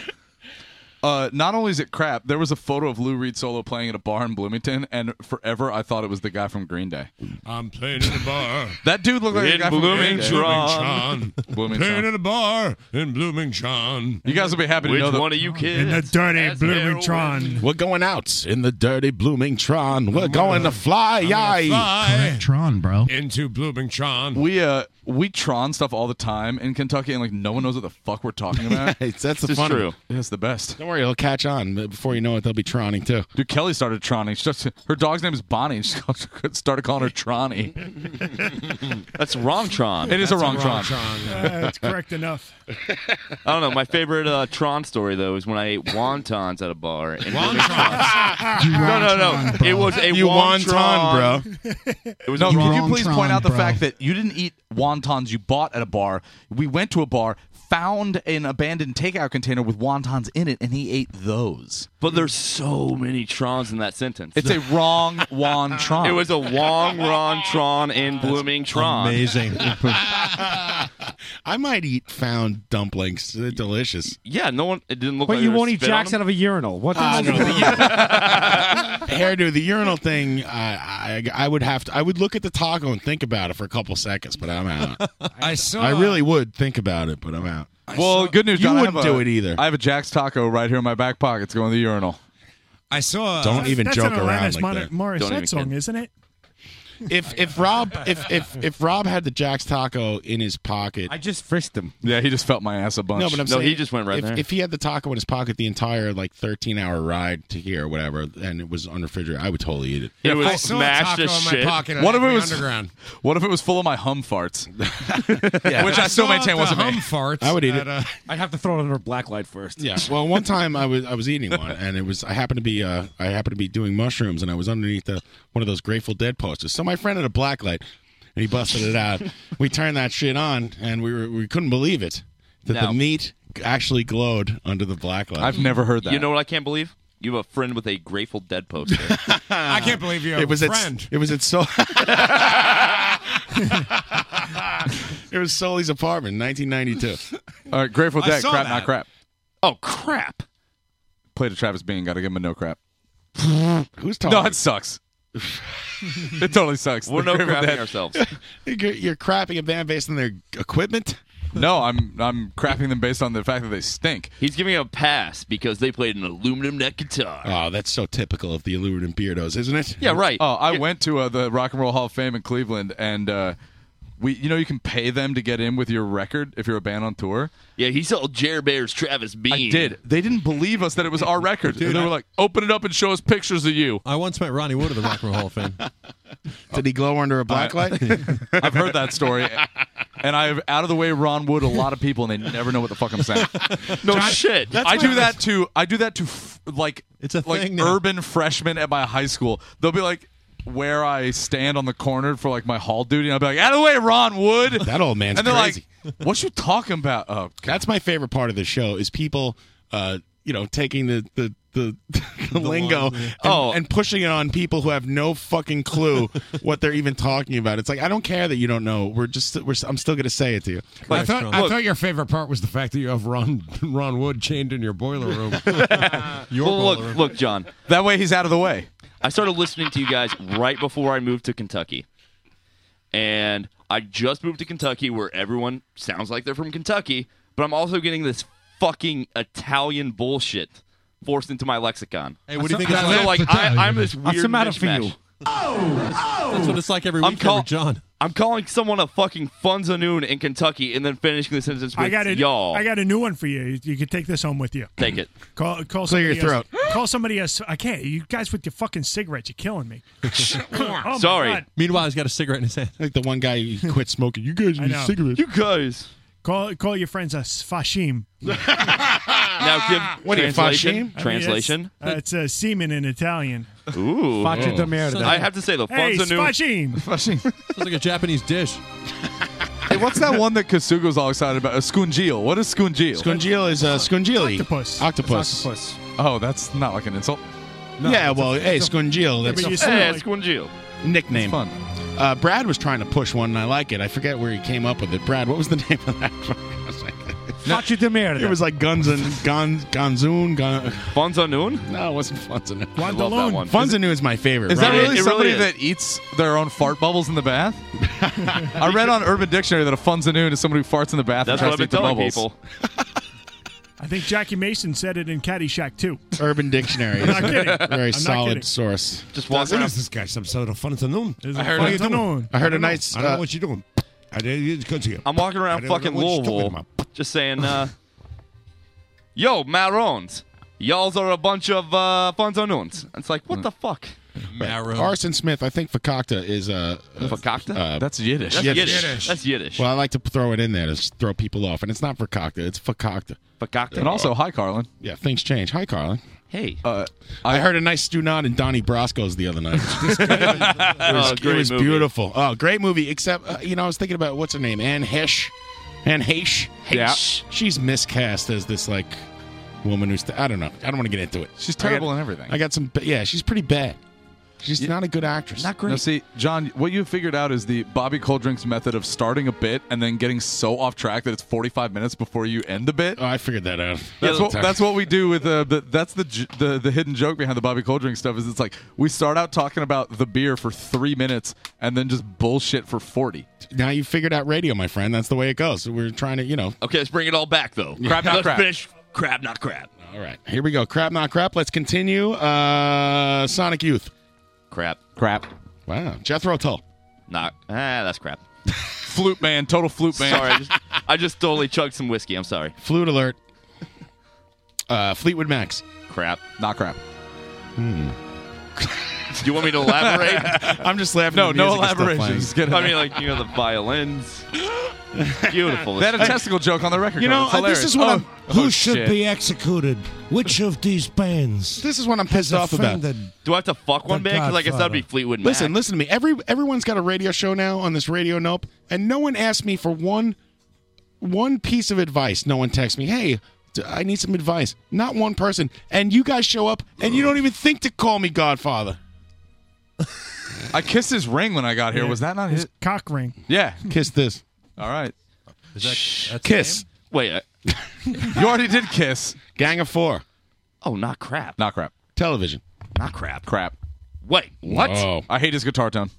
Uh, not only is it crap, there was a photo of Lou Reed solo playing at a bar in Bloomington, and forever I thought it was the guy from Green Day. I'm playing at the bar. That dude looked like a In guy from Green Day. Bloomington. Playing Bloomington. at a bar in Bloomington. You guys will be happy to Which know that. one of you In the dirty blooming tron. We're going out in the dirty blooming tron. We're going to fly, yay. Tron, bro. Into Bloomington. We uh we Tron stuff all the time in Kentucky, and like no one knows what the fuck we're talking about. That's the This is fun of true. That's the best. Don't worry, it'll catch on. But Before you know it, they'll be tronning too. Dude, Kelly started Tronning. She just, her dog's name is Bonnie. She started calling her Tronny. That's wrong Tron. It is a wrong, Tron. Uh, it's correct enough. I don't know. My favorite uh, Tron story though is when I ate wontons at a bar. And No, no, no. It was a You wonton, wonton, bro. It was no, a could wrong you please Tron, point out the bro. fact that you didn't eat wontons you bought at a bar? We went to a bar, found an abandoned takeout container with wontons in it, and he ate those. But there's so many Trons in that sentence. It's a wrong wontron. It was a Wong Ron Tron in Blooming Tron. Amazing. I might eat found dumplings. They're delicious. Yeah, no one. It didn't look. But like you they were won't eat spit on jacks them. out of a urinal. What the hell? Uh, no, the hairdo, the urinal thing. I, I I would have to. I would look at the taco and think about it for a couple seconds, but I'm out. I saw. I really would think about it, but I'm out. Uh, well, good news. You John, I wouldn't have a- do it either. I have a Jack's taco right here in my back pocket. It's going to the urinal. I saw. Don't even uh, That's joke an around Alanis like Mon- that. Morissette song, isn't it? If if Rob if if if Rob had the Jack's taco in his pocket, I just frisked him. Yeah, he just felt my ass a bunch. No, but I'm saying if, there. If he had the taco in his pocket the entire like 13 hour ride to here or whatever, and it was unrefrigerated, I would totally eat it. Yeah, full- What if it was What if it was full of my hum farts? Which I, still maintain wasn't me. I would eat it. uh, I'd uh, have to throw it under a black light first. uh, Yeah. Well, one time I was I was eating one, and it was I happened to be uh, I happened to be doing mushrooms, and I was underneath the, one of those Grateful Dead posters. So my friend had a black light, and he busted it out. we turned that shit on, and we were we couldn't believe it that No. the meat actually glowed under the black light. You know what I can't believe? You have a friend with a Grateful Dead poster. I can't believe you. Have it was a at- friend. it was at so. it was Sully's apartment, 1992. All right, Grateful I Dead, saw crap, that. not crap. Oh crap! Played a Travis Bean. Got to give him a no crap. Who's No, talking? it sucks. it totally sucks. We're The no Grateful crapping Dead- ourselves. you're, you're crapping a band based on their equipment. No, Oh, I'm I'm crapping them based on the fact that they stink. He's giving a pass because they played an aluminum neck guitar. Oh, that's so typical of the Illuminum Beardos, isn't it? Yeah, right. Oh, I went to uh, the Rock and Roll Hall of Fame in Cleveland, and uh, we, you know, you can pay them to get in with your record if you're a band on tour. Yeah, he saw Jer Bears Travis Bean. I did. They didn't believe us that it was our record. Dude, they were I- like, "Open it up and show us pictures of you." I once met Ronnie Wood of the Rock and Roll Hall of Fame. Did he glow under a black I- light? I've heard that story, and I've out of the way Ron Wood a lot of people, and they never know what the fuck I'm saying. No shit. that's why I I do was- that to I do that to f- like it's a like thing now. urban freshmen at my high school. They'll be like. Where I stand on the corner for like my hall duty, and I'll be like, "Out of the way, Ron Wood." That old man's And they're crazy. like, "What you talking about?" Oh, That's my favorite part of the show is people, uh, you know, taking the the the, the, lingo line, yeah. and, Oh. and pushing it on people who have no fucking clue what they're even talking about. It's like I don't care that you don't know. We're just we're, I'm still gonna say it to you. I thought I thought your favorite part was the fact that you have Ron Ron Wood chained in your boiler room. your well, boiler look, room. look, John. That way he's out of the way. I started listening to you guys right before I moved to Kentucky. And I just moved to Kentucky where everyone sounds like they're from Kentucky, but I'm also getting this fucking Italian bullshit forced into my lexicon. Hey, what do you think So, it's like? like I, I'm this weird What's the matter for mishmash. you? That's what it's like every I'm week, call- every John. I'm calling someone a fucking funza noon in Kentucky and then finishing the sentence with I got a, Oh. y'all. I got a new one for you. You, you could take this home with you. Take it. Call, call Clear somebody your else- Call somebody else. I can't. You guys with your fucking cigarettes, you're killing me. Oh, my God. Meanwhile, he's got a cigarette in his hand. Like the one guy who quit smoking. You guys I know. You guys. Call call your friends uh, a sfashim. Now give What are you, translation. Fashim? Translation. Uh, it's a semen in Italian. Ooh. Mm. Oh. Faccia da merda. I have to say though, Hey, funza noon. sfashim. Sounds like a Japanese dish. Hey, what's that one that Kasuga's all excited about? A scungeel. What is scungeel? Scungeel is uh, scungili. Octopus. Octopus. Oh, that's not like an insult. yeah, well, hey, Scungeel. That's Hey, it's Gwangju. nickname. That's Uh, Brad was trying to push one, and I like it. I forget where he came up with it. Brad, what was the name of that? one? I was like- Faccia da merda. It was like Guns and Guns, Gonzoon. Gun, Funza noon? No, it wasn't Funza noon. I love that one. Funza noon is my favorite. Is right? that really somebody is. that eats their own fart bubbles in the bath? I read on Urban Dictionary that a funzanoon is somebody who farts in the bath That's and what tries I've to been eat the telling bubbles. people. I think Jackie Mason said it in Caddyshack too. Urban Dictionary? I'm not kidding. Very I'm not solid kidding. source. Just walk What around. is this guy? Some sort of fun to noon. I heard fun it. to noon. I heard a nice, I don't know uh, what you're doing. I didn't. It's good to you. I'm walking I around don't know fucking what you're talking Louisville, about. just saying, uh, "Yo, Marons, y'all's are a bunch of uh, funzanoons." It's like, what the fuck? Right. Arson Smith, I think Fakakta is a. Uh, Fakakta? That's Yiddish. That's Yiddish. That's Yiddish. Well, I like to throw it in there to s- throw people off. And it's not Fakakta, it's Fakakta. Fakakta. And also, hi, Carlin. Yeah, things change. Hi, Carlin. Hey. Uh, I, heard a nice stew nod in Donnie Brasco's the other night. It was, Oh, it great was movie. beautiful. Oh, great movie. Except, uh, you know, I was thinking about what's her name, Anne Hesh. and Haish. Yeah. She's miscast as this like woman who's I don't know. I don't want to get into it. She's I got- terrible in everything. I got some. Yeah, she's pretty bad. She's not a good actress. Not Now, see, John, what you figured out is the Bobby Coldrink's method of starting a bit and then getting so off track that it's 45 minutes before you end the bit. Oh, I figured that out. That's Yeah, what sorry. that's what we do with uh, the that's the, j- the the hidden joke behind the Bobby Coldrink stuff is it's like we start out talking about the beer for three minutes and then just bullshit for 40. Now you figured out radio, my friend. That's the way it goes. We're trying to, you know. Okay, let's bring it all back though. Yeah. Crap, Not not crap. finish. Crab, not crab. All right, here we go. Crap, not crap. Let's continue. Uh Sonic Youth. Crap. Crap. Wow. Jethro Tull. Not. Oh. Ah, that's crap. flute man, total flute man. Sorry, I just, I just totally chugged some whiskey. I'm sorry. Flute alert. Uh Fleetwood Max. Crap. Not crap. Hmm. Do you want me to elaborate? I'm just laughing. No, The no music is still playing. elaborations. I mean, like you know, the violins. Beautiful. They had a testicle joke on the record. You know, cover. It's uh, this is hilarious. what Oh. I'm- Who should be executed? Which of these bands? This is what I'm pissed off about. Do I have to fuck one The band? Because I guess that'd be Godfather. Fleetwood Mac. Listen, listen to me. Every everyone's got a radio show now on this radio nope, and no one asked me for one one piece of advice. No one texts me, "Hey, d- I need some advice." Not one person. And you guys show up and you don't even think to call me Godfather. I kissed his ring when I got here. Was that not his? cock ring? Yeah. Kiss this. All right. kiss. Wait. uh, you already did kiss. Gang of Four. Oh, not crap. Not crap. Television. Not crap. Crap. Wait, what? Whoa. I hate his guitar tone.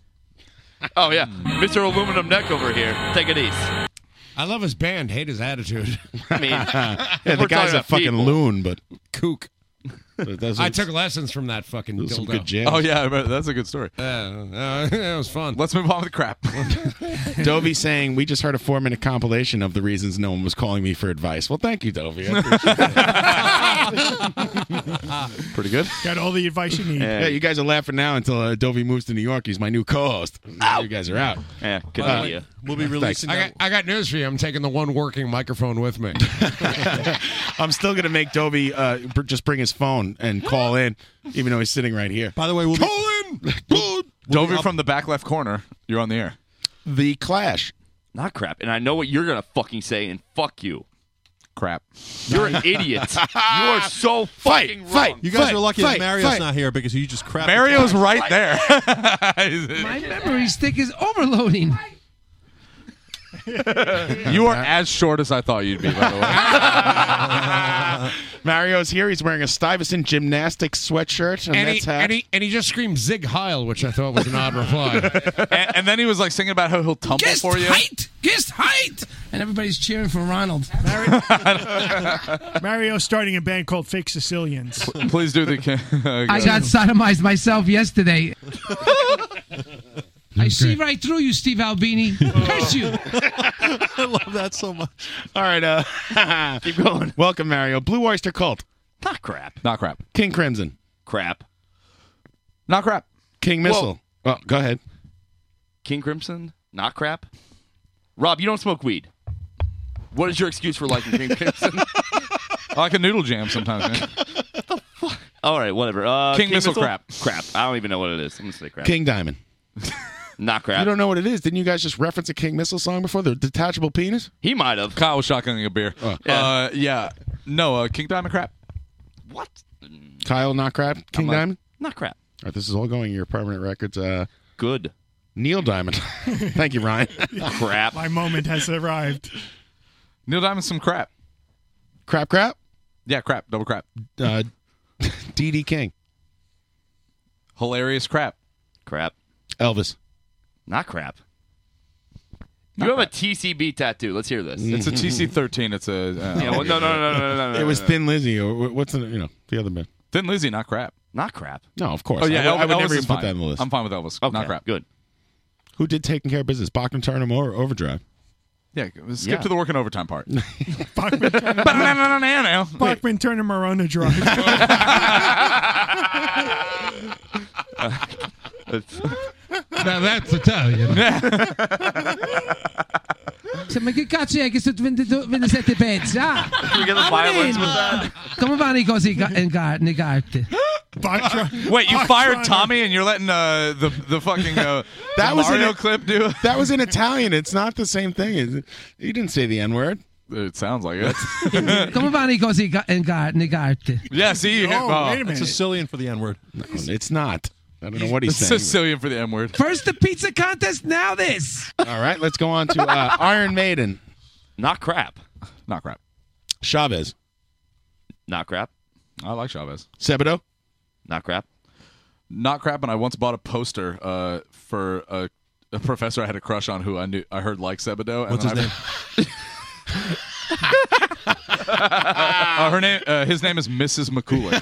Oh yeah, Mr. Aluminum Neck over here. Take it easy. I love his band, hate his attitude. I mean, yeah, the guy's a fucking loon, but kook. I took lessons from that fucking dildo. Those are some good jams. Oh yeah, I remember- that's a good story. that was fun. Let's move on with crap. Dovey saying we just heard a four-minute compilation of the reasons no one was calling me for advice. Well, thank you, Dovey. I appreciate it. Pretty good. Got all the advice you need. Yeah, you guys are laughing now until uh, Dovey moves to New York. He's my new co-host. You guys are out. Yeah, good Uh, idea. We'll be releasing I got, I got news for you. I'm taking the one working microphone with me. I'm still gonna make Dovey uh, br- just bring his phone and call in, even though he's sitting right here. By the way, we'll Dover from the back left corner. You're on the air. The Clash. Not crap. And I know what you're gonna fucking say, and fuck you. Crap. You're an idiot. You are so fucking wrong. You guys are lucky that Mario's not here because you just crap. Mario's right there. My memory stick is overloading. you are as short as I thought you'd be. By the way, Mario's here. He's wearing a Stuyvesant gymnastics sweatshirt and, And he, that's hat. and, he, and he just screamed Zig Heil, which I thought was an odd reply. and, and then he was like singing about how he'll tumble Guest for you. height! Guest height! And everybody's cheering for Ronald. Mario starting a band called Fake Sicilians. Please do the. I got sodomized myself yesterday. I see right through you, Steve Albini. Curse you. I love that so much. All right, uh, keep going. Welcome, Mario. Blue Oyster Cult. Not crap. Not crap. King Crimson. Crap. Not crap. King Missile. Oh, go ahead. King Crimson. Not crap. Rob, you don't smoke weed. What is your excuse for liking King Crimson? I like a noodle jam sometimes. Man. All right, whatever. Uh, King Missile crap. Crap. I don't even know what it is. I'm gonna say crap. King Diamond. Not You crap. don't know what it is. Didn't you guys just reference a King Missile song before? The detachable penis? He might have. Kyle was shotgunning a beer. Oh. Yeah. Uh, yeah. No, uh, King Diamond crap. Kyle, not crap. King like, Diamond? Not crap. All right, this is all going in your permanent records. Uh, Good. Neil Diamond. Thank you, Ryan. crap. My moment has arrived. Neil Diamond's some crap. Crap, crap. Yeah, crap. Double crap. Uh, DD E King. Hilarious crap. Crap. Elvis. Not crap. You have a TCB tattoo. Let's hear this. It's a TC13. It's a. Uh, Yeah, well, no, no, no, no, no, no, no. It was Thin Lizzy. Or wh- what's the, you know, the other band? Thin Lizzy, not crap. Not crap. No, of course. Oh, yeah, I, would- I would Elvis- Elvis never is even put fine. that on the list. I'm fine with Elvis. Not crap. Good. Who did taking care of business? Bachman Turner or Overdrive? Yeah, skip Yeah. to the working overtime part. Bachman Turner Marona Drive. now that's Italian. Insomma, che cazzo è che sto 22 27 pezzi? Ah, Can we get the Ah, violence with Marino. Come vanno i cosi in, ga- in gar- in eh, carte? Wait, you fired Tommy and you're letting uh, the the fucking uh, That the was Mario in clip, dude. That was in Italian. It's not the same thing. Is- You didn't say the N word. It sounds like it. Come on, così eh, ga- in gar- negarte. yeah, see, you hit- Oh, wait a it's minute. Sicilian for the N word. No, it's not. I don't know what he's saying. Sicilian for the M word. First the pizza contest, now this. All right, let's go on to uh, Iron Maiden. Not crap. Not crap. Chavez. Not crap. I like Chavez. Sebado. Not crap. Not crap. And I once bought a poster uh, for a, a professor I had a crush on who I knew I heard like Sebado. And What's then his I- Uh, her name. Uh, his name is Mrs. McCooler.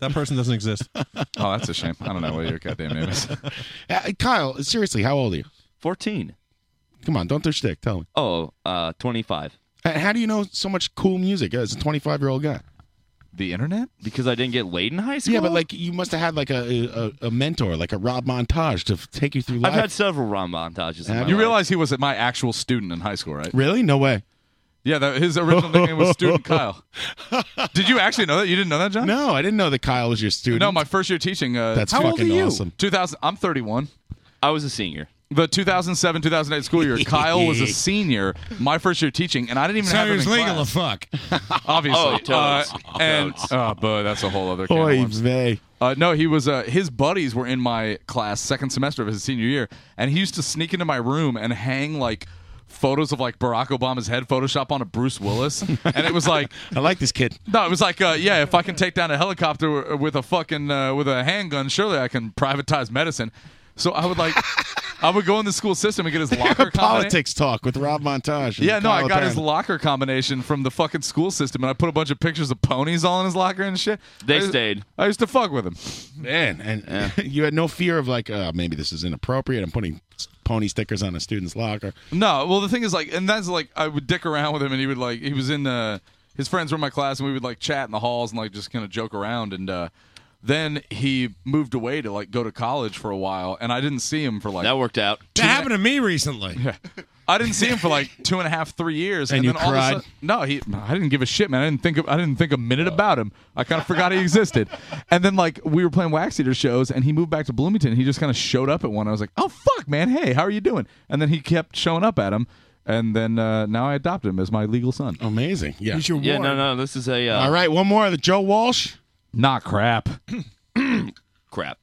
that person doesn't exist. oh, that's a shame. I don't know what your goddamn name is. Uh, Kyle, seriously, how old are you? 14. Come on, don't do shtick. Tell me. Oh, uh, 25. And how do you know so much cool music as a 25 year old guy? The internet? Because I didn't get laid in high school? Yeah, but like you must have had like a, a, a mentor, like a Rob Montage to f- take you through life. I've had several Ron montages. In my You life. realize he was my actual student in high school, right? really? No way. Yeah, that, his original nickname was Student Kyle. Did you actually know that? You didn't know that, John? No, I didn't know that Kyle was your student. No, my first year teaching. Uh, That's how old fucking are you? awesome. 2000. I'm 31. I was a senior. The 2007 2008 school year, Kyle was a senior. My first year teaching, and I didn't even So have he him was in legal class. as fuck. obviously. Oh, totes. Uh, and oh, but that's a whole other. can of Oy worms. vey. Uh, no, he was. Uh, his buddies were in my class second semester of his senior year, and he used to sneak into my room and hang like photos of like Barack Obama's head Photoshop onto Bruce Willis, and it was like I like this kid. no, it was like uh, yeah, if I can take down a helicopter wi- with a fucking uh, with a handgun, surely I can privatize medicine. So I would like. I would go in the school system and get his locker combination. Politics talk with Rob Montage. and Yeah, no, I Kyle got his Perrin. locker combination from the fucking school system, and I put a bunch of pictures of ponies all in his locker and shit. They I used- stayed. I used to fuck with him. Man, and you had no fear of like, uh, maybe this is inappropriate. I'm putting s- pony stickers on a student's locker. No, well, the thing is, like, and that's like, I would dick around with him, and he would like, he was in uh, his friends were in my class, and we would like chat in the halls and like just kind of joke around, and uh, then he moved away to like go to college for a while, and I didn't see him for like That worked out. That happened to me recently. I didn't see him for like two and a half, three years, And you then all of a cried? sudden- no, he. I didn't give a shit, man. I didn't think. Of, I didn't think a minute about him. I kind of forgot he existed. And then like we were playing Wax Eater shows, and he moved back to Bloomington. He just kind of showed up at one. I was like, oh fuck, man. Hey, how are you doing? And then he kept showing up at him, and then uh, now I adopted him as my legal son. Amazing. Yeah. He's your Yeah, no, no. This is a. Uh, All right, one more. The Joe Walsh. Not crap. Oh. Crap.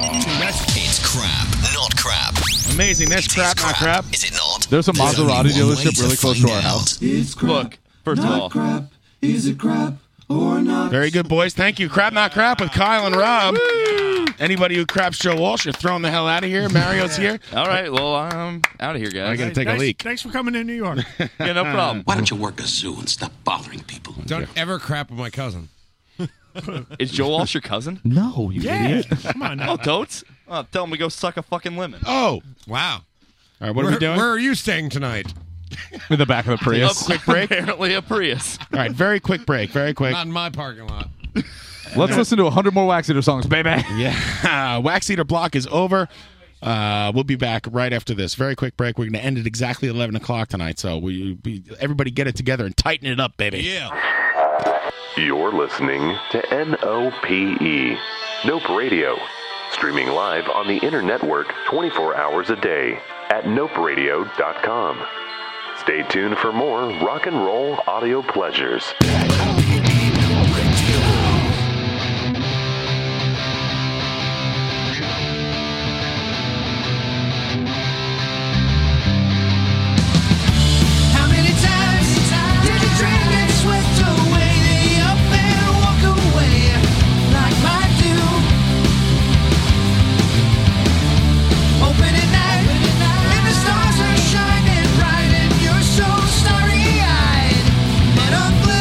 It's crap, not crap. Amazing. That's crap, not crap. Is it not? There's a Maserati only one way dealership really close to our house. Look, first of all, Is it crap or not? Very good, boys. Thank you. Crap, not crap with Kyle and Rob. Anybody who craps Joe Walsh, you're throwing the hell out of here. Mario's here. all right. Well, I'm out of here, guys. I gotta take Thanks- Thanks for coming to New York. Yeah, no problem. Why don't you work a zoo and stop bothering people? Don't ever crap with my cousin. Is Joe Walsh your cousin? No, you idiot. Come on now. Oh, Totes? Oh, tell him to go suck a fucking lemon. Oh, wow. All right, what are we Where- doing? Where are you staying tonight? In the back of the Prius. quick break. Apparently a Prius. All right, very quick break. Very quick. Not in my parking lot. Let's listen to 100 more Wax Eater songs, baby. Yeah. Wax Eater Block is over. Uh, we'll be back right after this. Very quick break. We're going to end at exactly 11 o'clock tonight. So we, we everybody get it together and tighten it up, baby. Yeah. You're listening to N-O-P-E. E. Nope Radio. Streaming live on the internetwork 24 hours a day at noperadio.com. Stay tuned for more rock and roll audio pleasures. How many times did you drink and swept away the up and walk away like I do? Open at night, and the stars are shining bright, and you're so starry-eyed and unglued.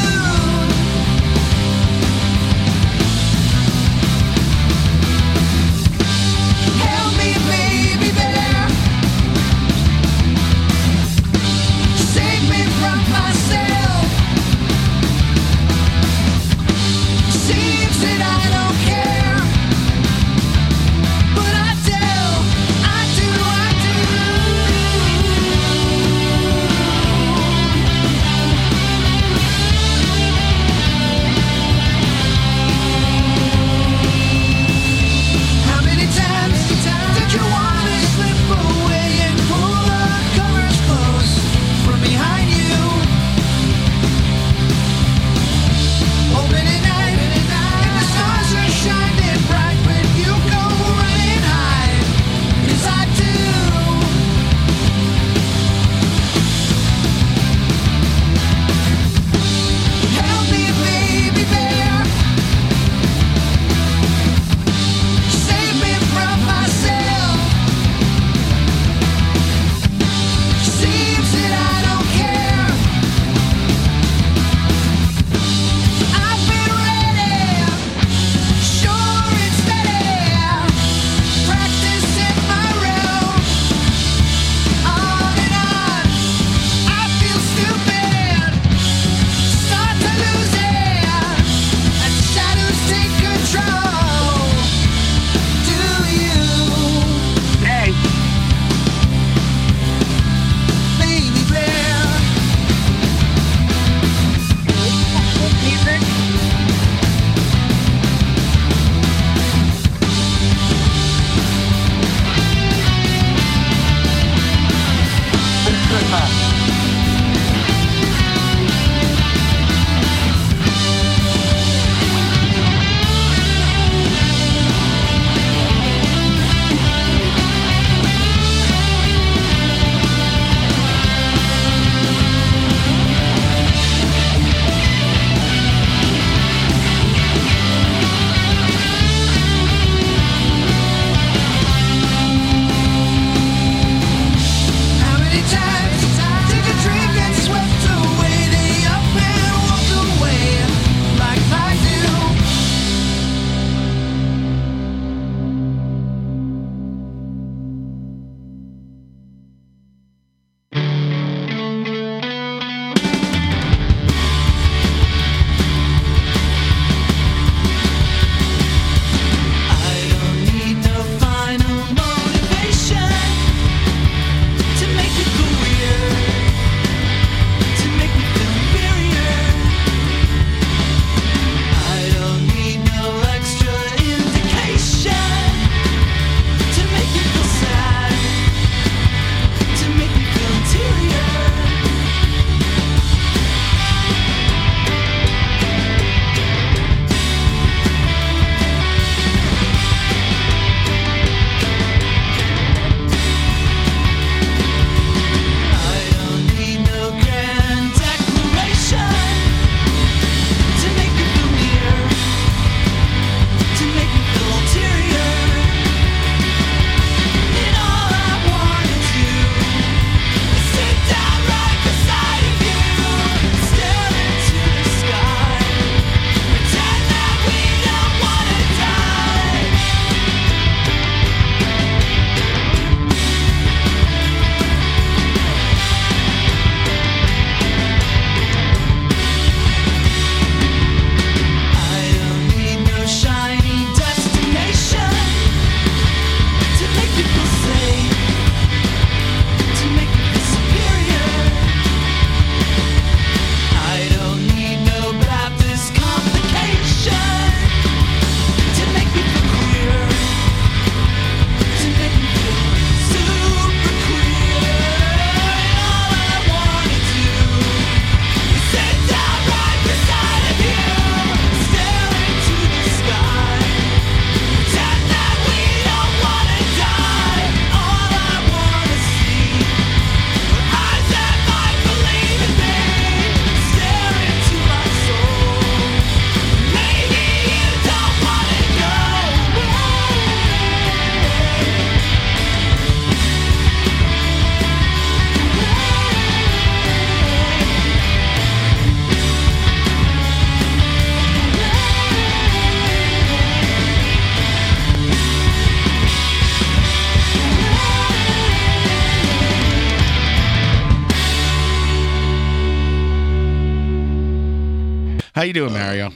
How you doing, Mario?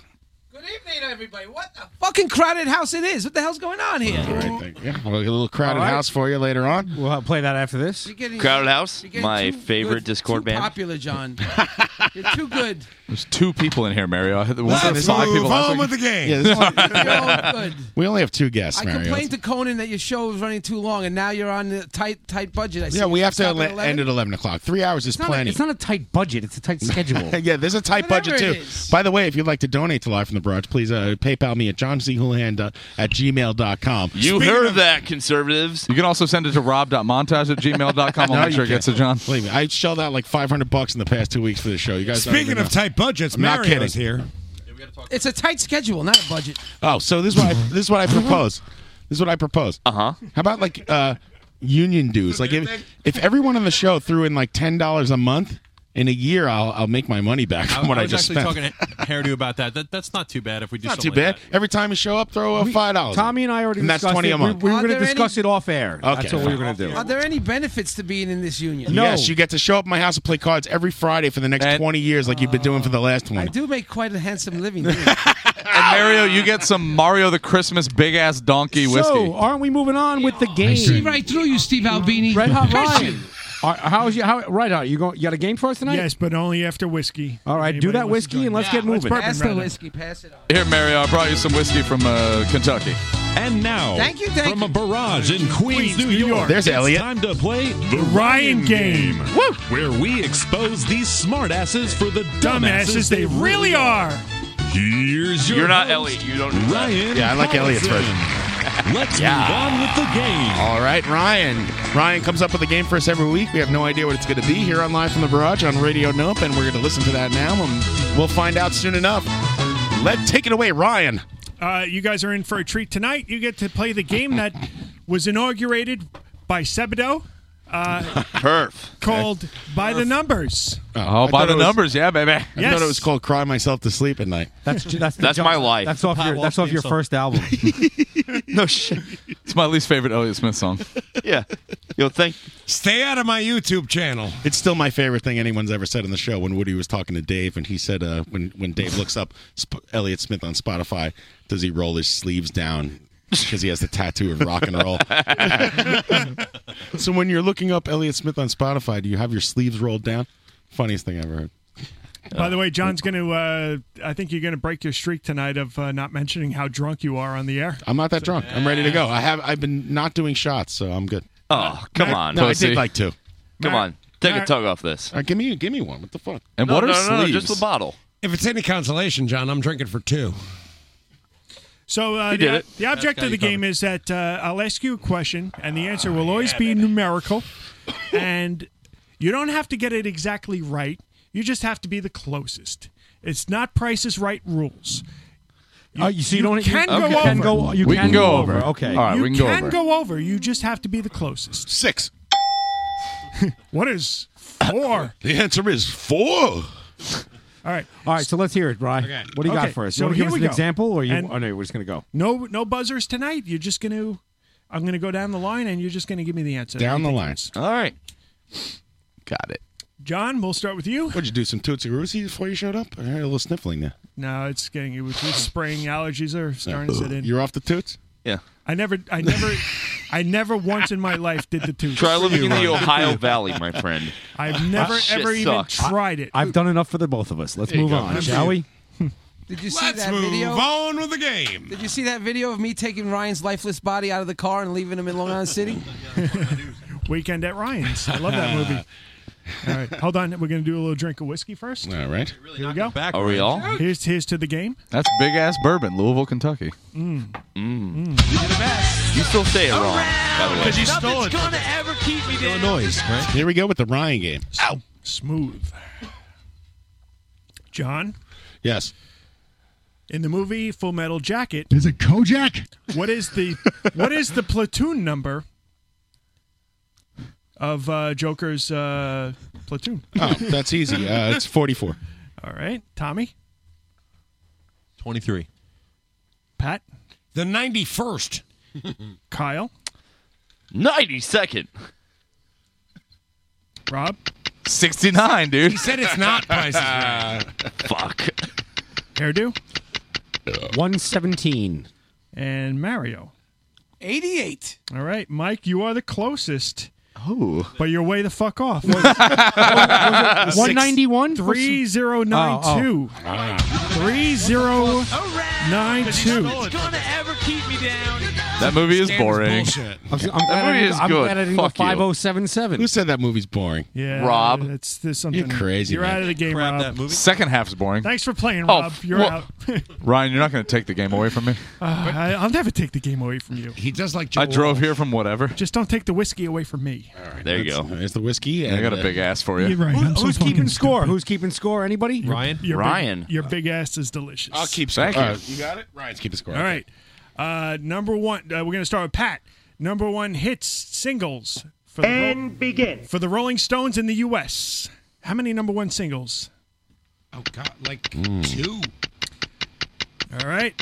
Fucking crowded house it is. What the hell's going on here? Yeah, we'll get a little crowded All right. house for you later on. We'll play that after this. Crowded House, You're getting my too favorite good, Discord too band. Popular, John. You're too good. There's two people in here, Mario. I had- Let's there's five move people last on week. with the game. Yeah, this one- You're good. We only have two guests, I Mario. complained to Conan that your show was running too long, and now you're on a tight, tight budget. I see yeah, we you have to stop at ele- 11. end at eleven o'clock. Three hours is It's not a- plenty. it's not a tight budget; it's a tight schedule. yeah, there's a tight Whatever budget it too. By the way, if you'd like to donate to Live from the Barrage, please uh, PayPal me at johnchoulihan uh, at gmail.com. You heard that, conservatives. You can also send it to rob.montage at gmail.com. I'll No, make sure you it gets to can't. John. Believe me, I shelled out like five hundred bucks in the past two weeks for this show. You guys. don't Speaking even of know. tight budgets, I'm not Mario's kidding. here. It's a tight schedule, not a budget. Oh, so this is what I, this is what I propose. This is what I propose. Uh huh. How about like uh, union dues? Like if if everyone on the show threw in like ten dollars a month in a year, I'll I'll make my money back I, on what I, was just actually spent. talking to Hairdo about that. that. That's not too bad if we do Not too something bad. like that. Every time you show up, throw a five dollars. Tommy and I already and that's discussed twenty it. a We- month. we were Are gonna there discuss any- it off air. Okay, That's what we were fine. going to do. Are there any benefits to being in this union? Yes, you get to show up at my house and play cards every Friday for the next twenty years, like you've been doing for the last I one. do make quite a handsome living. And Mario, you get some Mario the Christmas big ass donkey whiskey. So, aren't we moving on with the game? see right through you, Steve Albini. Red Hot Curse Ryan. Are- How's you? How right? Are you going? You got a game for us tonight? Yes, but only after whiskey. All right, do Anybody that wants to whiskey join and let's us. get Yeah, it's moving. bourbon, Pass the rather. whiskey, pass it on. Here, Mario, I brought you some whiskey from uh, Kentucky. And now, Thank you, thank from a barrage in Queens, New, York, There's it's Elliot. time to play the Ryan Game, where we expose these smartasses for the dumbasses they really are. Here's your You're not host, Elliot. You don't. know that. Ryan. Yeah, I like Elliot's Collison. version. Let's Yeah. move on with the game. All right, Ryan. Ryan comes up with a game for us every week. We have no idea what it's going to be here on Live from the Barrage on Radio Nope, and we're going to listen to that now, and we'll find out soon enough. Let take it away, Ryan. Uh, you guys are in for a treat tonight. You get to play the game that was inaugurated by Sebado uh, Perf. called By the Numbers. Oh, by the numbers, yeah, baby. I I thought it was called "Cry Myself to Sleep at Night." That's that's, That's my life. That's off Pop your Walsh that's off theme your song. first album. no shit. It's my least favorite Elliott Smith song. Yeah. Yo, thank. Stay out of my YouTube channel. It's still my favorite thing anyone's ever said on the show. When Woody was talking to Dave, and he said, uh, "When when Dave looks up Sp- Elliot Smith on Spotify, does he roll his sleeves down because he has the tattoo of rock and roll?" so when you're looking up Elliot Smith on Spotify, do you have your sleeves rolled down? Funniest thing I ever heard. By the way, John's going to, uh, I think you're going to break your streak tonight of uh, not mentioning how drunk you are on the air. I'm not that drunk. I'm ready to go. I have I've been not doing shots, so I'm good. Oh, come Matt- on. No, I pussy. did like two. Come Matt- on. Take a Matt- tug off this. All right, give me give me one. What the fuck? And No, what are no, no, no, sleeves? just the bottle. If it's any consolation, John, I'm drinking for two. So uh, He the, did it. the object That's of the got you game is that uh, I'll ask you a question, and the Ah, answer will always be numerical, and you don't have to get it exactly right. You just have to be the closest. It's not Price is Right rules. Oh, you- so you don't- you- can go okay. over. can go- you We can can go go over. over. Okay. All right, you we can go can over. go over. You just have to be the closest. Six. what is four? The answer is four. All right. All right, so let's hear it, Brian. Okay. What do you got Okay, for us? you so want to here give us we an go. example, or you? And- oh no, we're just going to go. No, no buzzers tonight. You're just going to. I'm going to go down the line, and you're just going to give me the answer. Down the Anything line. else? All right. Got it. John, we'll start with you. What'd you do? Some Tootsie Roosie before you showed up? I heard a little sniffling there. No, it's getting it was just spraying allergies are starting to set in. You're off the toots? Yeah. I never, I never, I never once in my life did the two. Try living in the Ohio Valley, my friend. I've never That shit ever even sucks. tried it. I've done enough for the both of us. Let's There you move go. on, Good shall for we? you. Did you see Let's that move video? on with the game. Did you see that video of me taking Ryan's lifeless body out of the car and leaving him in Long Island City? Weekend at Ryan's. I love that movie. All right, hold on. We're gonna do a little drink of whiskey first. All right. Here we go. Are we all? Here's here's to the game. That's big ass bourbon, Louisville, Kentucky. Mm. Mm. You still say it wrong, by the way. you stole it. gonna ever keep me down. Illinois, right? Here we go with the Ryan game. Ow. Smooth. John, Yes. in the movie Full Metal Jacket, Is it Kojak? what is the what is the platoon number of uh, Joker's uh, platoon? Oh, that's easy. Uh, it's 44. All right, Tommy, 23. Pat, the 91st. Kyle, 92nd. Rob, 69, dude. He said it's not Price is Fuck. Hairdo? 117. And Mario? 88. All right, Mike, you are the closest. Oh. But you're way the fuck off. Six- 191? Oh, 3092. Oh. 3092. gonna ever keep me down. That movie is boring. I'm, I'm That glad I movie didn't- is I'm good. glad I didn't Fuck go you. 5077. Who said that movie's boring? Yeah, Rob. That's there's something. You're crazy, You're man. out of the game, Rob. Second half's boring. Thanks for playing, Oh, Rob. You're well- out. Ryan, you're not going to take the game away from me. Uh, I, I'll never take the game away from you. He does like. I drove here from whatever. Just don't take the whiskey away from me. There you go. There's the whiskey. uh, I got a big ass for you. You're right. I'm so Who's fucking keeping score? stupid. Who's keeping score? Anybody? Your big- your big ass is delicious. I'll keep Thank score. you. Uh, you got it? Ryan's keep the score. All right. Uh, number one. Uh, we're gonna start with Pat. Number one hits singles for the And begin for the Rolling Stones in the U.S. How many number one singles? Oh God, like Mm. two. All right.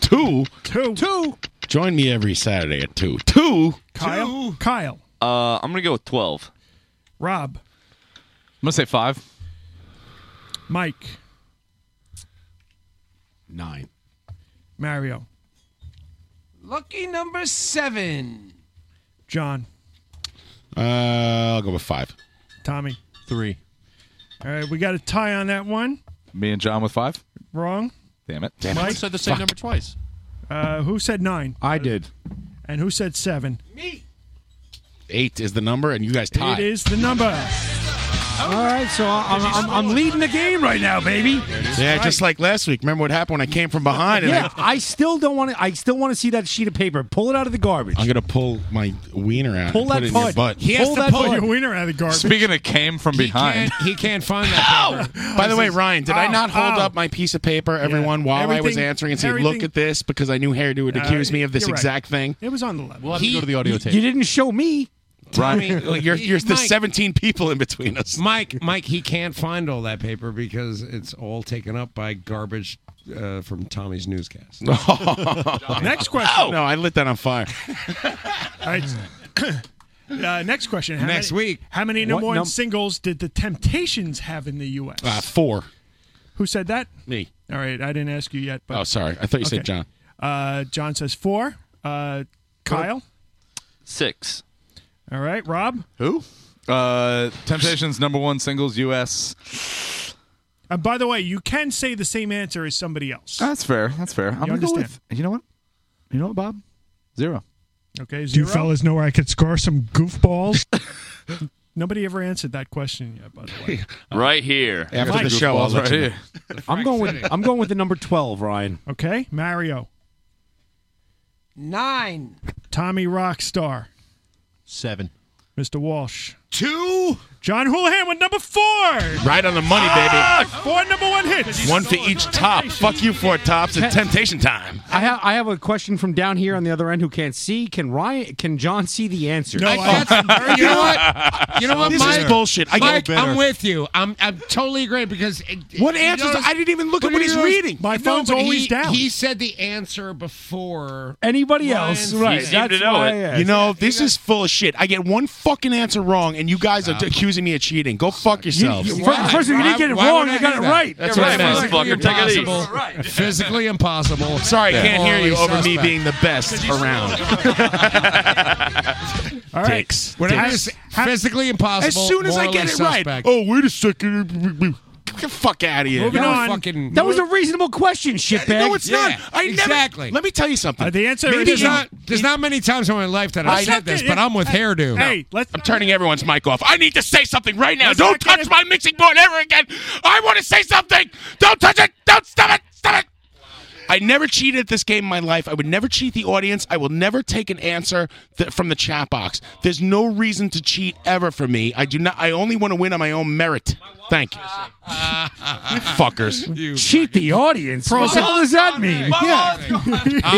Two. Two. Two. Join me every Saturday at two. Two. Kyle. Kyle. Uh, I'm gonna go with twelve. Rob. I'm going to say five. Mike. Nine. Mario. Lucky number seven. John. Uh, I'll go with five. Tommy. Three. All right. We got a tie on that one. Me and John with five. Wrong. Damn it. Damn it. Mike? said the same Fuck. number twice. Uh, who said nine? I did. And who said seven? Eight is the number, and you guys tied. It is the number. All right, so I'm, I'm, I'm leading the game right now, baby. Yeah, Right. just like last week. Remember what happened when I came from behind? And Yeah, I still don't want to. I still want to see that sheet of paper. Pull it out of the garbage. I, I'm gonna pull my wiener out. Pull that and put it in your bud. butt. He has Pull to that pull bud. your wiener out of the garbage. Speaking of came from behind. He can't find that. paper. By the way, Ryan, did I Ow, not hold ow. up my piece of paper, everyone, while I was Oh. Everything- answering and say, "Look everything- at this," because I knew Hairdo would Uh, accuse me of this you're right. exact thing. It was on the level. We'll have to He- go to the audio tape. You didn't show me. Tommy, you're, you're the Mike. 17 people in between us. Mike, Mike, he can't find all that paper because it's all taken up by garbage uh, from Tommy's newscast. Next question. No, I lit that on fire. All right. Uh, next question. How Next many- week. How many What number one num- singles did the Temptations have in the U.S.? Uh, four. Who said that? Me. All right, I didn't ask you yet. But Oh, sorry. I thought you said Okay. John. Uh, John says four. Uh, Kyle. Six. All right, Rob. Who? Uh, Temptations number one singles U.S. And Uh, by the way, you can say the same answer as somebody else. That's fair. That's fair. I'm You gonna go understand. with. You know what? You know what, Bob? Zero. Okay, Do zero. you fellas know where I could score some goofballs? Nobody ever answered that question yet, by the way. Right here. After the show, I'll let you know. I'm going with. I'm going with the number twelve, Ryan. Okay, Mario. Nine. Tommy Rockstar. Seven. Mr. Walsh. Two. John Houlihan with number four. Right on the money, baby. Ah! Four number one hits. One for each top. Fuck you, four tops. It's temptation time. I have I have a question from down here on the other end who can't see. Can Ryan can John see the answer? No, I I- you know what? You know what? This is Mike? bullshit. I get Mike, better. I'm with you. I'm I'm totally agree because it- What you answers? I didn't even look at but what you he's know- reading. My No, phone's but he- always down. He said the answer before Anybody Ryan else? said- Right. That's why I asked. You know, this is full of shit. I get one fucking answer wrong, and you guys are accusing me of cheating. Go fuck yourselves. you- Why? first- first of all, you didn't get it Why- why wrong, would you I got do it that? right. That's You're what I right, meant. motherfucker, take it easy. Impossible. physically impossible. Sorry, I Yeah. can't hear you Morally over me suspect. being the best around. All right. When I was physically impossible. As soon as I morally get it right. suspect. Oh, wait a second. Get the fuck out of here. Moving You're a on. fucking- That was a reasonable question, shitbag. No, it's not. Yeah, I exactly. never. Let me tell you something. Uh, the answer Maybe is There's not, there's not many times in my life that I Let's said not this, get- but I'm with hairdo. Hey, let's. I'm turning everyone's mic off. I need to say something right now. Let's Don't not touch my mixing board ever again. I want to say something. Don't touch it. Don't stop it. Stop it. I never cheated at this game in my life. I would never cheat the audience. I will never take an answer th- from the chat box. There's no reason to cheat ever for me. I do not. I only want to win on my own merit. Thank you, Uh, fuckers. Cheat the audience. Pros what the and- hell does that mean? My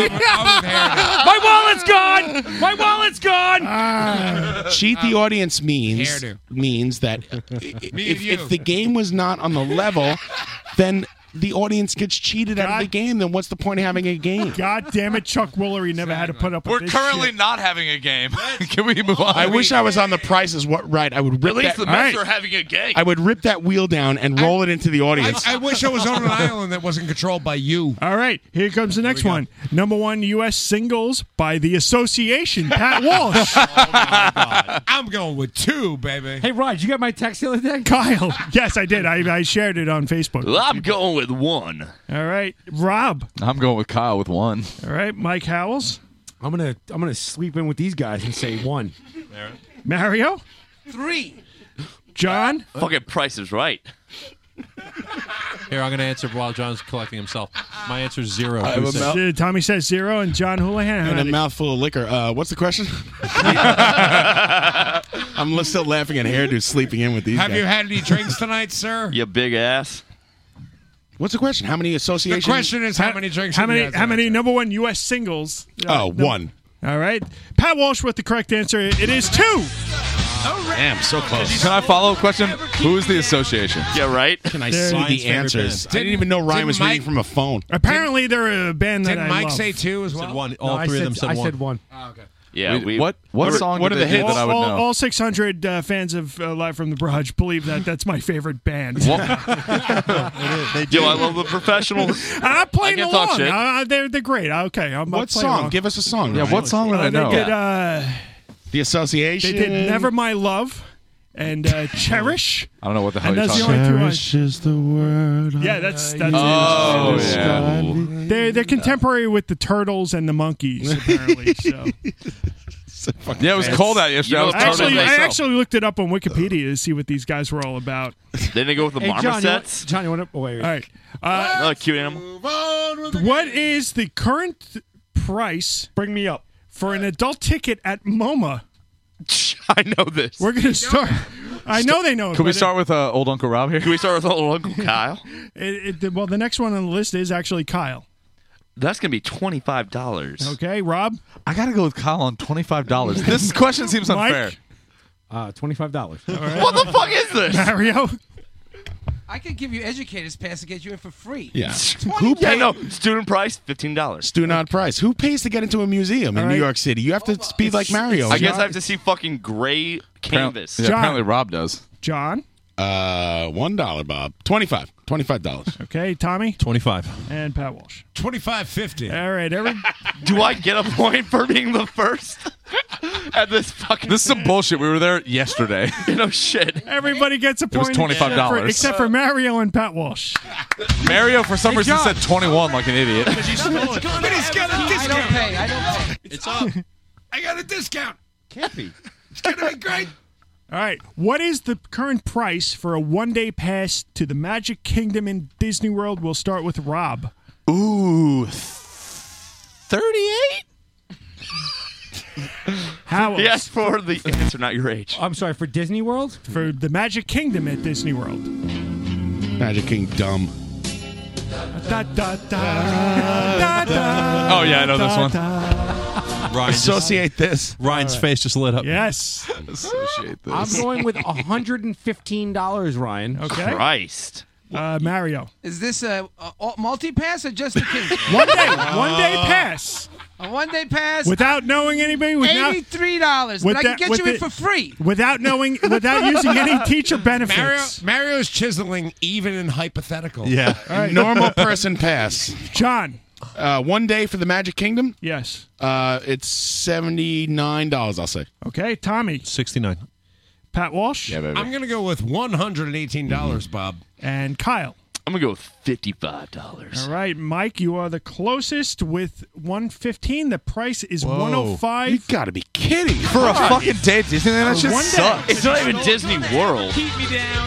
My wallet's gone. My wallet's gone. Ah. cheat the audience means Hairdo. means that Me if, and you. if the game was not on the level, then the audience gets cheated out of the game, then what's the point of having a game? God damn it, Chuck Woolery never had to put up with We're this currently shit. not having a game. Can we move on? I wish I was on the Price Is What right. I would rip At least that. the Mets are having a game. I would rip that wheel down and roll it into the audience. I wish I was on an island that wasn't controlled by you. All right, here comes the next one. Number one U.S. singles by the Association, Pat Walsh. Oh, I'm going with two, baby. Hey, Rod, you got my text the other day? Kyle. Yes, I did. I, I shared it on Facebook. Well, I'm going with one. All right, Rob. I'm going with Kyle with one. All right, Mike Howells. I'm gonna I'm gonna sleep in with these guys and say one. Mario. Three. John. Ah, Fucking Price is Right. Here, I'm going to answer while John's collecting himself. My answer is zero. I have a mouth- Uh, Tommy says zero, and John Houlihan. and a mouthful of liquor. Uh, what's the question? I'm li- still laughing at hairdo sleeping in with these Have guys. you had any drinks tonight, sir? You big ass. What's the question? How many associations? How many? How many number one U.S. singles? Uh, Oh, num- one. All right, Pat Walsh with the correct answer. It is two. Damn, so close. Can I follow a question? Who is the association? Yeah, right. Can I They're see Ryan's the favorite answers? band. I didn't even know Ryan Didn't was Mike- reading from a phone. Apparently, they're a band that Didn't I Mike love. say two as well? one. All I three said- of them said I one. said one. Ah, Yeah. We- we- what what What are- song what did are the they do hits? that I would all, know? all 600 uh, fans of uh, Live from the Barrage believe that. That's my favorite band. Yo, I love the professionals. I'm playing I can talk along. shit. Uh, they're they're great. Okay, I'm. What song? Give us a song. Yeah, Ryan. what song would I know? They did, uh, The they association. did "Never My Love" and uh, "Cherish." I don't know what the hell And you're that's talking the only two I- about. Cherish is the word. Yeah, that's that's. Oh, it. yeah. They're they're contemporary with the Turtles and the Monkeys apparently. So Yeah, it was cold out yesterday. I was I actually, totally I myself. actually looked it up on Wikipedia to see what these guys were all about. Then they go with the Hey, John, you want- oh, Marmosets. John, you want to? Wait, All right. Uh, Another cute animal. What is the current price? Bring me up for an adult ticket at MoMA? I know this. We're gonna start. I know they know. it, Could we but start with uh, old Uncle Rob here? Can we start with old Uncle Kyle? It, it, well, the next one on the list is actually Kyle. That's gonna be twenty five dollars. Okay, Rob. I gotta go with Kyle on twenty five dollars. This question seems Mike? unfair. Uh, twenty five dollars. What the fuck is this? Mario. I could give you educators pass to get you in for free. Yeah. Who paid? no, student price fifteen dollars. Student on price. Who pays to get into a museum in All right. New York City? You have to be like Mario. I guess I have to see fucking gray canvas. Yeah, apparently Rob does. John. Uh, one dollar, Bob. Twenty-five. Twenty-five dollars. Okay, Tommy Twenty-five. and Pat Walsh. Twenty-five fifty. All right, every. Do I get a point for being the first at this fucking? This is some bullshit. We were there yesterday. You know, shit. Everybody gets a was point. except for- $25. Except for Mario and Pat Walsh. Mario, for some Hey, reason, John. said twenty one like an idiot. But he's got a discount. don't pay. I don't pay. It's up. I got a discount. Can't be. It's gonna be great. All right. What is the current price for a one day pass to the Magic Kingdom in Disney World? We'll start with Rob. Ooh, thirty eight. How Yes, for the answer, not your age. I'm sorry for Disney World. for the Magic Kingdom at Disney World? Magic Kingdom. Da, da, da, da, da. Oh yeah, I know this one. Ryan Associate this. Ryan's face just lit up. Yes. Associate this. I'm going with hundred and fifteen dollars, Ryan. Okay. Christ. Uh, Mario. Is this a, a multi pass or just a kid? One day. One day Uh, pass. a one day pass. Without knowing anybody. Without, Eighty three dollars, with but I can that- get with you in it- for free. without knowing, without using any teacher benefits. Mario, Mario's chiseling even in hypothetical. Yeah. Normal person pass. John. Uh, one day for the Magic Kingdom. Yes. Uh, it's seventy-nine dollars. I'll say. Okay. Tommy. Sixty-nine. Pat Walsh. Yeah, baby. I'm gonna go with one hundred and eighteen dollars, Bob. And Kyle. I'm gonna go with fifty-five dollars. All right, Mike, you are the closest with 115. The price is 105. You gotta be kidding me. For a fucking day at Disneyland, that shit one day. sucks. It's not even Disney World.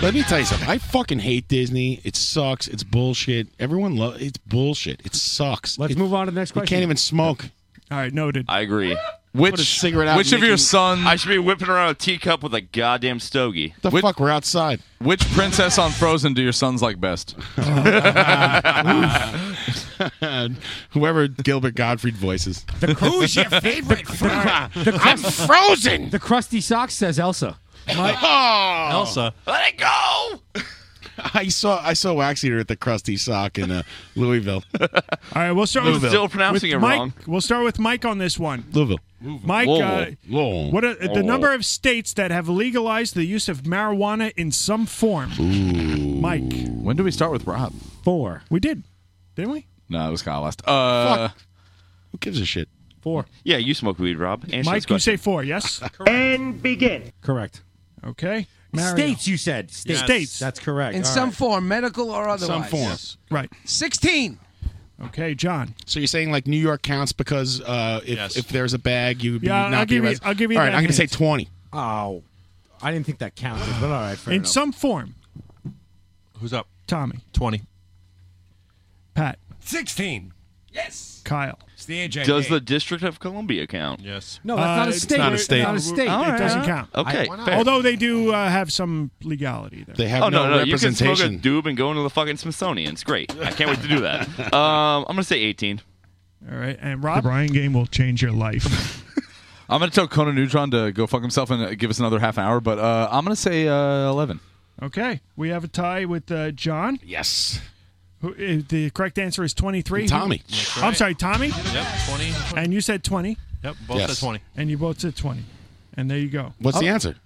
Let me tell you something. I fucking hate Disney. It sucks. It's bullshit. Everyone loves. It's bullshit. It sucks. Let's It- move on to the next You question. can't even smoke. All right, noted. I agree. Put a Which cigarette out. which of your sons? I should be whipping around a teacup with a goddamn stogie. the fuck? We're outside. Which princess on Frozen do your sons like best? Whoever Gilbert Gottfried voices. Who's your favorite? frog? I'm frozen. The crusty socks says Elsa. Oh, Elsa. Let it go. I saw I saw Wax Eater at the Krusty Sock in uh, Louisville. All right, we'll start with Louisville. with Mike. We'll start with Mike on this one. Louisville. Mike, uh, Louisville. what are Oh. the number of states that have legalized the use of marijuana in some form? Mike, when do we start with Rob? Four. We did, didn't we? No, it was Kyle last. Uh, Who gives a shit? Four. Yeah, you smoke weed, Rob. Answer Mike, this you question. say four, yes? and begin. Correct. Okay. States, you said. States. States. That's correct. In All some right. form, medical or otherwise. forms. Right. 16. Okay, John. So you're saying like New York counts because uh, if, if there's a bag, you'd be Yeah, not I'll be give you- arrested? I'll give you All right, that I'm going to say hint. 20. Oh, I didn't think that counted, but all right. Fair in enough. some form. Who's up? Tommy. 20. Pat. 16. Kyle. It's the AJ. Does the District of Columbia count? Yes. No, that's not a state. Not a Uh, It's state. not a state. All it right. doesn't count. Okay. fair. Although they do uh, have some legality there. They oh no, no, You can smoke a doob and go into the fucking Smithsonian. It's great. I can't wait to do that. Um, I'm gonna say 18. All right, and Rob. The Brian game will change your life. I'm gonna tell Conan Neutron to go fuck himself and uh, give us another half hour, but uh, I'm gonna say uh, 11. okay, we have a tie with uh, John. Yes. Who, uh, the correct answer is 23. Tommy. Who- That's I'm right. sorry, Tommy. Yep, 20. And you said 20. Yep, both Yes. said 20. And you both said 20. And there you go. What's the Oh, answer?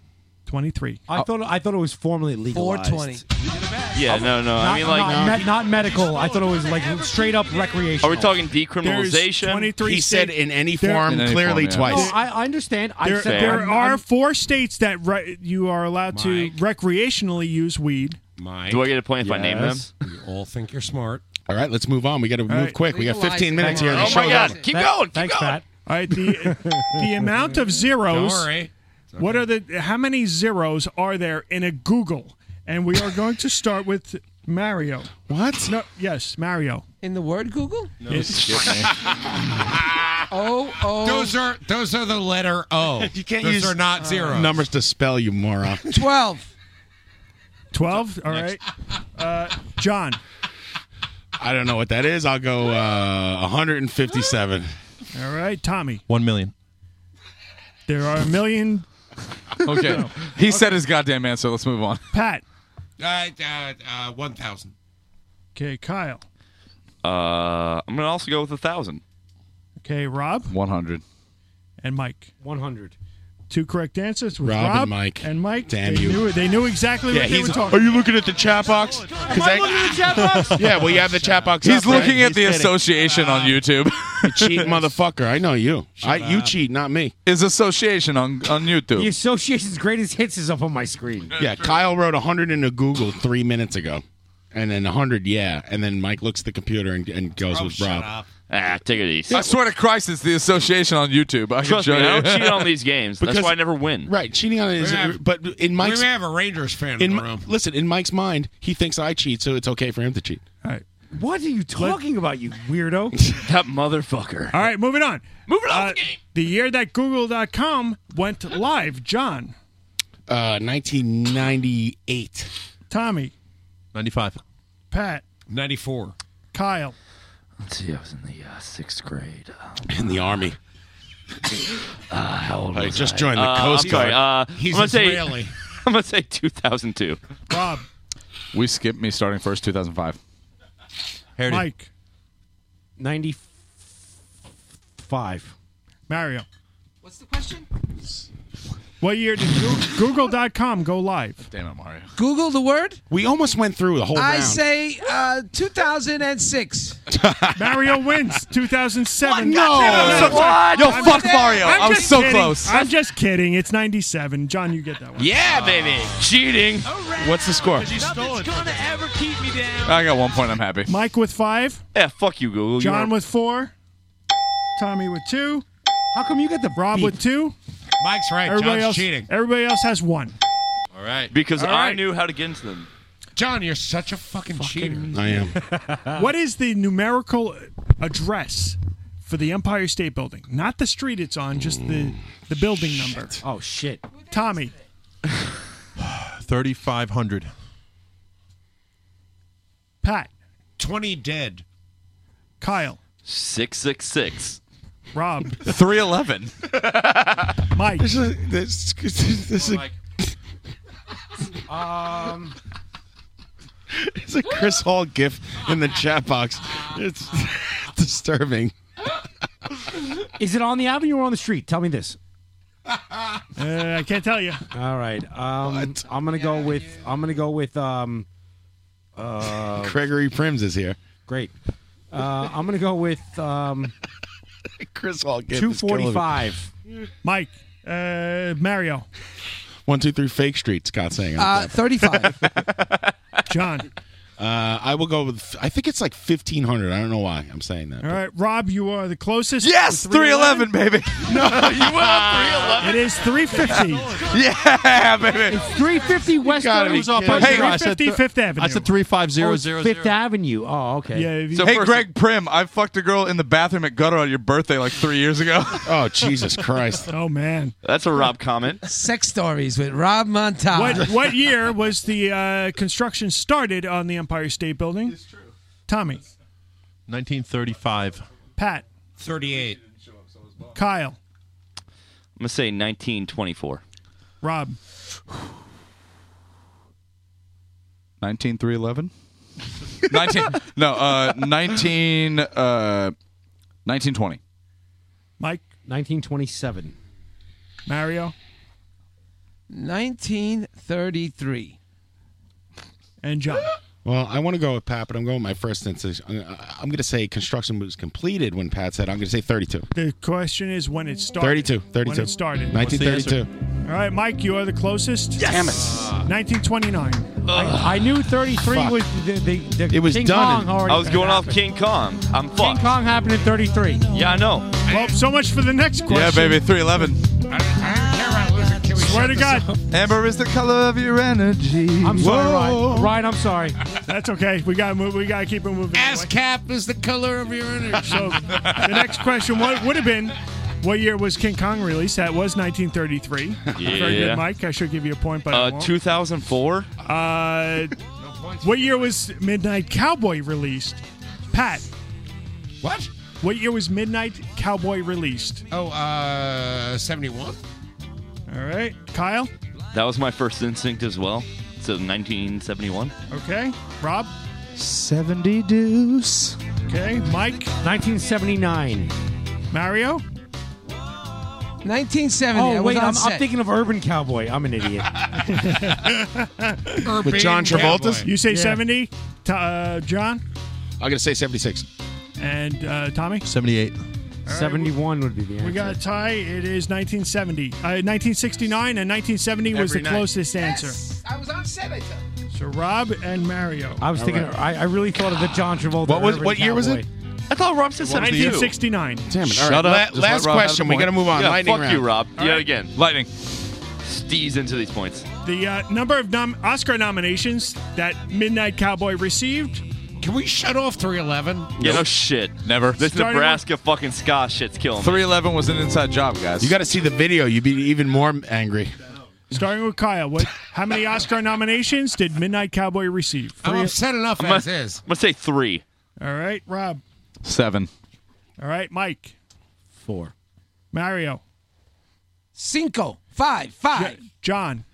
23. I thought I thought it was formally legalized. 420. Yeah, no, no. Not, I mean, like, not, me- not medical. I thought it was like straight up recreational. Are we talking decriminalization? There's 23 He said state- in any There- form, In any clearly form, yeah. twice. No, I, I understand. I There, said there I'm- are I'm- four states that re- you are allowed to recreationally use weed. Mike. Do I get a point if I name them? We all think you're smart. All right, let's move on. We got to move right. quick. We got Legalize 15 it. minutes here. Come and the on. Oh, my show's God. over. Keep That- going, keep thanks, going. Pat. All right, the the amount of zeros. Don't worry. What are the how many zeros are there in a Google? And we are going to start with Mario. What? No, yes, Mario. In the word Google? No. Yes. Oh, oh. Those are those are the letter O. You can't those use are not zeros. Numbers to spell, you moron. 12. 12? All right. Uh, John. I don't know what that is. I'll go uh, 157. All right, Tommy. 1 million. There are a million. Okay. No. He said his goddamn answer. Let's move on. Pat. Uh, uh, uh, 1,000. Okay, Kyle. Uh, I'm gonna also go with a thousand. Okay, Rob 100. and Mike. 100. Two correct answers with Rob Rob, and Mike. And Mike. Damn they you. Knew, they knew exactly Yeah, what they he's. were talking Are you looking at the chat box? Am I looking at the chat box? yeah, well, you have the chat box. He's up, right? looking at the kidding. Ah. association on YouTube. You cheat, motherfucker. I know you. I, you cheat, not me. His association on, on YouTube. The association's greatest hits is up on my screen. Yeah, Kyle wrote 100 in a Google three minutes ago. And then 100, yeah. And then Mike looks at the computer and, and goes with Rob. Ah, take it easy. I swear to Christ, it's the association on YouTube. I Trust me, can show I you. don't cheat on these games. That's Because- why I never win. Right, cheating on it is. We have- but in Mike's. we have a Rangers fan in, in the Mi- room. listen, in Mike's mind, he thinks I cheat, so it's okay for him to cheat. What are you talking about, you weirdo? that motherfucker. All right, moving on. Moving on. the, year that Google.com went live, John, Uh, 1998. Tommy, 95. Pat, 94. Kyle. Let's see, I was in the uh, sixth grade. um, In the army. Uh, how old I was just I? joined the Uh, Coast I'm sorry, Guard. uh, He's I'm gonna say- Israeli. I'm gonna say 2002. Rob, We skipped me starting first, 2005. Mike, 95. Mario. What's the question? What year did Goo- Google.com go live? Damn it, Mario. Google the word? We almost went through the whole I round. say uh, 2006. Mario wins 2007. What? No. Goddamn it, So- What? Yo, I'm fuck just- Mario. I'm I was just so kidding. close. I'm just kidding. It's 97. John, you get that one. Yeah, baby. Cheating. What's the score? gonna ever keep me down. I got one point. I'm happy. Mike with five. Yeah, fuck you, Google. You John are- with four. Tommy with two. How come you get the Rob with two? Mike's right. John's else, cheating. Everybody else has one. All right. Because All I right. knew how to get into them. John, you're such a fucking, cheater. I am. What is the numerical address for the Empire State Building? Not the street it's on, just the the building number. Oh shit. Tommy, 3,500. Pat, 20 dead. Kyle, 666. Rob, 311. Mike. This is, this, this is, Um, It's a Chris Hall gif in the chat box. It's disturbing. Is it on the avenue or on the street? Tell me this. Uh, I can't tell you. All right. Um, I'm gonna go with. I'm gonna go with. Um, uh, Gregory Prims is here. Great. Uh, I'm gonna go with. Um, Chris Hall gif. Two forty-five. Mike, uh, Mario, One, two, three, Fake Street, Scott's saying. Uh, 35. John. Uh, I will go with, I think it's like 1,500. I don't know why I'm saying that. All right, Rob, you are the closest. Yes, With 311, baby. No, you are 311. It is 350. yeah, baby. It's 350 West. gotta Road. be It was off kidding. West Hey, Road. I said 350 Fifth Avenue. I said 35000. Oh, it's Fifth Avenue. Oh, okay. so hey, Greg Prim, I fucked a girl in the bathroom at Gutter on your birthday like three years ago. oh, Jesus Christ. Oh, man. That's a Rob comment. Sex stories with Rob Montage. What, what year was the uh, construction started on the Empire State Building? It's true. Tommy, 1935. Pat, 38. Kyle, I'm gonna say 1924. Rob. 19311? 19 No, uh 19 uh 1920. Mike? 1927. Mario? 1933. And John. Well, I want to go with Pat, but I'm going with my first instance. I'm, I'm going to say construction was completed when Pat said, I'm going to say 32. The question is when it started. 32. 32. When it started. 1932. All right, Mike, you are the closest. Yes. Damn it. 1929. I, I knew 33 Fuck. was the, the, the It was King done. Kong already I was going off happened. King Kong. I'm fucked. King Kong happened in 33. Yeah, I know. Well, so much for the next question. Yeah, baby, 311. Swear to God. Amber is the color of your energy. I'm sorry, Whoa. Ryan. Ryan, I'm sorry. That's okay. We gotta move. We gotta keep it moving. Ass cap is the color of your energy. So the next question what would have been. What year was King Kong released? That was 1933. Very Yeah. good, Mike. I should give you a point, but I Uh, won't. 2004. Uh, what year was Midnight Cowboy released? Pat. What? What year was Midnight Cowboy released? Oh, uh, 71? All right. Kyle? That was my first instinct as well. So 1971. Okay. Rob? 70 deuce. Okay. Mike? 1979. Mario? 1970. I Oh, was wait, on I'm, I'm set. thinking of Urban Cowboy. I'm an idiot. With John Travolta's? You say Yeah. 70? T- uh, John? I'm going to say 76. And uh, Tommy? 78. 71 would be the We answer. got a tie. It is 1970. Uh, 1969 and 1970 was the Every night. closest answer. I was on set, I thought. So Rob and Mario. I was thinking, I, I really thought of the John Travolta. What was- Urban what year was it? Cowboy. I thought Rob said 1969. Damn it. All right, la- last question. We got to move on. Yeah, Lightning fuck round. you, Rob. All yeah, right. again. Lightning. Steez into these points. The uh, number of nom- Oscar nominations that Midnight Cowboy received. Can we shut off 311? Yeah, no shit. Never. This Starting Nebraska fucking ska shit's killing me. 311 was an inside job, guys. You got to see the video. You'd be even more angry. Starting with Kyle, what? How many Oscar nominations did Midnight Cowboy receive? Three- enough I'm gonna, I'm gonna say three. All right, Rob. Seven. All right, Mike. Four. Mario. Cinco. Five. Five. John.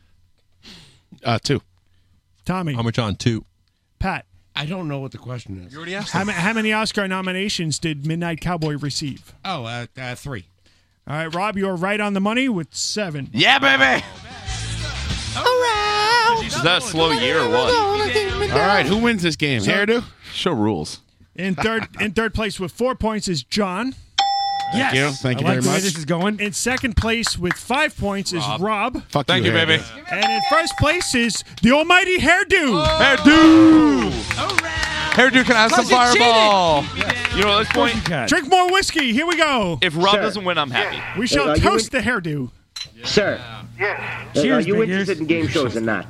Uh, two. Tommy. How much on two? Pat. I don't know what the question is. You already asked. How, ma- how many Oscar nominations did Midnight Cowboy receive? Oh, uh, uh, three. All right, Rob, you are right on the money with seven. Yeah, baby. Is that a slow year or what? All right, who wins this game? So- Hairdo? Show rules. In third, in third place with four points is John. Thank you. Thank you very much. going. In second place with five points is Rob. Fuck Thank you, Hairdo. baby. And in first place is the almighty hairdo. Hairdo. Oh. Hairdo, can I have some fireball? You know, at this point, Drink more whiskey. Here we go. if Rob Sir. doesn't win, I'm happy. we shall Are you toast the hairdo. Sir. Are Cheers, you big interested in game shows or not?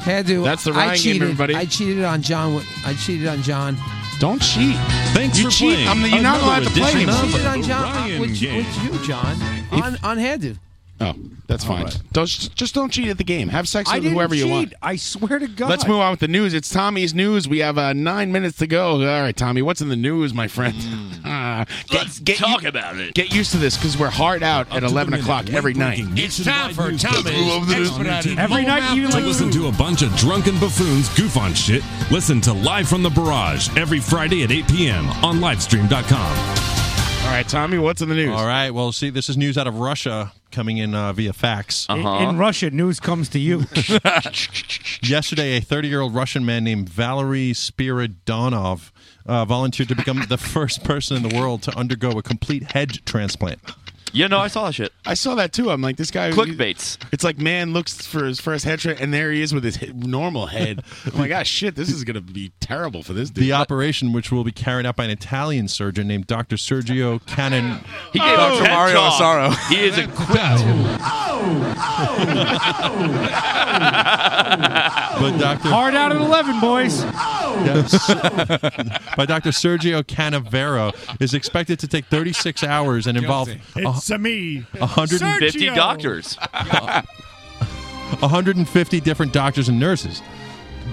Hairdo. That's the I Ryan game, cheated. everybody. I cheated on John. Wi- I cheated on John. Don't cheat. Thanks You for cheat. playing I'm- you're not another allowed to play edition anymore. of cheated on the John. Ryan with, game. with you, John. on on Hairdo. Oh, that's All fine. right. Don't- just don't cheat at the game. Have sex I with didn't whoever you cheat. want. I swear to God. Let's move on with the news. It's Tommy's news. We have uh, nine minutes to go. All right, Tommy, what's in the news, my friend? Ah, get, get Hmm. talk you- about it. Get used to this because we're hard out at 11 o'clock every night. It's time for Every night, even like listen to a bunch of drunken buffoons goof on shit. Listen to Live from the Barrage every Friday at 8 p.m. on livestream.com. All right, Tommy, what's in the news? All right. Well, see, this is news out of Russia coming in uh, via fax. Uh-huh. In Russia, news comes to you. Yesterday, a 30 year old Russian man named Valery Spiridonov uh, volunteered to become the first person in the world to undergo a complete head transplant. Yeah, no, I saw that shit. I saw that too. I'm like, this guy. Clickbaits. It's like man looks for his first head tra- and there he is with his he- normal head. I'm like, ah, shit, this is gonna be terrible for this dude. The operation, which will be carried out by an Italian surgeon named Dr. Sergio Cannon. He gave Oh, Dr. Mario Ted Talk. Asaro. He is a Oh. But Dr. Hard out at 11, boys. Yes. by Dr. Sergio Canavero is expected to take 36 hours and involve It's a Uh, me. 150 Sergio. doctors. 150 different doctors and nurses.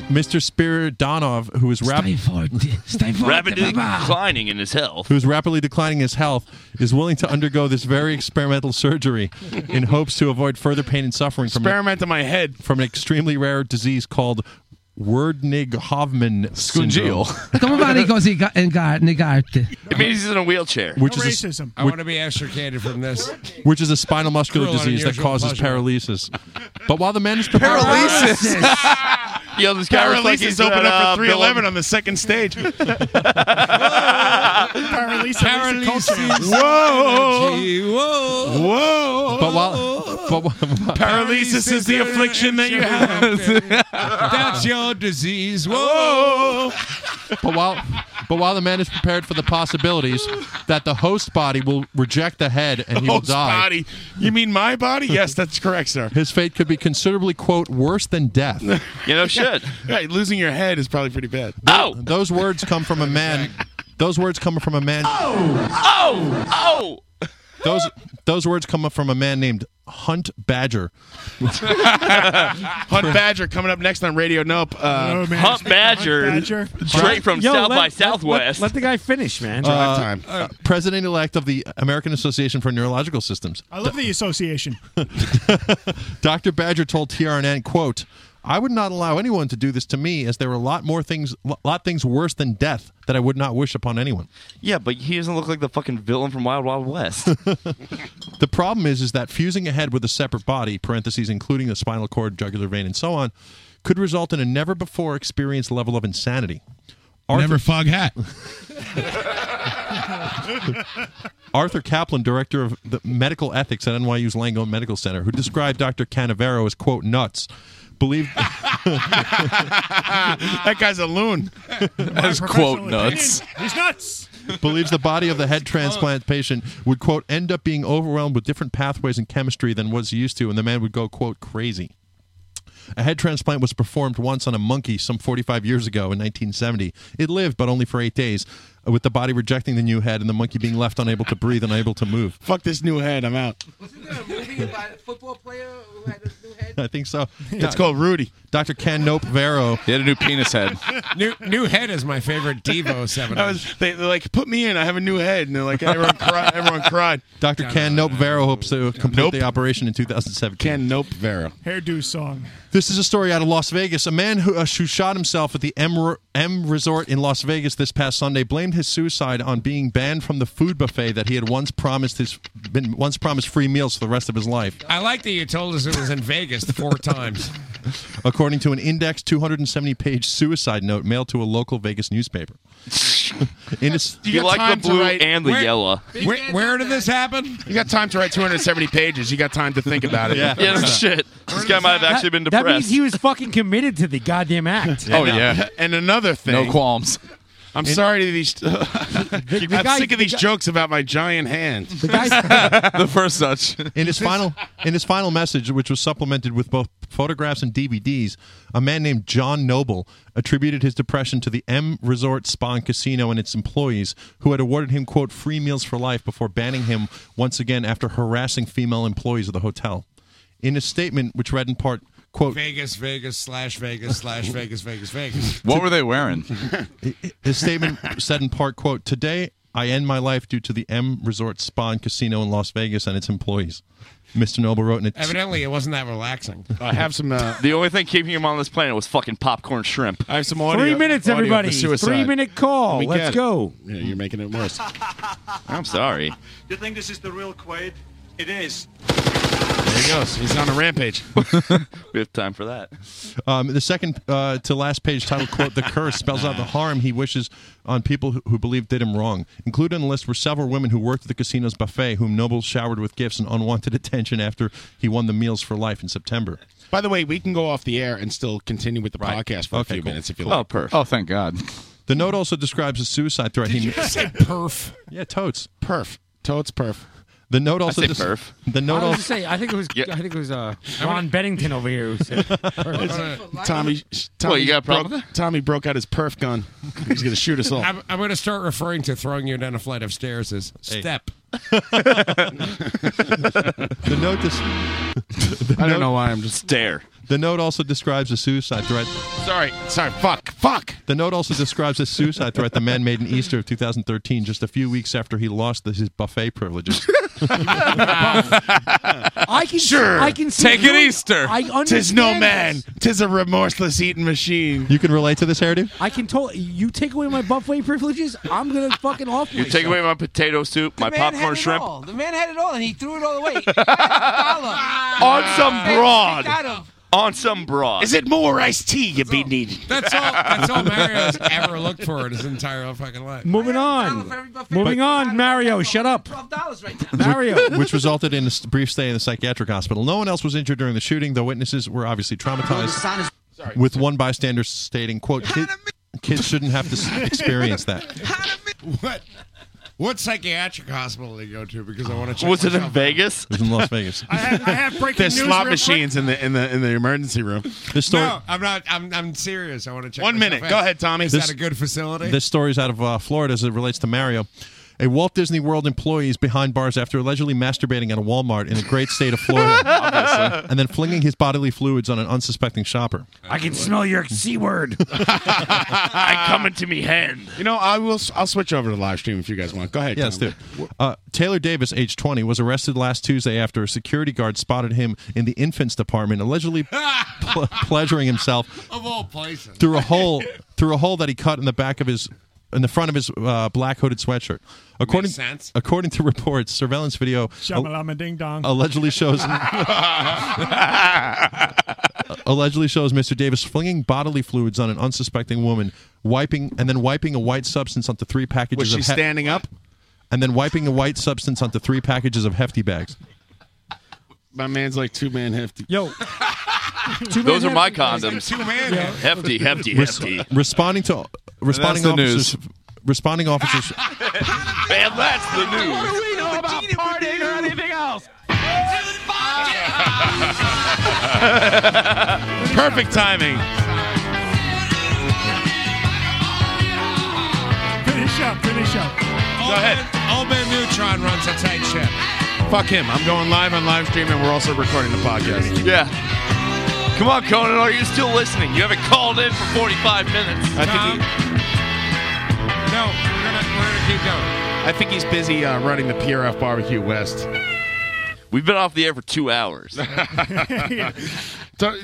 Mr. Spiridonov, who is rapid, Rapidly declining in his health. who is rapidly declining his health, is willing to undergo this very experimental surgery in hopes to avoid further pain and suffering from Experiment in my head from an extremely rare disease called Wernig Hoffman syndrome, Domani così ga- in gar- negarte. It means he's in a wheelchair. Which No is a- racism. I want to be extricated from this. which is a spinal muscular Cruel and disease that unusual causes pleasure. paralysis. But while the man is prepared- Yo, this guy looks like he's Paralysis opened at, uh, up for 311 Bill- on the second stage. Paralysis. Whoa. Whoa. But while, but while Paralysis is the affliction that you have. That's your disease. Whoa. but while but while the man is prepared for the possibilities that the host body will reject the head and he will Host die. body. You mean my body? Yes, that's correct, sir. His fate could be considerably quote worse than death. You know, shit. Right, losing your head is probably pretty bad. Oh. Those words come from a man. Those words come from a man. Oh! Oh! Those those words come from a man named Hunt Badger. Hunt Badger coming up next on Radio Nope. Uh, man. Hunt Badger, straight from Yo, South let- by let- Southwest. let- let the guy finish, man. Uh, uh, President-elect of the American Association for Neurological Systems. I love the association. Dr. Badger told TRNN, quote, I would not allow anyone to do this to me as there are a lot more things lot things worse than death that I would not wish upon anyone. Yeah, but he doesn't look like the fucking villain from Wild Wild West. The problem is is that fusing a head with a separate body, parentheses including the spinal cord, jugular vein, and so on, could result in a never before experienced level of insanity. Never fog hat. Oh. Arthur Kaplan, director of the medical ethics at NYU's Langone Medical Center, who described Dr. Canavero as quote nuts, believed that guy's a loon. As, quote, nuts. He's nuts. believes the body of the head transplant patient would quote end up being overwhelmed with different pathways and chemistry than was used to and the man would go quote crazy a head transplant was performed once on a monkey some 45 years ago in 1970 it lived but only for eight days with the body rejecting the new head and the monkey being left unable to breathe and unable to move fuck this new head i'm out i think so It's called rudy dr can nope vero he had a new penis head New new head is my favorite Devo seven. I was, they, they're like, put me in. I have a new head. And they're like, everyone, cry, everyone cried. dr can nope vero hopes to complete the operation in 2017 can nope vero Hairdo song. This is a story out of Las Vegas. A man who, uh, who shot himself at the M, M Resort in Las Vegas this past Sunday blamed his suicide on being banned from the food buffet that he had once promised his been once promised free meals for the rest of his life. I like that you told us it was in Vegas four times. according to an indexed 270 page suicide note mailed to a local Vegas newspaper. in his, You like the blue and the yellow. Where, where did this happen? You got time to write 270 pages. You got time to think about it. Yeah. Yeah, no shit. This guy might have actually been That means depressed. Oh, he was fucking committed to the goddamn act. And Oh, another thing. No qualms. I'm sorry to these. I'm guy- sick of the these guy- jokes about my giant hand. The, first such. In his final in his final message, which was supplemented with both photographs and DVDs, a man named John Noble attributed his depression to the M Resort Spa and Casino and its employees, who had awarded him quote free meals for life before banning him once again after harassing female employees of the hotel. In a statement which read in part quote Vegas, Vegas, slash Vegas, slash Vegas, Vegas, Vegas. What were they wearing? His statement said in part, quote, Today I end my life due to the M Resort Spa and Casino in Las Vegas and its employees. Mr. Noble wrote in a Evidently, it wasn't that relaxing. I have some. Uh, the only thing keeping him on this planet was fucking popcorn shrimp. I have some Three minutes, everybody. Three minute call. Let me Let's get it. go. Yeah, you're making it worse. I'm sorry. You think this is the real Quaid? It is. There he goes. He's on a rampage. we have time for that. Um, the second uh, to last page titled, quote, The Curse spells out the harm he wishes on people who, who believe did him wrong. Included on the list were several women who worked at the casino's buffet, whom Noble showered with gifts and unwanted attention after he won the Meals for Life in September. By the way, we can go off the air and still continue with the podcast for a few minutes if you like. Oh, thank God. The note also describes a suicide threat. he perf? Yeah, totes. Perf. Totes perf. The note also say dis- perf. The I note was also gonna say, I think it was, I think it was uh, Ron Bennington over here. Who said, Tommy, Tommy, broke, Tommy broke out his perf gun. He's going to shoot us all. I'm, I'm going to start referring to throwing you down a flight of stairs as step. the note dis- the I don't note- know why I'm just stare. The note also describes a suicide threat. Sorry, sorry. Fuck, fuck. The note also describes a suicide threat the man made in Easter of 2013, just a few weeks after he lost the, his buffet privileges. I can sure. I can see Take it you- Easter. I Tis no understand man. Tis a remorseless eating machine. You can relate to this, Harry? I can totally. You take away my buffet privileges, I'm gonna fucking off You take away my potato soup, my man popcorn had it shrimp. all. The man had it all, and he threw it all away. He had a dollar. On some Fence broad. kicked out of- On some broad. Is it more iced tea you be needing? That's all. That's all Mario's ever looked for in his entire fucking life. Moving on. Moving on, Mario. Shut up. Mario. which resulted in a s- brief stay in the psychiatric hospital. No one else was injured during the shooting, though witnesses were obviously traumatized. With one bystander stating, "quote "Kid- Kids shouldn't have to s- experience that." What? What psychiatric hospital did they go to? Because I want to check. Was it in myself. Vegas? It was in Las Vegas. I have, I have breaking There's news. slot real machines in the in the in the emergency room. This story. No, I'm not. I'm, I'm serious. I want to check. One myself minute. out. Go ahead, Tommy. Is This- that a good facility? This story is out of uh, Florida as it relates to Mario. A Walt Disney World employee is behind bars after allegedly masturbating at a Walmart in a great state of Florida, and then flinging his bodily fluids on an unsuspecting shopper. I can smell your c word. I coming to me hand. You know, I will. s- I'll switch over to live stream if you guys want. Go ahead. Yeah, let's do Tommy. it. Uh, Taylor Davis, age 20, was arrested last Tuesday after a security guard spotted him in the infants department, allegedly ple- pleasuring himself Of all places. through a hole through a hole that he cut in the back of his in the front of his uh, black hooded sweatshirt. According sense. according to reports, surveillance video Shamalama ding dong. allegedly shows allegedly shows Mr. Davis flinging bodily fluids on an unsuspecting woman, wiping and then wiping a white substance onto three packages Was of she he- standing up? and then wiping a white substance onto three packages of hefty bags. My man's like two man hefty. Yo. Those are my condoms. Yeah. Hefty, hefty, Res- hefty. responding to responding the officers responding officers And that's the news. we know about partying or anything else? Perfect timing. Finish up. Finish up. Go ahead. Old Man Neutron runs a tight ship. Fuck him. I'm going live on live stream, and we're also recording the podcast. Yeah. Come on, Conan, are you still listening? You haven't called in for 45 minutes. I think he- No, we're gonna, we're gonna keep going. I think he's busy uh, running the PRF Barbecue West. We've been off the air for two hours. So,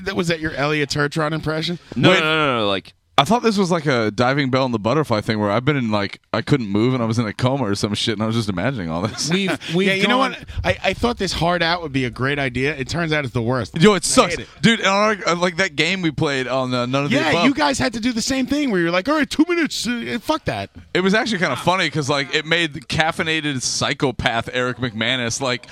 that was that your Elliot Turtron impression? No, Wait, no, no, no, like. I thought this was like a diving bell and the butterfly thing where I've been in like I couldn't move and I was in a coma or some shit and I was just imagining all this. We've, yeah, you know what? I, I thought this hard out would be a great idea. It turns out it's the worst. Yo, it I sucks, hate it. dude. And our, like that game we played on uh, none of the Yeah, above. you guys had to do the same thing where you're like, all right, two minutes. Uh, fuck that. It was actually kind of funny because like it made the caffeinated psychopath Eric McManus like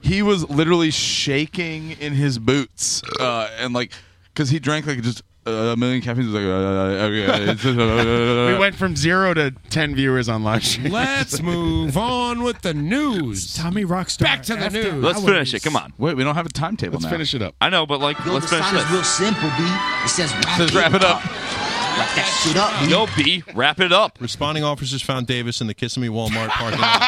he was literally shaking in his boots uh, and like because he drank like just uh, a million caffeines. It's like, uh, uh, uh, it's just, uh, we went from zero to ten viewers on live stream. Let's move on with the news. Tommy Rockstar. Back to the news. Let's finish it. Come on. uh. Wait, we don't have a timetable. now. it up. I know, but like, Yo, let's the finish sign this. is real simple, B. It says wrap, Let's wrap it up. Wrap that shit up, B. Yo, B, wrap it up. Responding officers found Davis in the Kissimmee Walmart parking lot.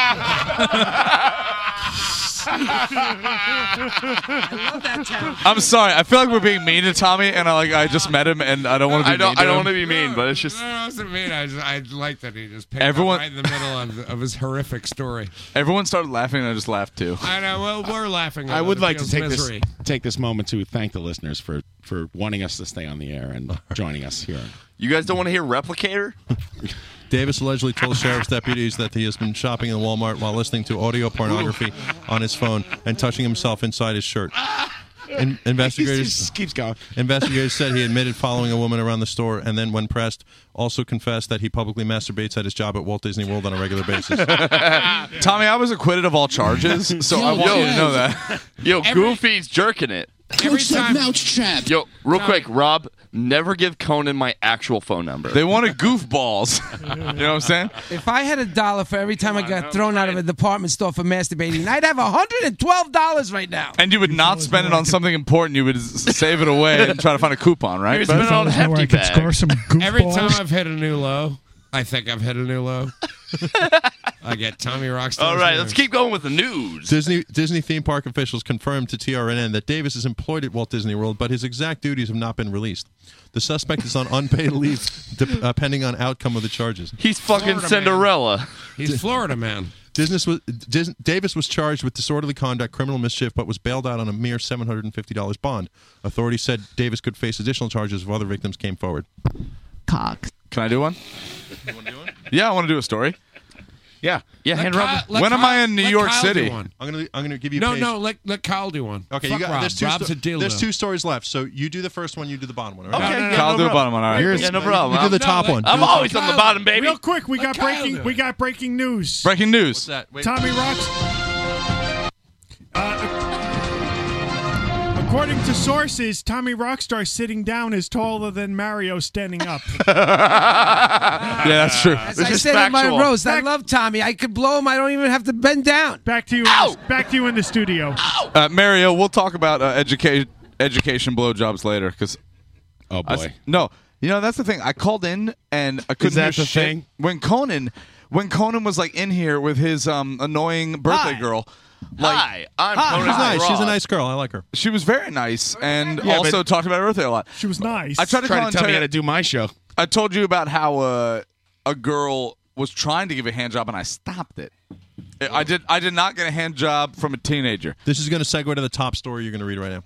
I love that town. I'm sorry. I feel like we're being mean to Tommy, and I like I just met him, and I don't want to be. I don't- Mean I don't want wanna be mean, but it's just. I wasn't mean. I, just, I like that he just picked Everyone- up right in the middle of, of his horrific story. Everyone started laughing, and I just laughed too. I know. Well, we're laughing. I at would other like to people's take misery. this take this moment to thank the listeners for for wanting us to stay on the air and joining us here. You guys don't want to hear Replicator? Davis allegedly told sheriff's deputies that he has been shopping in Walmart while listening to audio pornography on his phone and touching himself inside his shirt. In- investigators He just keeps going. Investigators said he admitted following a woman around the store and then, when pressed, also confessed that he publicly masturbates at his job at Walt Disney World on a regular basis. Tommy, I was acquitted of all charges, so I want you to know that. Yo, Goofy's jerking it. Every time. Mouth trap. Yo, real quick, Rob, never give Conan my actual phone number. They wanted goofballs. you know what I'm saying? If I had a dollar for every time I got thrown out of a department store for masturbating, I'd have $112 right now. And you would not spend it on something important. You would s- save it away and try to find a coupon, right? Here's been on hefty bag. Every time I've hit a new low, I think I've hit a new low. I get Tommy Rockstar. All right, let's keep going with the news. Disney Disney theme park officials confirmed to TRNN that Davis is employed at Walt Disney World, but his exact duties have not been released. The suspect is on unpaid leave, de- depending on outcome of the charges. He's fucking Florida man. Cinderella. He's Florida man. Disney was, Dis, Davis was charged with disorderly conduct, criminal mischief, but was bailed out on a mere $750 bond. Authorities said Davis could face additional charges if other victims came forward. Cock. Can I do one? Yeah, I want to do a story. Yeah. Yeah, Let hand Ky- rub- let When am Ky- I in New let York Kyle City? do one. I'm gonna I'm gonna give you No, page- no. Let let Kyle do one. Okay, Fuck you got Rob. there's two Rob's sto- a dildo. there's two stories left. So you do the first one, you do the bottom one. All right? Okay, yeah, Kyle, do the bottom one. All right. Yeah, no problem. You do the top one. I'm Do the always top on the bottom, baby. Real quick, we got breaking. We got breaking news. Breaking news. Tommy Rocks. Uh, according to sources, Tommy Rockstar sitting down is taller than Mario standing up. yeah, that's true. As I said in Oh. my roast, I love Tommy. I could blow him. I don't even have to bend down. Back to you. Back to you in the studio. Uh, Mario, we'll talk about uh, education education blowjobs later because. Oh boy. no, you know that's the thing. I called in and I couldn't that hear the shit thing? when Conan when Conan was like in here with his um annoying birthday girl. Like, Hi, I'm Hi. Conan She's nice. O'Rourke. She's a nice girl. I like her. She was very nice and Yeah, also but- talked about her birthday a lot. She was nice. I tried to Try call to and tell me you- how to do my show. I told you about how uh, a girl was trying to give a hand job and I stopped it. I- I did. I did not get a hand job from a teenager. This is going to segue to the top story you're going to read right now.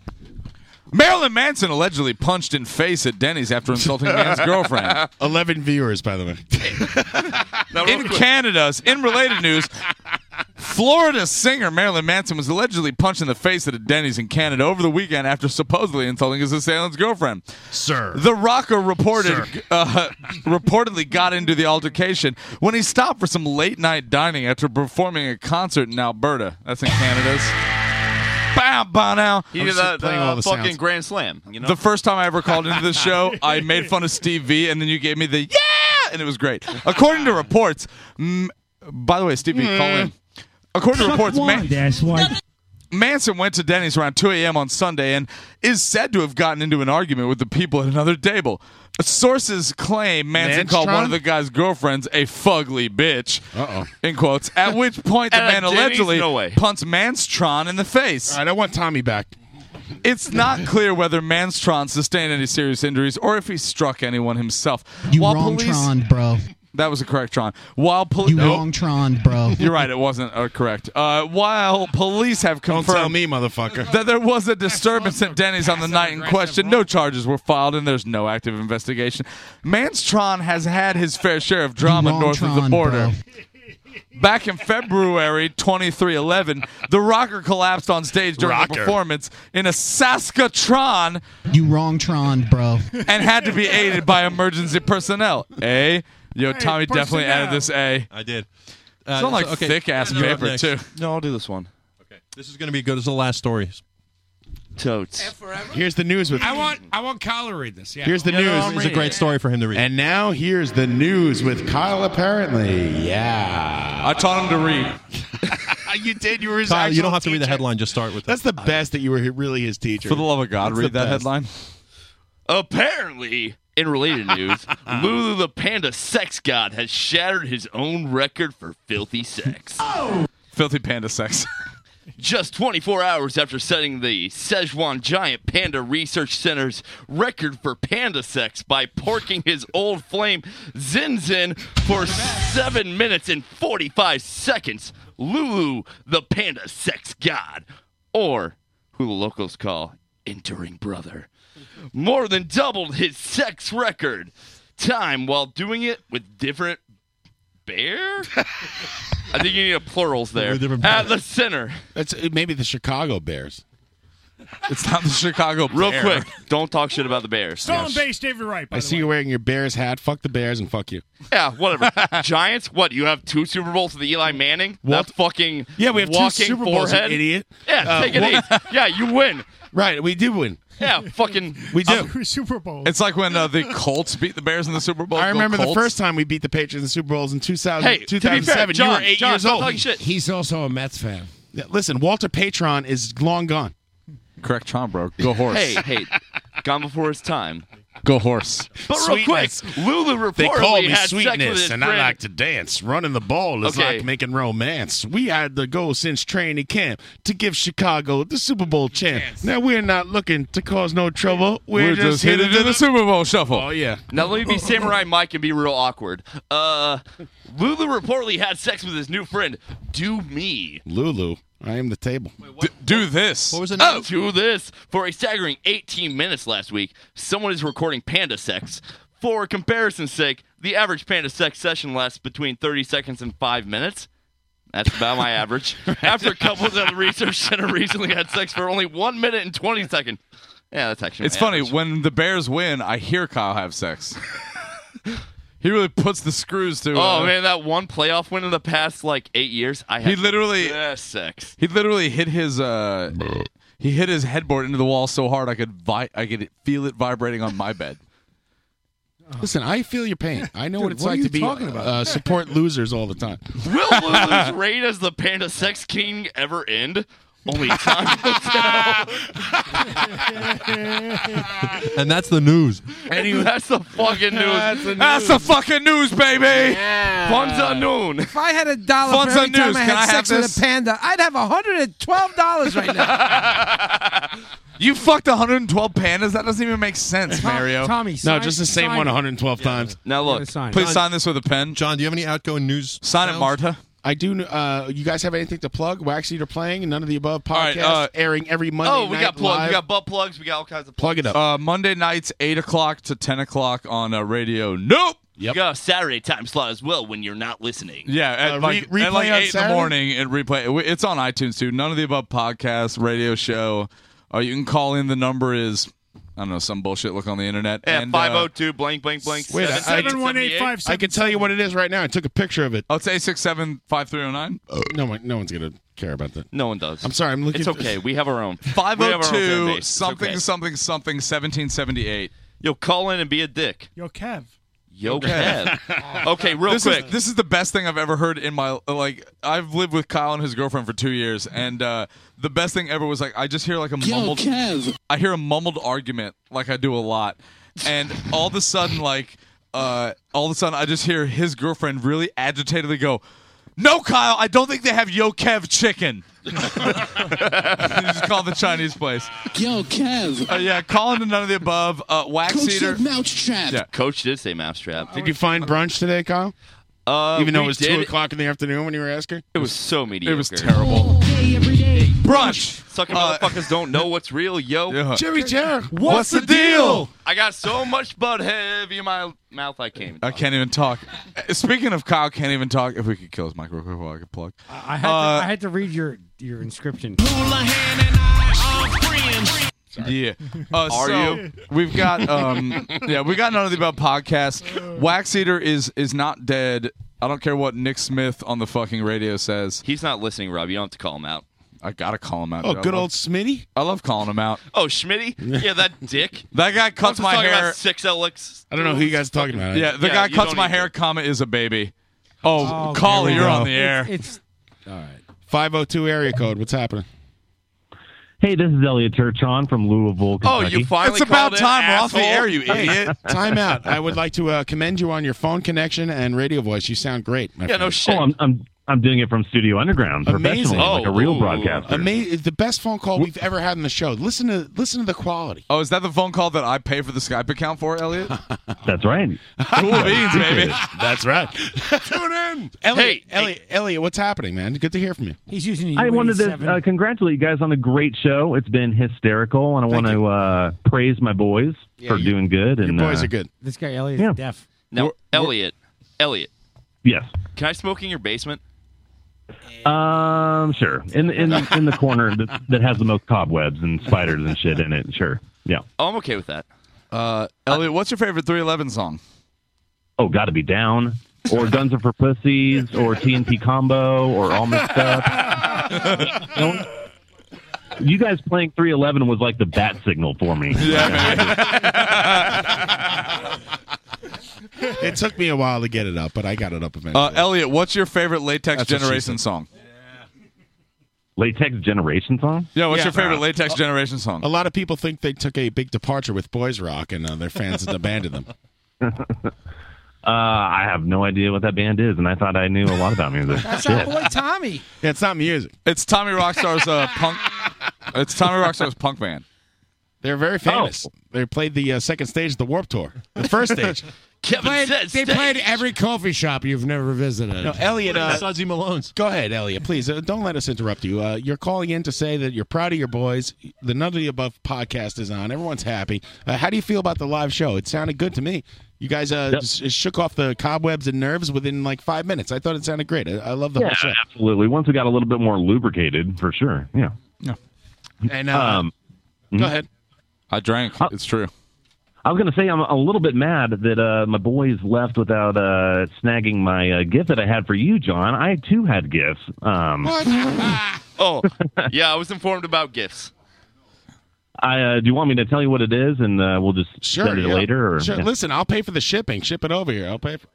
Marilyn Manson allegedly punched in face at Denny's after insulting man's girlfriend. Eleven viewers, by the way. in Canada's in related news, Florida singer Marilyn Manson was allegedly punched in the face at a Denny's in Canada over the weekend after supposedly insulting his assailant's girlfriend. Sir. The rocker reported Sir. uh, reportedly got into the altercation when he stopped for some late night dining after performing a concert in Alberta. That's in Canada's. Bow, bow now. He did that uh, fucking Grand Slam. You know? The first time I ever called into the show, I made fun of Steve V, and then you gave me the yeah, and it was great. According to reports, mm, by the way, Steve V, Hmm. call in. According to reports, Man- Manson went to Denny's around 2 a.m. on Sunday and is said to have gotten into an argument with the people at another table. Sources claim Manson called Mantron? one of the guy's girlfriends a fugly bitch. Uh-oh. In quotes. At which point the At a man Denny's? allegedly No way. punts Manstron in the face. I don't want Tommy back. It's not clear whether Manstron sustained any serious injuries or if he struck anyone himself. You While wrong police- Tron, bro. That was a correct Tron. While police You wrong Tron, bro. you're right. It wasn't uh, correct. Uh, while police have confirmed, tell me, motherfucker, that there was a disturbance at Denny's on the night in question. No charges were filed, and there's no active investigation. Manstron has had his fair share of drama wrong north of the Tron, border. Back in February 2311, the rocker collapsed on stage during Rocker. a performance in a Saskatron You wrong Tron, bro. and had to be aided by emergency personnel. A, yo, Tommy definitely personnel. added this A. I did. Uh, It's not like thick ass You're up paper next. too. No, I'll do this one. This is going to be good as the last stories. Totes. Here's the news with I want I want Kyle to read this. Yeah. Here's the Yeah, no, I'm news. reading it. story for him to read. And now here's the news with Kyle. Apparently, yeah. I taught him to read. Uh, you did. You were his Kyle, you actual don't have to read the teacher. headline. Just start with That's the best that you were really his teacher. For the love of God, That's read the that best. headline. Apparently, in related news, Lulu the panda sex god has shattered his own record for filthy sex. Filthy panda sex. Just 24 hours after setting the Szechuan Giant Panda Research Center's record for panda sex by porking his old flame Zin Zin for 7 minutes and 45 seconds, Lulu, the panda sex god, or who the locals call Entering Brother, more than doubled his sex record time while doing it with different bear? I think you need a plurals there. At the center. That's uh, maybe the Chicago Bears. It's not the Chicago Real Bear. quick, don't talk shit about the Bears. Stolen base, David Wright. By I the see you wearing your Bears hat. Fuck the Bears and fuck you. Yeah, whatever. Giants? What? You have two Super Bowls with Eli Manning? Walt- that fucking Yeah, we have two walking Super Bowls, you forehead? idiot. Yeah, Uh, take it Walt- easy. Yeah, you win. Right, we did win. Yeah, fucking. We do. Super Bowl. It's like when uh, the Colts beat the Bears in the Super Bowl. I Go remember the Colts. first time we beat the Patriots in the Super Bowls in 2000, Hey, to be fair, 2007. you John, were eight John, years stop old. talking shit. He's also a Mets fan. listen, Walter Patron is long gone. Correct, Tom, bro. Go horse. Hey, hey, gone before his time. Go horse. But real quick, Lulu reportedly They call me had sex with sweetness, his and friend. I like to dance. Running the ball is Okay. like making romance. We had the goal since training camp to give Chicago the Super Bowl chance. Now we're not looking to cause no trouble. We're, just, hitting in the Super Bowl shuffle. Oh yeah. Now let me be Samurai Mike and be real awkward. Uh, Lulu reportedly had sex with his new friend. Do me. Lulu, I am the table. do this. What was Oh, do this for a staggering 18 minutes last week. Someone is recording panda sex. For comparison's sake, the average panda sex session lasts between 30 seconds and five minutes. That's about my average. After couples at the research center recently had sex for only one minute and 20 seconds. Yeah, that's actually. It's my funny when the Bears win. I hear Kyle have sex. he really puts the screws to. Oh uh, man, that one playoff win in the past like eight years, I had He literally- yeah, sex. He literally hit his uh, he hit his headboard into the wall so hard I could vi- I could feel it vibrating on my bed. Listen, I feel your pain. I know Dude, what it's what are like you to be talking about? Uh, support losers all the time. Will Lulu's reign as the panda sex king ever end? Only time will tell. And that's the news. anyway, that's the fucking news. That's the, That's the fucking news, baby. Fun's unknown. If I had a dollar Fonz for every on time news, I can had I have sex with this? a panda, I'd have hundred and twelve dollars right now. You fucked 112 pandas. That doesn't even make sense, Mario. Tommy, No, sign- just the same sign one it. 112 times. Now look, please sign this with a pen. John, do you have any outgoing news? Sign sounds? it, Marta. I do. kn- Uh, you guys have anything to plug? Wax Eater playing and none of the above podcast right, uh, airing every Monday. Oh, we night got plugs. live. We got butt plugs. We got all kinds of. Plug it up. Uh, Monday nights, eight o'clock to ten o'clock on uh, radio. Nope. Yep. You got a Saturday time slot as well when you're not listening. Yeah, at Uh, like, re- at like replay on eight in Saturday? the morning and replay. w- It's on iTunes too. None of the above podcast, radio show. Uh, you can call in. The number is I don't know some bullshit. Look on the internet. Yeah, and, uh, five oh zero two blank blank blank. Wait, I- I- 718-577-78. I can tell you what it is right now. I took a picture of it. Oh, it's eight six seven five three zero nine. No one, no one's gonna care about that. No one does. I'm sorry. I'm looking. It's okay. We have our own. Five We have zero our own fan base. two It's something okay. something something seventeen seventy eight. Yo, call in and be a dick. Yo, Kev. Yo, Kev. okay, real this quick. Is, this is the best thing I've ever heard in my like. I've lived with Kyle and his girlfriend for two years, and uh, the best thing ever was like I just hear like a mumbled. I hear a mumbled argument like I do a lot, and all of a sudden like. Uh, all of a sudden, I just hear his girlfriend really agitatedly go, "No, Kyle, I don't think they have Yo Kev chicken." just call the Chinese place. Yo, Kev. Uh, yeah, call into none of the above. Uh, wax eater. trap. Yeah. Coach did say mousetrap. Did you find brunch today, Kyle? Uh, Even though we it was did- two o'clock in the afternoon when you were asking. It was so mediocre. It was terrible. Brunch. Sucking Uh, motherfuckers don't know what's real, yo. Uh, Jerry Jarrett. What's the deal? I got so much butt heavy in my mouth I came. I can't even talk. Uh, Speaking of Kyle, can't even talk. If we could kill his mic real quick while I could plug. I had, Uh, to, I had to read your your inscription. Yeah. Uh, Are so you? We've got um. yeah, we got none of the about podcast. Wax Eater is is not dead. I don't care what Nick Smith on the fucking radio says. He's not listening, Rob. You don't have to call him out. I gotta call him out. Oh, dude. I good love- old Smitty. I love calling him out. Oh, Schmitty? Yeah, that dick. That guy cuts Let's my talk hair- About six Alex. I don't know who you guys are talking about. Yeah, the guy you cuts don't my need hair. Comma is a baby. Oh, Oh, call there we you're go. on the air. It's, all right. Five zero two area code. What's happening? Hey, this is Elliot Turchon from Louisville, Oh, Kentucky. you finally It's called about in, time we're off the asshole. air, you idiot. time out. I would like to uh, commend you on your phone connection and radio voice. You sound great. My friend. Oh, I'm, I'm I'm doing it from Studio Underground, Amazing. professionally, like a real broadcaster. Oh, Amazing. The best phone call we've ever had in the show. Listen to listen to the quality. Oh, is that the phone call that I pay for the Skype account for, Elliot? That's right. cool beans, baby. That's right. Tune in. Elliot, Elliot, Elliot, what's happening, man? Good to hear from you. He's using. I wanted to uh, congratulate you guys on a great show. It's been hysterical, and I want to uh, praise my boys for doing good. And uh, This guy Elliot is deaf. Now, Elliot. Elliot. Yes. Can I smoke in your basement? Um, sure. In in in the corner that, that has the most cobwebs and spiders and shit in it. Sure. Yeah. Oh, I'm okay with that. Uh, Elliot, what's your favorite 311 song? Oh, got to be down. Or Guns Are for Pussies, or TNT Combo, or All Mixed Up. You know, you guys playing 311 was like the bat signal for me. uh, It took me a while to get it up, but I got it up eventually. Uh, Elliot, what's your favorite Latex That's what she Generation song? Latex Generation song? Yeah, what's your favorite Latex Generation song? Uh, A lot of people think they took a big departure with Boys Rock, and uh, their fans have abandoned them. Uh, I have no idea what that band is, and I thought I knew a lot about music. Shit. boy Tommy. Yeah, it's not music. It's Tommy Rockstar's uh, punk. It's Tommy Rockstar's punk band. They're very Oh. famous. They played the uh, second stage of the Warp Tour. The first stage. Kevin played, they played every coffee shop you've never visited. No, Elliot. Uh, Sudsy Malone's. Go ahead, Elliot. Please uh, don't let us interrupt you. Uh, you're calling in to say that you're proud of your boys. The None of the Above podcast is on. Everyone's happy. Uh, how do you feel about the live show? It sounded good to me. You guys uh, s- shook off the cobwebs and nerves within like five minutes. I thought it sounded great. I, I love the Yeah, whole show. absolutely. Once we got a little bit more lubricated, for sure. Yeah. And uh, um, go ahead. I drank. It's true. I was going to say I'm a little bit mad that uh, my boys left without uh, snagging my uh, gift that I had for you, John. I too had gifts. Um, oh, yeah, I was informed about gifts. I uh, do you want me to tell you what it is, and uh, we'll just send it yeah. later? Or Sure. yeah. Listen, I'll pay for the shipping. Ship it over here. I'll pay for.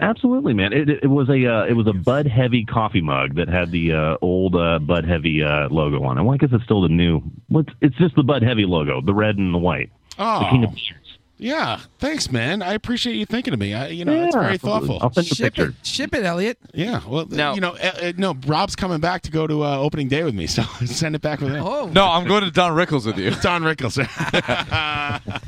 Absolutely, man. It, it it was a uh, it was a Bud Heavy coffee mug that had the uh, old uh, Bud Heavy uh, logo on it. Well, I guess it's still the new. What's it's just the Bud Heavy logo, the red and the white. Oh. The King of Beers. Yeah, thanks, man. I appreciate you thinking of me. I, you know, Yeah, it's very absolutely. thoughtful. I'll send you a Ship picture. it. Ship it, Elliot. Yeah, well, th- Now- you know, uh, uh, no, Rob's coming back to go to uh, opening day with me, so send it back with him. Oh, No, I'm going to Don Rickles with you. Don Rickles.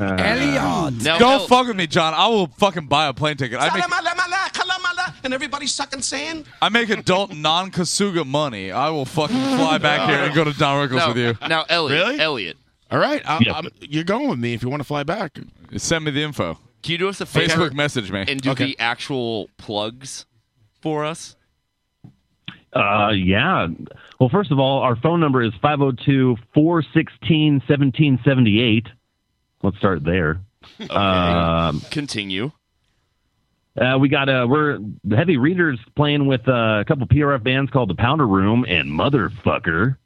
Elliot. Now, Don't El- fuck with me, John. I will fucking buy a plane ticket. I make And everybody's sucking sand. I make adult non Kasuga money. I will fucking fly back here and go to Don Rickles now, with you. Uh, Now, Elliot. Elliot. All right, I, I'm, you're going with me if you want to fly back. Send me the info. Can you do us a favor? Facebook message me. And do the actual plugs for us? Uh, yeah. Well, first of all, our phone number is 502 416 1778. Let's start there. Um, Continue. uh, we got uh, we're the heavy readers playing with uh, a couple PRF bands called the Powder Room and Motherfucker,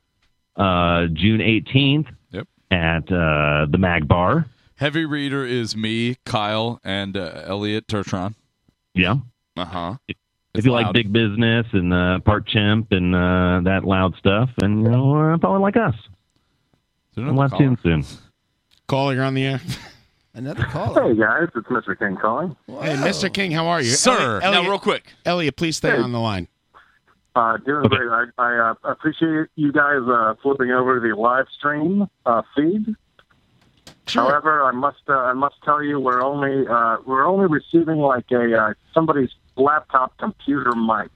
uh, June eighteenth Yep. at uh, the Mag Bar. Heavy reader is me, Kyle, and uh, Elliot Uh-huh. Turtron. Yeah, Uh huh. if you like loud. big business and uh, Park Chimp and uh, that loud stuff, and you know, uh, probably like us. We'll have tune soon. Caller, you're on the air. Another caller. Hey guys, it's Mr. King calling. Hey, Oh. Mr. King, how are you, Sir. Elliot, Now, real quick, Elliot, please stay Hey. on the line. Uh, doing great. I, I uh, appreciate you guys uh, flipping over to the live stream uh, feed. However, I must uh, I must tell you we're only uh, we're only receiving like a uh, somebody's laptop computer mic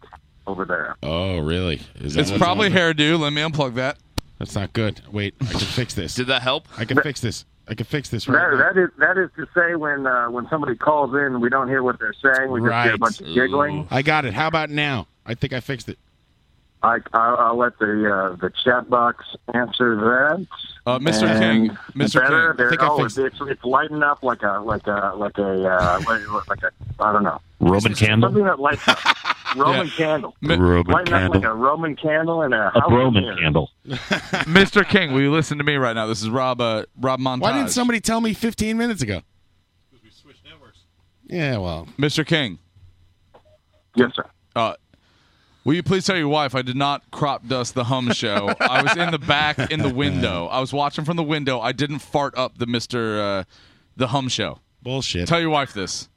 over there. Oh, really? Is It's what's probably going on? hairdo. Let me unplug that. That's not good. Wait, I can fix this. Did that help? I can fix this. I can fix this. Right now. That, that is that is to say when uh, when somebody calls in we don't hear what they're saying we just hear a Right. bunch of giggling. I got it. How about now? I think I fixed it. I, I I'll let the uh, the chat box answer that. Uh, Mr. And King, Mr. Better, King, they're- I think I oh, fixed- it's, it's lighting up like a like a like a uh, what- like a I don't know Roman candle. something that lights up. Roman Yeah. candle. M- Lighten Roman up candle. like a Roman candle and a, A Roman candle. Mr. King, will you listen to me right now? This is Rob. Uh, Rob Montage. Why didn't somebody tell me 15 minutes ago? Yeah, well, Mr. King. Yes, sir. Uh, will you please tell your wife I did not crop dust the hum show? I was in the back in the window. I was watching from the window. I didn't fart up the Mr. Uh, the hum show. Bullshit. Tell your wife this.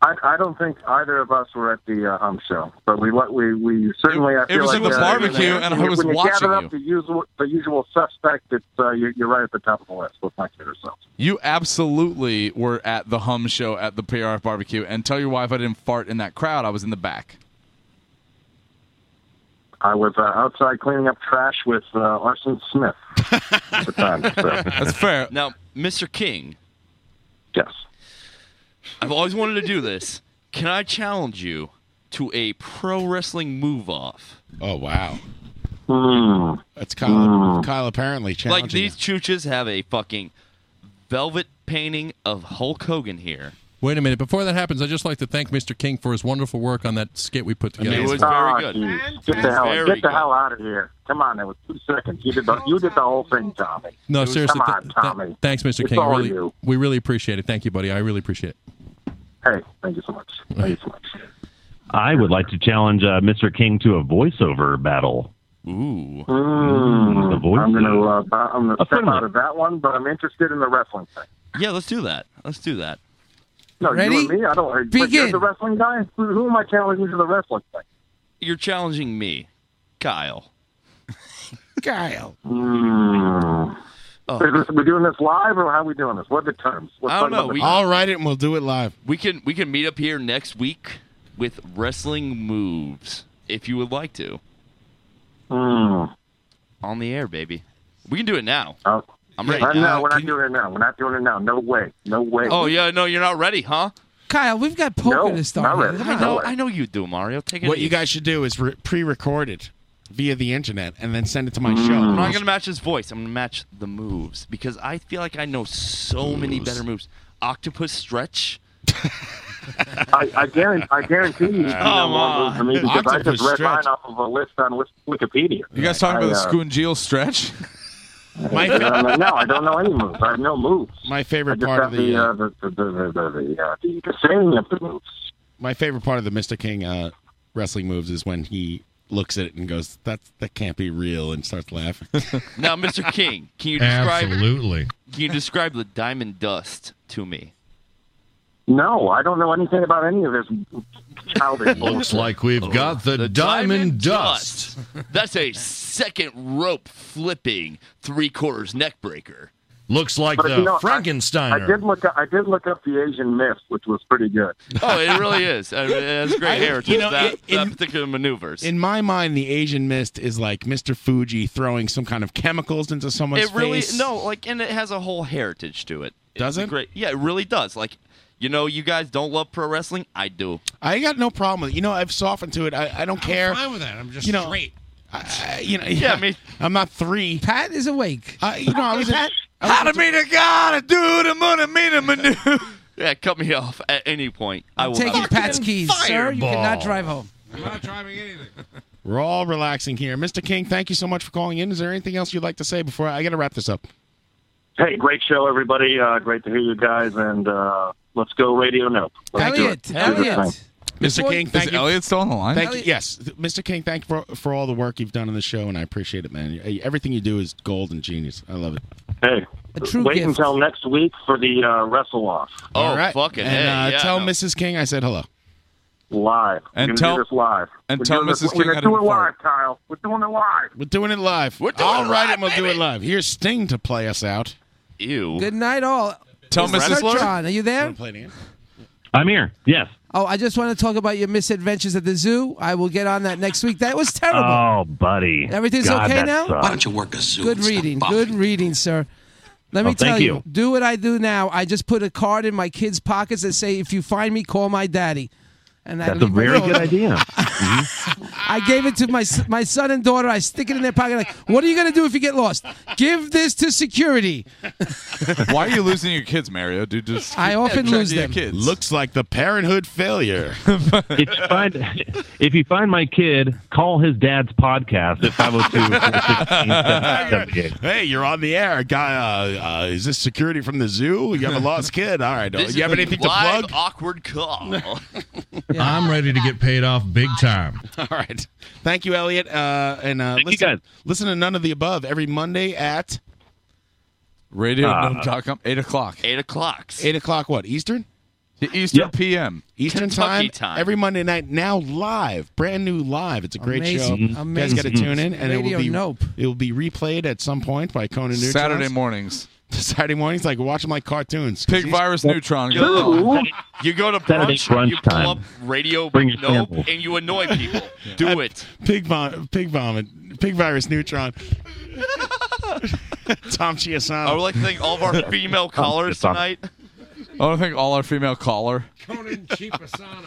I, I don't think either of us were at the uh, hum show, but we let- we we certainly. I It- it feel was like, at the uh, barbecue, when and you- I was when you watching gather up you. The usual, the usual suspect. It's uh, you're, you're right at the top of the list with my favorite self. You absolutely were at the hum show at the PRF barbecue, and tell your wife I didn't fart in that crowd. I was in the back. I was uh, outside cleaning up trash with uh, Arson Smith at the time. So. That's fair. Now, Mr. King. Yes. I've always wanted to do this. Can I challenge you to a pro wrestling move off? Oh wow. Hmm. That's Kyle. Mm. Kyle apparently challenging. Like these chooches have a fucking velvet painting of Hulk Hogan here. Wait a minute. Before that happens, I'd just like to thank Mr. King for his wonderful work on that skit we put together. It was very good. Ah, Get the hell, Very get the good. hell out of here! Come on, that was two seconds. You did the you did the whole thing, Tommy. No, It was- seriously. Come on, th- th- Tommy. thanks, Mr. It's King. all Really- you. we really appreciate it. Thank you, buddy. I really appreciate it. Hey, thank you so much. Thank you so much. I would like to challenge uh, Mr. King to a voiceover battle. Ooh. Mm, the voice. I'm gonna uh, bu- I'm gonna A step friendly. out of that one, but I'm interested in the wrestling thing. Yeah, let's do that. Let's do that. No, Ready? you and me. I don't. are- Begin. You're the wrestling guy. Who, who am I challenging to the wrestling thing? You're challenging me, Kyle. Kyle. Hmm. Is this, we're doing this live, or how are we doing this? What are the terms? We're Oh. I don't talking about know. the- We, write it and we'll do it live. We can we can meet up here next week with wrestling moves if you would like to. Hmm. On the air, baby. We can do it now. I'm ready. Uh, now. no, we're not doing it now. We're not doing it now. No way. No way. oh yeah, no, you're not ready, huh? Kyle, we've got poker to start. with. I know, I know you do, Mario. Take it what easy. you guys should do is re- pre-record it via the internet and then send it to my Hmm. show. I'm not gonna match his voice. I'm gonna match the moves because I feel like I know so many better moves. Octopus stretch. I, I guarantee. I guarantee you. you know Come more moves than me on. because I just Octopus read stretch. mine off of a list on Wik- Wikipedia. You guys talking about I, the uh, Scoongeel stretch? I don't know- no, I don't know any moves. I have no moves. My I favorite just part have of the, the, uh, the the the the the, the, uh, the, the saying of the moves. my favorite part of the Mr. King uh, wrestling moves is when he looks at it and goes, "That's that can't be real," and starts laughing. Now, Mr. King, can you describe? Absolutely. Can you describe the diamond dust to me? No, I don't know anything about any of this childish. Looks like we've got the, diamond, dust. That's a second rope flipping three quarters neck breaker. Looks like But, the you know, I- I Frankensteiner. did look. Up, I did look up the Asian myth, which was pretty good. Oh, it really is. I mean, it has great heritage. you know, that, in- that particular maneuvers. In my mind, the Asian mist is like Mr. Fuji throwing some kind of chemicals into someone's it really face. no, like, and it has a whole heritage to it. Does It's a it? Great. Yeah, it really does. Like, you know, you guys don't love pro wrestling. I do. I got no problem with it. You know, I've softened to it. I, I don't care. fine with that. I'm just you know, straight. I, I- you know, Yeah, yeah, I mean- I'm not three. Pat is awake. Uh, you know, I was. Pat, How to meet a god, a dude, a money, meet a manu. yeah, cut me off at any point. I I'm will taking Fucking Pat's keys, sir. You cannot fireball. drive home. We're all relaxing here. Mr. King, thank you so much for calling in. Is there anything else you'd like to say before I, I got to wrap this up? Hey, great show, everybody. Uh, great to hear you guys, and uh, let's go Radio Nope. Let's do it. Do this thing. Mr. King, thank is you. Elliot still on the line? Thank you. Yes, Th- Mr. King, thank you for, for all the work you've done on the show, and I appreciate it, man. You- Everything you do is gold and genius. I love it. Hey, wait until next week for the uh, wrestle off Oh, all right. fucking And hey, uh, yeah, tell no. Mrs. King I said hello. live. We're And gonna tell- do this live. and We're tell doing this- Mrs. We're King I gonna do didn't it live, Kyle. We're doing it live. We're doing it live. We're doing it live, and we'll do it live. Here's Sting to play us out. Ew. Good night, all. Tell Mr. Mrs. Lord- John, are you there? I'm here. Yes. Oh, I just want to talk about your misadventures at the zoo. I will get on that next week. That was terrible. Oh, buddy. Everything's God, okay that now? sucks. Why don't you work a zoo? Good reading. Good reading, sir. Let Oh, me tell thank you, you. do what I do now. I just put a card in my kids' pockets that say, if you find me, call my daddy. And I That's a leave my very phone. good idea. I gave it to my s- my son and daughter. I stick it in their pocket. Like, what are you gonna do if you get lost? Give this to security. Why are you losing your kids, Mario? Dude, just I keep often track of lose your them. Kids. Looks like the parenthood failure. if you find if you find my kid, call his dad's podcast at 502 hey, you're on the air, guy. Uh, uh, is this security from the zoo? You have a lost kid. All right, This you have is a anything to live plug? Awkward call. I'm ready to get paid off big time. All right, thank you, Elliot. Uh, and uh, listen, listen to none of the above every Monday at RadioNome.com, 8 o'clock. 8 o'clock. Uh-huh. eight o'clock. What Eastern? The Eastern PM. Eastern time, Kentucky time. every Monday night now live, brand new live. It's a great show. Amazing. You guys got to Amazing. tune in, and it Radio will be Nope. it will be replayed at some point by Conan Neutron. Saturday mornings. Saturday mornings, like watch them like cartoons. Pig virus neutron. You, you go to Saturday brunch, brunch you pull time. up radio Bring your nope, sample. and you annoy people. Do it. Pig vom- pig vomit, pig virus neutron. Tom Chiasano. I would like to thank all of our female callers tonight. I want to thank all our female caller. Conan Chiasano.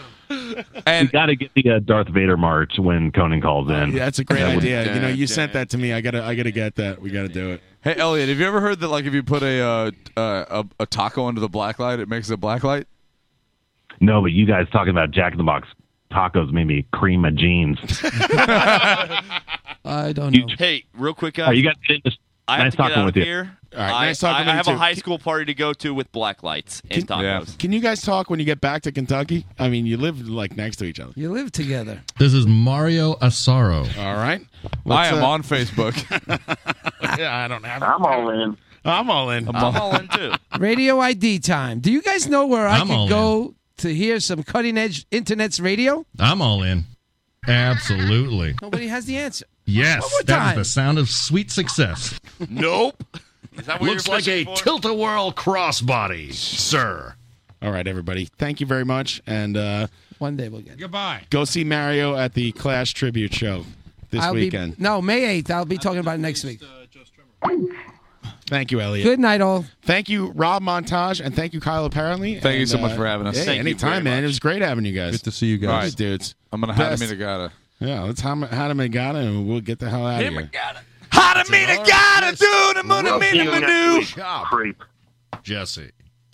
you got to get the uh, Darth Vader march when Conan calls in. Yeah, that's a great That would- idea. You know, you sent that to me. I gotta, I gotta get that. We gotta do it. Hey Elliot, have you ever heard that like if you put a uh, uh, a, a taco under the black light, it makes it black light? No, but you guys talking about Jack in the Box tacos made me cream my jeans. I don't know. Hey, real quick, guys. Oh, you got this. I have nice to get talking out with of you. here. All right, I, nice talking I, with I you have too. a high school party to go to with black lights and tacos. Can you guys talk when you get back to Kentucky? I mean, you live like next to each other. You live together. This is Mario Asaro. All right. I What's am up? on Facebook. yeah, I don't have. I'm all in. I'm all in. I'm Oh, all- in too. Radio ID time. Do you guys know where I I'm all can in. go to hear some cutting edge internet's radio? I'm all in. Absolutely. Nobody has the answer. Yes, One more that time. is the sound of sweet success. Nope. Is that what Looks you're like a fishing for? tilt-a-whirl crossbody, sir. All right, everybody. Thank you very much, and uh, One day we'll get goodbye. go see Mario at the Clash tribute show this I'll weekend. Be, no, May 8th. I'll be talking about it next week. Thank you, Elliot. Good night, all. Thank you, Rob Montage, and thank you, Kyle. Apparently, Thank you And, uh, so much for having us. Hey, Thank you very anytime, man. It was great having you guys. Good to see you guys. All right. dudes. I'm gonna hide Best. me to gotta. Yeah, let's hide him and got and we'll get the hell out of here. How to meet a gotta, dude. I'm gonna meet a manu. Creep. Jesse.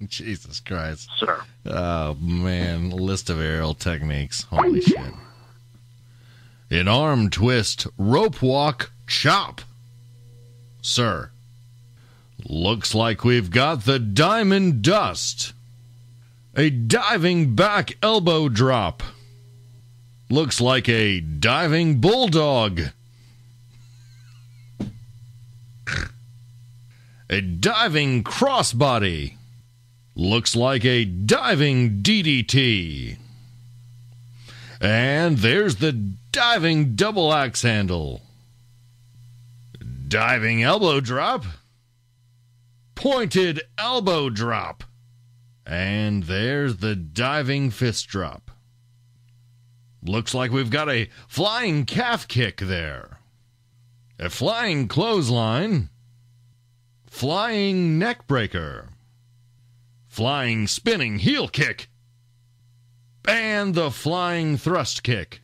Jesus Christ. Sir. Oh, man. List of aerial techniques. Holy shit. An arm twist, rope walk, chop. Sir. Looks like we've got the diamond dust. A diving back elbow drop. Looks like a diving bulldog. A diving crossbody. Looks like a diving DDT. And there's the diving double axe handle. Diving elbow drop. Pointed elbow drop. And there's the diving fist drop. Looks like we've got a flying calf kick there. A flying clothesline. Flying neck breaker. Flying spinning heel kick. And the flying thrust kick.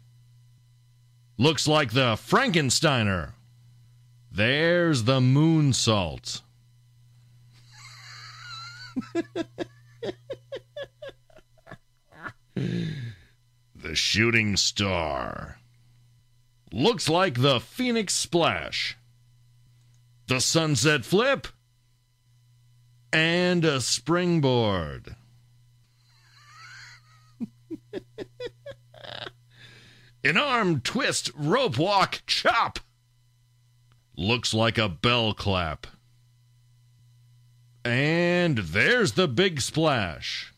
Looks like the Frankensteiner. There's the moonsault. the shooting star. Looks like the Phoenix Splash the sunset flip, and a springboard. An arm twist, rope walk, chop. Looks like a bell clap. And there's the big splash.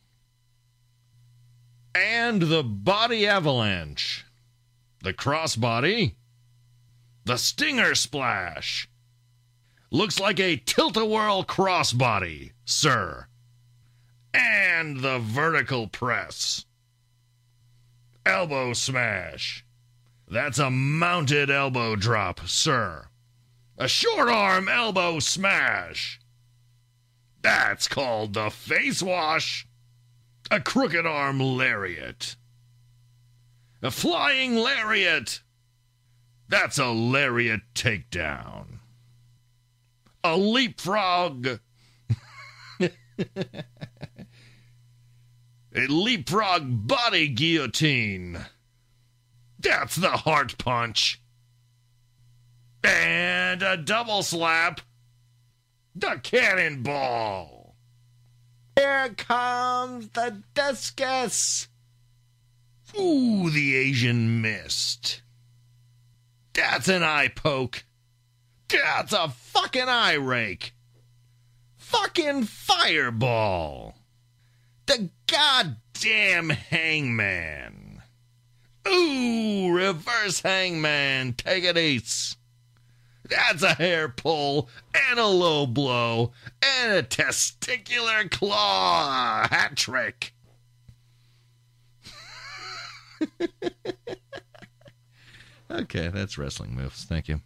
And the body avalanche. The crossbody. The stinger splash. Looks like a tilt a whirl crossbody, sir. And the vertical press. Elbow smash. That's a mounted elbow drop, sir. A short arm elbow smash. That's called the face wash. A crooked arm lariat. A flying lariat. That's a lariat takedown. A leapfrog. a leapfrog body guillotine. That's the heart punch. And a double slap. The cannonball. Here comes the discus. Ooh, the Asian mist. That's an eye poke. That's a fucking eye rake. Fucking fireball. The goddamn hangman. Ooh, reverse hangman. Take it eats. That's a hair pull and a low blow and a testicular claw hat trick. Okay, that's wrestling moves. Thank you.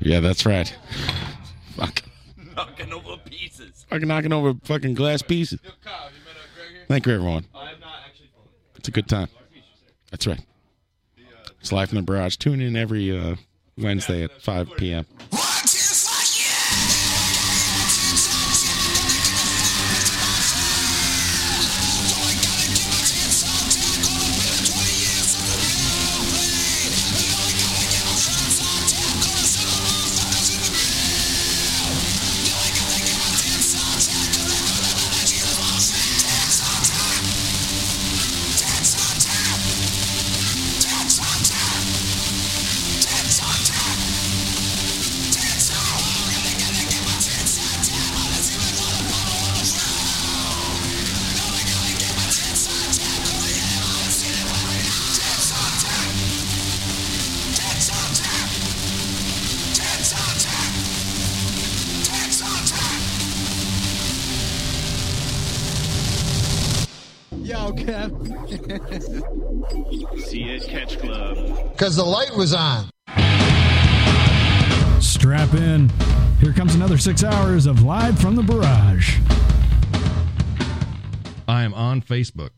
Yeah, that's right. Fuck. Knocking over pieces. Fucking knocking over fucking glass pieces. Thank you, everyone. Oh, It's a good time. That's right. uh, It's live from the barrage. Tune in every uh, Wednesday at 5 p.m. Yo, Kev. See it, Catch Club. Because the light was on. Strap in. Here comes another six hours of live from the barrage. I am on Facebook.